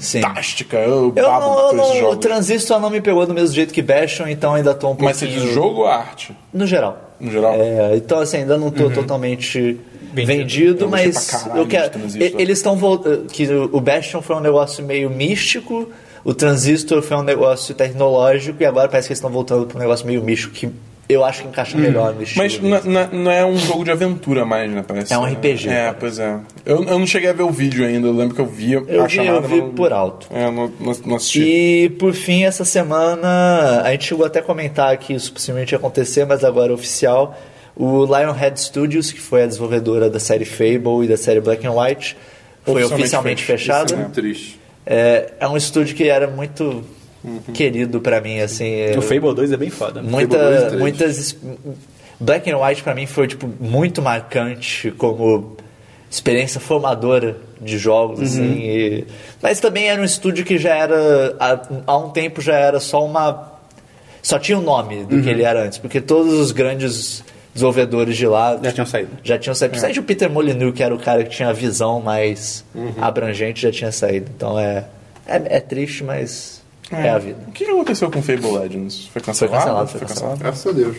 Speaker 3: fantástica. Eu
Speaker 4: Eu
Speaker 3: babo
Speaker 4: não, eu
Speaker 3: por esse
Speaker 4: não, o
Speaker 3: jogo.
Speaker 4: Transistor não me pegou do mesmo jeito que Bastion, então ainda tô um pouquinho...
Speaker 3: Mas você diz o jogo ou a arte?
Speaker 4: No geral.
Speaker 3: No geral? Uhum.
Speaker 4: É, então, assim, ainda não tô totalmente vendido,
Speaker 3: Eu gostei pra
Speaker 4: mas
Speaker 3: caralho
Speaker 4: eu quero.
Speaker 3: de Transistor.
Speaker 4: e- Eles estão voltando. Que o o Bastion foi um negócio meio místico, o Transistor foi um negócio tecnológico, e agora parece que eles estão voltando para um negócio meio místico que eu acho que encaixa melhor no estilo.
Speaker 3: Uhum. Mas
Speaker 4: deles.
Speaker 3: na- na- não é um jogo de aventura mais, né? Parece.
Speaker 4: É um RPG,
Speaker 3: É,
Speaker 4: parece.
Speaker 3: pois é. Eu, eu não cheguei a ver o vídeo ainda. Eu lembro que eu via
Speaker 4: eu
Speaker 3: a
Speaker 4: vi,
Speaker 3: chamada.
Speaker 4: eu vi
Speaker 3: mas não-
Speaker 4: por alto.
Speaker 3: É, não, não, não assisti.
Speaker 4: E por fim, essa semana, a gente chegou até a comentar que isso possivelmente ia acontecer, mas agora é oficial. O Lionhead Studios, que foi a desenvolvedora da série Fable e da série Black and White, foi
Speaker 3: Oficialmente
Speaker 4: oficialmente
Speaker 3: fech-
Speaker 4: fechada.
Speaker 2: Isso é muito triste.
Speaker 4: É, é um estúdio que era muito querido pra mim, assim. é-
Speaker 5: O Fable 2 é bem foda.
Speaker 2: Fable 2 e
Speaker 4: muita,
Speaker 2: três.
Speaker 4: muitas. es- Black and White pra mim foi tipo muito marcante como experiência formadora de jogos,
Speaker 5: Uhum.
Speaker 4: assim. e- mas também era um estúdio que já era há, há um tempo já era só uma só tinha o nome
Speaker 5: Uhum.
Speaker 4: do que ele era antes, porque todos os grandes desenvolvedores de lá
Speaker 5: Já tinham saído. É.
Speaker 4: já tinham saído. Principalmente o Peter Molyneux, que era o cara que tinha a visão mais
Speaker 5: Uhum.
Speaker 4: abrangente, já tinha saído. Então é, é, é triste, mas é. a vida.
Speaker 3: O que que aconteceu com Fable Legends? Foi cancelado?
Speaker 4: cancelado, foi cancelado.
Speaker 2: Graças a Deus.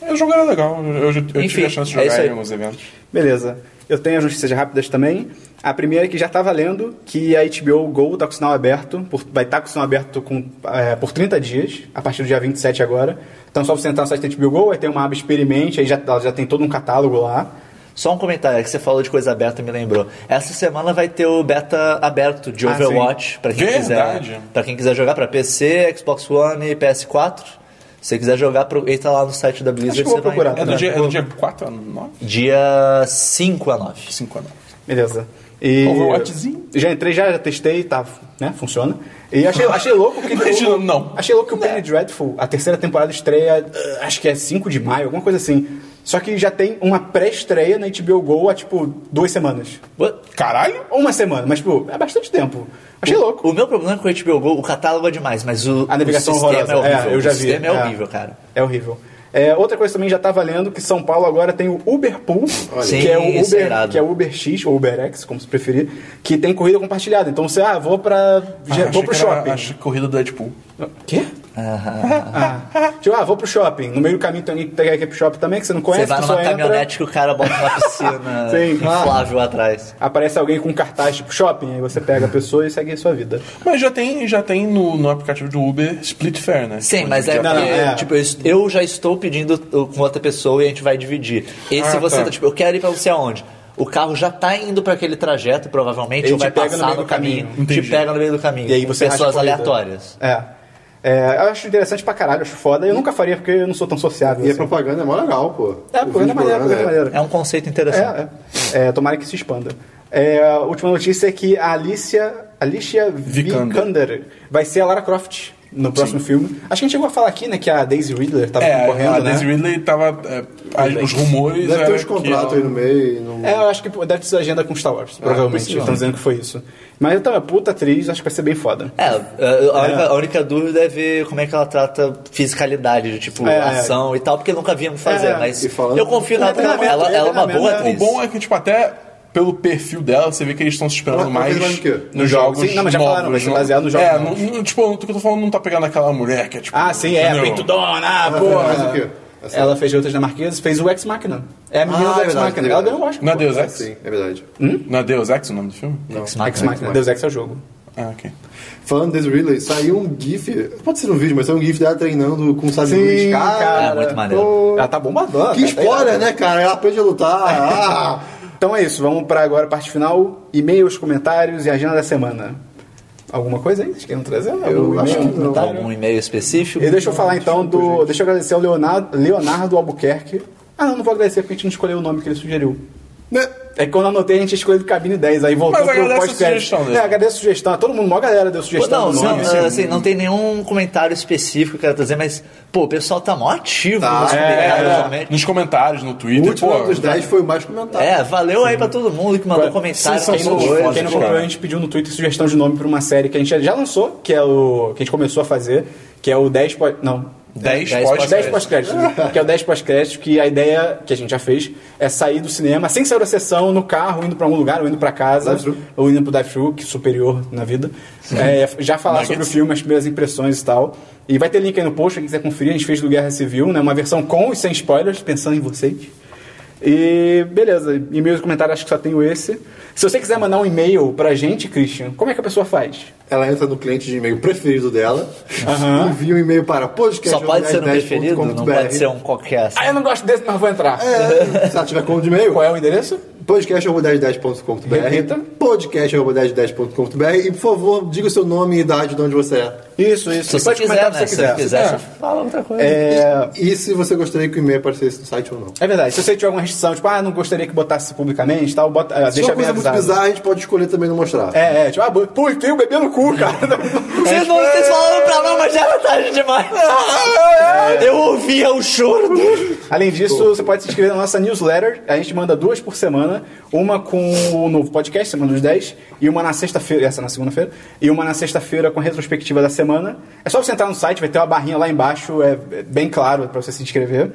Speaker 3: É, O jogo era legal. Eu, eu- eu
Speaker 4: Enfim,
Speaker 3: tive a chance de
Speaker 4: é
Speaker 3: jogar
Speaker 4: isso aí.
Speaker 3: em alguns eventos.
Speaker 5: Beleza. Eu tenho as notícias rápidas também. A primeira é que já tá valendo que a HBO Go tá com sinal aberto, por- vai estar com sinal aberto com, é, por 30 dias, a partir do dia 27 agora. Então só você entrar no site da HBO Go, aí tem uma aba experimente, aí já, ela já tem todo um catálogo lá.
Speaker 4: Só um comentário que você falou de coisa aberta me lembrou. Essa semana vai ter o beta aberto de
Speaker 5: Ah,
Speaker 4: Overwatch para quem
Speaker 3: Verdade.
Speaker 4: quiser, para quem quiser jogar pra PC, Xbox One e PS4. Se você quiser jogar, aproveita lá no site da Blizzard.
Speaker 5: Acho que eu
Speaker 4: você
Speaker 5: vou
Speaker 4: vai
Speaker 5: procurar.
Speaker 3: É do,
Speaker 4: encontrar.
Speaker 3: dia, é do dia 4 a 9?
Speaker 4: Dia 5 a 9.
Speaker 3: 5 a 9.
Speaker 5: Beleza. E
Speaker 3: Overwatchzinho.
Speaker 5: Já entrei, já, já testei, tá, né? Funciona. E achei, achei louco que.
Speaker 3: Imagina,
Speaker 5: o-
Speaker 3: não.
Speaker 5: Achei louco que o Penny Dreadful, a terceira temporada estreia, uh, acho que é 5 de maio, alguma coisa assim. Só que já tem uma pré-estreia na HBO Go há, tipo, duas semanas.
Speaker 4: What?
Speaker 3: Caralho!
Speaker 5: Ou uma semana, mas, tipo, é bastante tempo. Achei louco.
Speaker 4: O meu problema com o HBO Go, o catálogo é demais, mas o,
Speaker 5: A navegação
Speaker 4: o sistema
Speaker 5: horrorosa.
Speaker 4: é horrível.
Speaker 5: É, eu já
Speaker 4: o
Speaker 5: vi.
Speaker 4: sistema é,
Speaker 5: É.
Speaker 4: horrível, cara.
Speaker 5: É horrível. É, outra coisa também já tá valendo que São Paulo agora tem o Uber Pool,
Speaker 4: Sim,
Speaker 5: que é o
Speaker 4: isso é
Speaker 5: Uber,
Speaker 4: irado.
Speaker 5: que é o Uber X ou Uber X, como se preferir, que tem corrida compartilhada. Então você, ah, vou para vou pro shopping.
Speaker 3: Acho que corrida do Deadpool.
Speaker 5: Quê?
Speaker 4: ah,
Speaker 5: Ah. Tipo, ah, vou pro shopping. No meio do caminho tem alguém que quer ir pro shopping também, que você não conhece.
Speaker 4: Você vai
Speaker 5: tu
Speaker 4: numa
Speaker 5: só entra,
Speaker 4: caminhonete que o cara bota uma piscina
Speaker 5: Sim.
Speaker 4: inflável atrás.
Speaker 5: Aparece alguém com um cartaz tipo shopping, aí você pega a pessoa e segue a sua vida.
Speaker 3: Mas já tem, já tem no, no aplicativo do Uber Split Fare, né?
Speaker 4: Sim,
Speaker 3: Onde
Speaker 4: mas é
Speaker 3: já
Speaker 4: porque,
Speaker 5: Não, não, é.
Speaker 4: tipo, eu, est- eu já estou pedindo uh, com outra pessoa e a gente vai dividir. Esse
Speaker 3: Ah,
Speaker 4: você
Speaker 3: tá.
Speaker 4: tá, tipo, eu quero ir pra você aonde? O carro já tá indo pra aquele trajeto, provavelmente,
Speaker 5: Ele
Speaker 4: ou vai
Speaker 5: te pega no
Speaker 4: passar
Speaker 5: meio
Speaker 4: no,
Speaker 5: do
Speaker 4: caminho,
Speaker 5: caminho.
Speaker 3: Entendi.
Speaker 4: te pega no meio do caminho.
Speaker 5: E aí
Speaker 4: com
Speaker 5: você racha a
Speaker 4: pessoas
Speaker 5: corrida.
Speaker 4: aleatórias.
Speaker 5: É. É, eu acho interessante pra caralho, acho foda. Eu nunca faria porque eu não sou tão sociável.
Speaker 2: E a
Speaker 5: assim.
Speaker 2: propaganda é né? mó legal, pô.
Speaker 5: É,
Speaker 2: O
Speaker 5: pô, é
Speaker 2: vídeo
Speaker 5: maneiro,
Speaker 2: propaganda
Speaker 5: é maneiro.
Speaker 4: É um conceito interessante.
Speaker 5: É, é. É, tomara que se expanda. É, a última notícia é que a Alicia, Alicia
Speaker 3: Vikander.
Speaker 5: Vikander. vai ser a Lara Croft no próximo filme. Acho que a gente chegou a falar aqui, né, que a Daisy Ridley tava
Speaker 3: É,
Speaker 5: concorrendo,
Speaker 3: a
Speaker 5: né?
Speaker 3: Daisy Ridley tava. é, a- os rumores.
Speaker 2: Deve ter
Speaker 3: era
Speaker 2: uns
Speaker 3: que
Speaker 2: contratos
Speaker 3: ela-
Speaker 2: aí no meio. Não...
Speaker 5: É, eu acho que deve ser agenda com Star Wars, provavelmente. Estão dizendo que foi isso. Mas então, é puta atriz, acho que vai ser bem foda.
Speaker 4: É, uh, a, única, a única dúvida é ver como é que ela trata fisicalidade, de tipo,
Speaker 5: É, é.
Speaker 4: ação e tal, porque nunca víamos fazer,
Speaker 5: É,
Speaker 4: mas
Speaker 2: e falando-
Speaker 4: eu confio na ela,
Speaker 5: Treinamento,
Speaker 4: ela, ela é uma boa
Speaker 5: treinamento, um
Speaker 3: O
Speaker 4: atriz.
Speaker 3: bom é que, tipo, até pelo perfil dela, você vê que eles estão se esperando
Speaker 2: Ela- ela
Speaker 3: mais
Speaker 2: fez mais o quê?
Speaker 3: nos jogos.
Speaker 5: Sim, não, mas já
Speaker 3: novos,
Speaker 5: falaram, vai ser
Speaker 3: não-
Speaker 5: baseado nos jogos
Speaker 3: É,
Speaker 5: novos.
Speaker 3: não- não- tipo, o que eu tô falando não tá pegando aquela mulher que é tipo.
Speaker 5: Ah, sim, é,
Speaker 3: entendeu?
Speaker 5: peitudona, ah,
Speaker 2: Ela
Speaker 5: porra.
Speaker 2: fez o quê? Essa-
Speaker 5: Ela fez Lutas da Marquesa, fez o Ex Machina. É a menina
Speaker 2: Tá Ah,
Speaker 5: do
Speaker 2: é
Speaker 5: Ex
Speaker 2: verdade, é
Speaker 5: Machina. Ela
Speaker 2: verdade.
Speaker 5: ganhou o Oscar.
Speaker 3: Não é
Speaker 5: pô.
Speaker 3: Deus
Speaker 2: Ah,
Speaker 3: Ex?
Speaker 2: sim, é verdade.
Speaker 3: Não é Deus Ex o nome do filme? Não.
Speaker 5: Ex
Speaker 4: né?
Speaker 5: Machina. Deus Ex é o jogo.
Speaker 3: Ah, ok.
Speaker 2: Falando desse Ridley, saiu um GIF. Pode ser um vídeo, mas saiu um GIF dela treinando com o sabre
Speaker 5: Sim,
Speaker 2: Luiz.
Speaker 5: cara.
Speaker 4: É muito maneiro.
Speaker 2: pô,
Speaker 5: Ela tá bombadona.
Speaker 4: é
Speaker 2: Que
Speaker 5: cara, tá irada.
Speaker 2: spoiler, né, cara? Ela aprende a lutar. Ah!
Speaker 5: Então é isso, vamos pra agora a parte final, e-mails, comentários e agenda da semana. Alguma coisa aí? Vocês querem trazer? Algum
Speaker 2: acho
Speaker 5: e-mail,
Speaker 2: que não.
Speaker 5: comentário?
Speaker 4: Um e-mail específico.
Speaker 5: E deixa eu falar então do. Deixa eu agradecer ao Leonardo, Leonardo Albuquerque. Ah, não, não vou agradecer porque a gente não escolheu o nome que ele sugeriu.
Speaker 2: Né?
Speaker 5: É que quando eu anotei, a gente escolheu cabine 10, aí voltou
Speaker 3: Mas
Speaker 5: pro
Speaker 3: agradece a
Speaker 5: podcast.
Speaker 3: sugestão dele.
Speaker 5: É, agradeço a sugestão. Todo mundo, maior galera deu
Speaker 4: Pô,
Speaker 5: sugestão
Speaker 4: não,
Speaker 5: do
Speaker 4: não,
Speaker 5: nome.
Speaker 4: ah, assim, não tem nenhum comentário específico que eu quero trazer, mas, pô, o pessoal tá mó ativo
Speaker 2: Tá,
Speaker 4: nos
Speaker 2: é,
Speaker 4: comentários,
Speaker 5: é.
Speaker 4: realmente.
Speaker 3: Nos comentários, no
Speaker 2: O
Speaker 3: Twitter,
Speaker 2: último
Speaker 3: pô.
Speaker 2: dos 10 foi o mais
Speaker 5: Tá.
Speaker 2: comentado.
Speaker 4: É, valeu aí pra todo mundo que
Speaker 5: é?
Speaker 4: mandou comentário.
Speaker 3: são
Speaker 5: Quem não,
Speaker 3: todos
Speaker 4: mandou
Speaker 3: fodas,
Speaker 5: quem não
Speaker 3: cara.
Speaker 5: comprou, a gente pediu no Twitter sugestão de nome pra uma série que a gente já lançou, que é o. que a gente começou a fazer, que é o 10 po- Não.
Speaker 3: 10
Speaker 4: dez
Speaker 3: pós
Speaker 4: pós-
Speaker 5: 10 pós-créditos, né? que é o 10 pós-créditos, que a ideia que a gente já fez é sair do cinema sem sair da sessão, no carro, indo pra algum lugar, ou indo pra casa,
Speaker 2: Drive-thru.
Speaker 5: ou indo pro drive-thru, que é superior na vida. É, já falar sobre o filme, as primeiras impressões e tal. E vai ter link aí no post, quem quiser conferir, a gente fez do Guerra Civil, né? Uma versão com e sem spoilers, pensando em vocês. E beleza, e-mails e comentários acho que só tenho esse. Se você quiser mandar um e-mail pra gente, Christian, como é que a pessoa faz?
Speaker 2: Ela entra no cliente de e-mail preferido dela,
Speaker 5: Aham.
Speaker 2: envia um e-mail para podcast.
Speaker 4: Só pode
Speaker 5: né?
Speaker 4: ser um preferido, não pode ser um qualquer. assim.
Speaker 5: Ah, eu não gosto desse, mas vou entrar.
Speaker 2: É, se ela tiver como de e-mail,
Speaker 5: Qual é o endereço? Repita.
Speaker 2: podcast.1010.com.br podcast.1010.com.br e por favor, diga o seu nome e idade de onde você é.
Speaker 5: Isso, isso.
Speaker 4: Se você
Speaker 5: Pode
Speaker 4: quiser,
Speaker 5: comentar
Speaker 4: né? Se
Speaker 5: se você
Speaker 4: você
Speaker 5: quiser.
Speaker 4: quiser, você fala outra coisa.
Speaker 5: É,
Speaker 2: E se você gostaria que o e-mail aparecesse no site ou não.
Speaker 5: é verdade. Se você tiver alguma restrição, tipo, ah, não gostaria que botasse publicamente, tal, bota, ah,
Speaker 2: Se
Speaker 5: deixa
Speaker 2: for uma
Speaker 5: bem
Speaker 2: coisa muito
Speaker 5: avisado.
Speaker 2: bizarra, a gente pode escolher também não mostrar.
Speaker 5: É, é, tipo, ah, bo- pô, tem o bebê no cu, cara.
Speaker 4: Vocês, não,
Speaker 5: É.
Speaker 4: vocês falaram pra mim, mas já era tarde demais.
Speaker 5: É,
Speaker 4: Eu ouvia o choro dele.
Speaker 5: Além disso, você pode se inscrever na nossa newsletter. A gente manda duas por semana. Uma com o novo podcast, Semana dos 10. E uma na sexta-feira, essa na segunda-feira. E uma na sexta-feira com retrospectiva da semana. É só você entrar no site, vai ter uma barrinha lá embaixo, é é bem claro pra você se inscrever.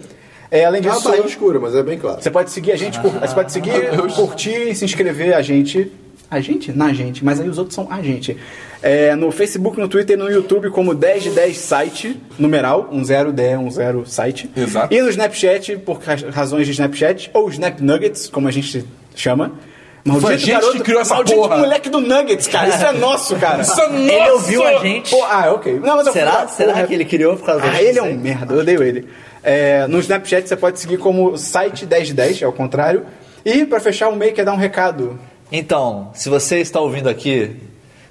Speaker 5: É, além
Speaker 2: É uma
Speaker 5: disso,
Speaker 2: barriga escura, mas é bem claro.
Speaker 5: você pode seguir a gente, cur- você pode seguir, curtir e se inscrever a gente. A gente? Na gente, mas aí os outros são a gente. É, no Facebook, no Twitter e no YouTube, como 10 de 10 site, numeral, 10D10 site.
Speaker 3: Exato.
Speaker 5: E no Snapchat, por ra- razões de Snapchat, ou Snap Nuggets, como a gente chama. Maldito
Speaker 3: Foi a gente
Speaker 5: garoto,
Speaker 3: que criou essa
Speaker 5: maldito
Speaker 3: porra.
Speaker 5: moleque do Nuggets, cara. Isso é nosso, cara.
Speaker 4: Ele ouviu a gente.
Speaker 5: Pô, ah, ok. Não, mas eu fui
Speaker 4: será
Speaker 5: dar-
Speaker 4: será
Speaker 5: porra.
Speaker 4: que ele criou por causa né? da
Speaker 5: Ah,
Speaker 4: gente?
Speaker 5: ele é um merda, eu odeio ele. É, no Snapchat você pode seguir como site 1010, é o contrário. E pra fechar, o May quer dar um recado.
Speaker 4: Então, se você está ouvindo aqui,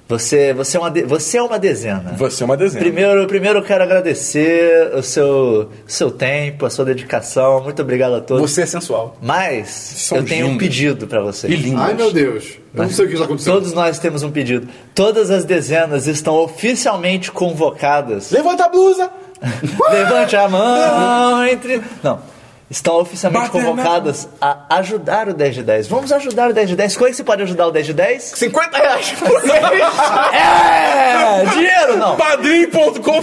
Speaker 4: você, você, é, uma de- você é uma dezena.
Speaker 3: Você é uma dezena.
Speaker 4: Primeiro, primeiro eu quero agradecer o seu, o seu tempo, a sua dedicação. Muito obrigado a todos.
Speaker 5: Você é sensual.
Speaker 4: Mas
Speaker 3: São
Speaker 4: eu tenho um
Speaker 3: lindos.
Speaker 4: pedido pra vocês.
Speaker 3: E lindo.
Speaker 2: Ai meu Deus, eu não sei o que está
Speaker 3: é
Speaker 2: acontecendo.
Speaker 4: Todos nós temos um pedido. Todas as dezenas estão oficialmente convocadas.
Speaker 5: Levanta a blusa!
Speaker 4: Levante a mão entre. Não. Estão oficialmente
Speaker 3: Bater na-
Speaker 4: convocadas a ajudar o 10 de 10. Vamos ajudar o 10 de 10. Como é que você pode ajudar o 10 de 10?
Speaker 5: 50 reais por mês!
Speaker 4: É! Dinheiro não!
Speaker 3: Padrim.com.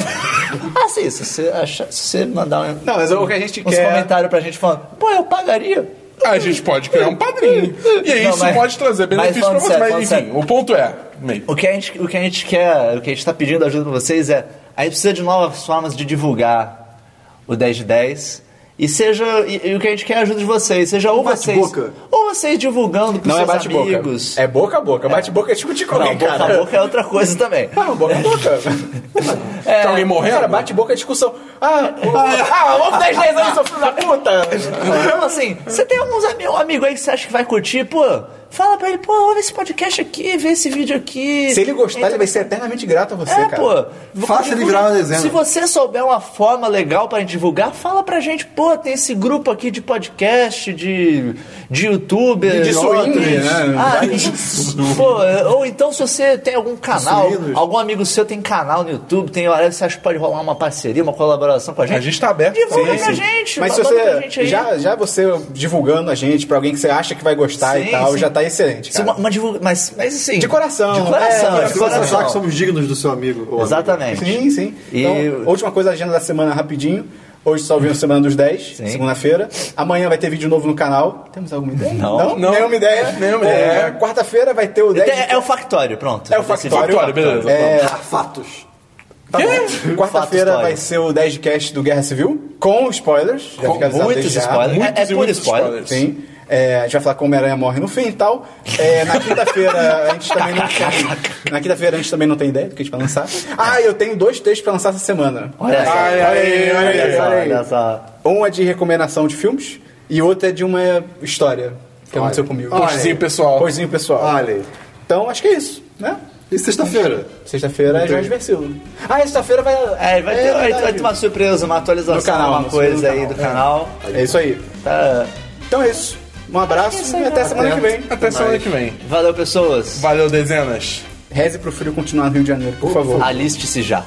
Speaker 4: Ah, sim, se você, achar, se você mandar um,
Speaker 5: Não, mas o que a gente
Speaker 4: uns
Speaker 5: quer...
Speaker 4: comentários pra gente falando, pô, eu pagaria.
Speaker 3: A gente pode criar um padrinho. E aí
Speaker 4: Não,
Speaker 3: isso
Speaker 4: mas-
Speaker 3: pode trazer
Speaker 4: mas
Speaker 3: benefícios pra
Speaker 4: falando
Speaker 3: você.
Speaker 4: sério, falando
Speaker 3: mas enfim,
Speaker 4: sério.
Speaker 3: o ponto é. meio,
Speaker 4: O que a gente, o que a gente quer, o que a gente tá pedindo ajuda pra vocês é, a gente precisa de novas formas de divulgar o 10 de 10. E seja, e, e o que a gente quer é a ajuda de vocês, seja ou vocês,
Speaker 2: bate-boca.
Speaker 4: ou vocês divulgando pros
Speaker 5: Não é
Speaker 4: seus
Speaker 5: bate-boca.
Speaker 4: amigos.
Speaker 5: É boca a boca. Bate-boca é tipo de
Speaker 4: Não,
Speaker 5: qualquer
Speaker 4: boca
Speaker 5: cara.
Speaker 4: a boca é outra coisa também.
Speaker 5: Não, boca a boca.
Speaker 3: Tem alguém morrendo?
Speaker 5: Cara, bate-boca é discussão. Ah, o- ah, o 10 10 aí, seu filho da puta!
Speaker 4: Então, assim, você tem alguns ami um amigo aí que você acha que vai curtir, pô, fala pra ele, pô, ouve esse podcast aqui, vê esse vídeo aqui.
Speaker 5: Se ele gostar,
Speaker 4: Entra-
Speaker 5: ele vai ser eternamente grato a você,
Speaker 4: É,
Speaker 5: cara.
Speaker 4: pô.
Speaker 2: Faça ele virar uma dezena.
Speaker 4: Se você souber uma forma legal pra gente divulgar, fala pra gente, pô, tem esse grupo aqui de podcast, de, de youtuber.
Speaker 5: De- de
Speaker 4: ó,
Speaker 5: swing,
Speaker 4: tem-
Speaker 5: né?
Speaker 4: Ah, tem- pô, é, ou então se você tem algum canal,
Speaker 2: Suínos.
Speaker 4: algum amigo seu tem canal no YouTube, tem hora você acha que pode rolar uma parceria, uma colaboração com a gente.
Speaker 3: A gente tá aberto.
Speaker 4: Divulga
Speaker 3: Sim,
Speaker 4: pra
Speaker 3: sim.
Speaker 4: gente,
Speaker 5: Mas se
Speaker 4: manda pra gente
Speaker 5: você
Speaker 4: aí.
Speaker 5: já, já você divulgando a gente pra alguém que você acha que vai gostar
Speaker 4: Sim,
Speaker 5: e tal,
Speaker 4: sim.
Speaker 5: já tá excelente.
Speaker 4: Sim,
Speaker 5: Cara.
Speaker 4: uma, uma divulga- mas, mas assim.
Speaker 5: De coração,
Speaker 4: De coração,
Speaker 5: é,
Speaker 4: de
Speaker 2: Se você achar que
Speaker 4: coração.
Speaker 2: somos dignos do seu amigo. ou amiga.
Speaker 4: Exatamente.
Speaker 5: Sim, sim.
Speaker 4: E-
Speaker 5: Então, última coisa, a agenda da semana rapidinho. Hoje só viu Semana dos 10,
Speaker 4: Sim.
Speaker 5: segunda-feira. Amanhã vai ter vídeo novo no canal. Temos alguma ideia?
Speaker 4: Não.
Speaker 3: Não.
Speaker 5: Nenhuma ideia.
Speaker 3: Nenhuma
Speaker 5: É,
Speaker 3: ideia.
Speaker 5: Quarta-feira vai ter o 10.
Speaker 4: É, é o factório, pronto.
Speaker 5: É o
Speaker 4: Decidi.
Speaker 5: factório.
Speaker 3: Factório, beleza. tá
Speaker 5: É,
Speaker 2: Ah, fatos.
Speaker 5: tá bom. Quarta-feira
Speaker 4: Fato histórico.
Speaker 5: vai ser o 10 de cast do Guerra Civil, com spoilers. Já
Speaker 3: Com
Speaker 5: fica avisado
Speaker 4: muitos
Speaker 5: desde já.
Speaker 4: spoilers. É-
Speaker 3: Muitos
Speaker 4: é
Speaker 3: e
Speaker 4: por
Speaker 3: muitos
Speaker 4: spoiler.
Speaker 3: spoilers.
Speaker 5: Sim. É, a gente vai falar como Homem-Aranha morre no fim e tal. É, na quinta-feira a gente também não tem. Na quinta-feira a gente também não tem ideia do que a gente vai lançar. Ah, eu tenho dois textos pra lançar essa semana.
Speaker 4: Olha só.
Speaker 5: Ah, é.
Speaker 3: Ai, ai, ai,
Speaker 4: Olha
Speaker 3: ai.
Speaker 4: só,
Speaker 5: olha aí.
Speaker 4: olha só.
Speaker 5: Um é de recomendação de filmes e outro é de uma história que aconteceu comigo.
Speaker 2: Olha.
Speaker 3: Postzinho pessoal.
Speaker 5: Coisinho pessoal.
Speaker 2: Olha aí.
Speaker 5: Então acho que é isso, né?
Speaker 2: E sexta-feira?
Speaker 5: Sexta-feira é Jorge Versilo. Ah, e sexta-feira vai.
Speaker 4: É, vai, ter,
Speaker 5: é
Speaker 4: vai,
Speaker 5: verdade.
Speaker 4: vai ter uma surpresa, uma atualização,
Speaker 5: Do canal,
Speaker 4: alguma
Speaker 5: no
Speaker 4: coisa
Speaker 5: canal,
Speaker 4: aí do
Speaker 5: é.
Speaker 4: canal.
Speaker 5: É isso aí.
Speaker 4: Tá.
Speaker 5: Então é isso. Um abraço e até semana que vem.
Speaker 3: Até semana que vem.
Speaker 4: Valeu, pessoas.
Speaker 3: Valeu, dezenas.
Speaker 1: Reze pro frio continuar no Rio de Janeiro, por favor.
Speaker 4: Aliste-se já.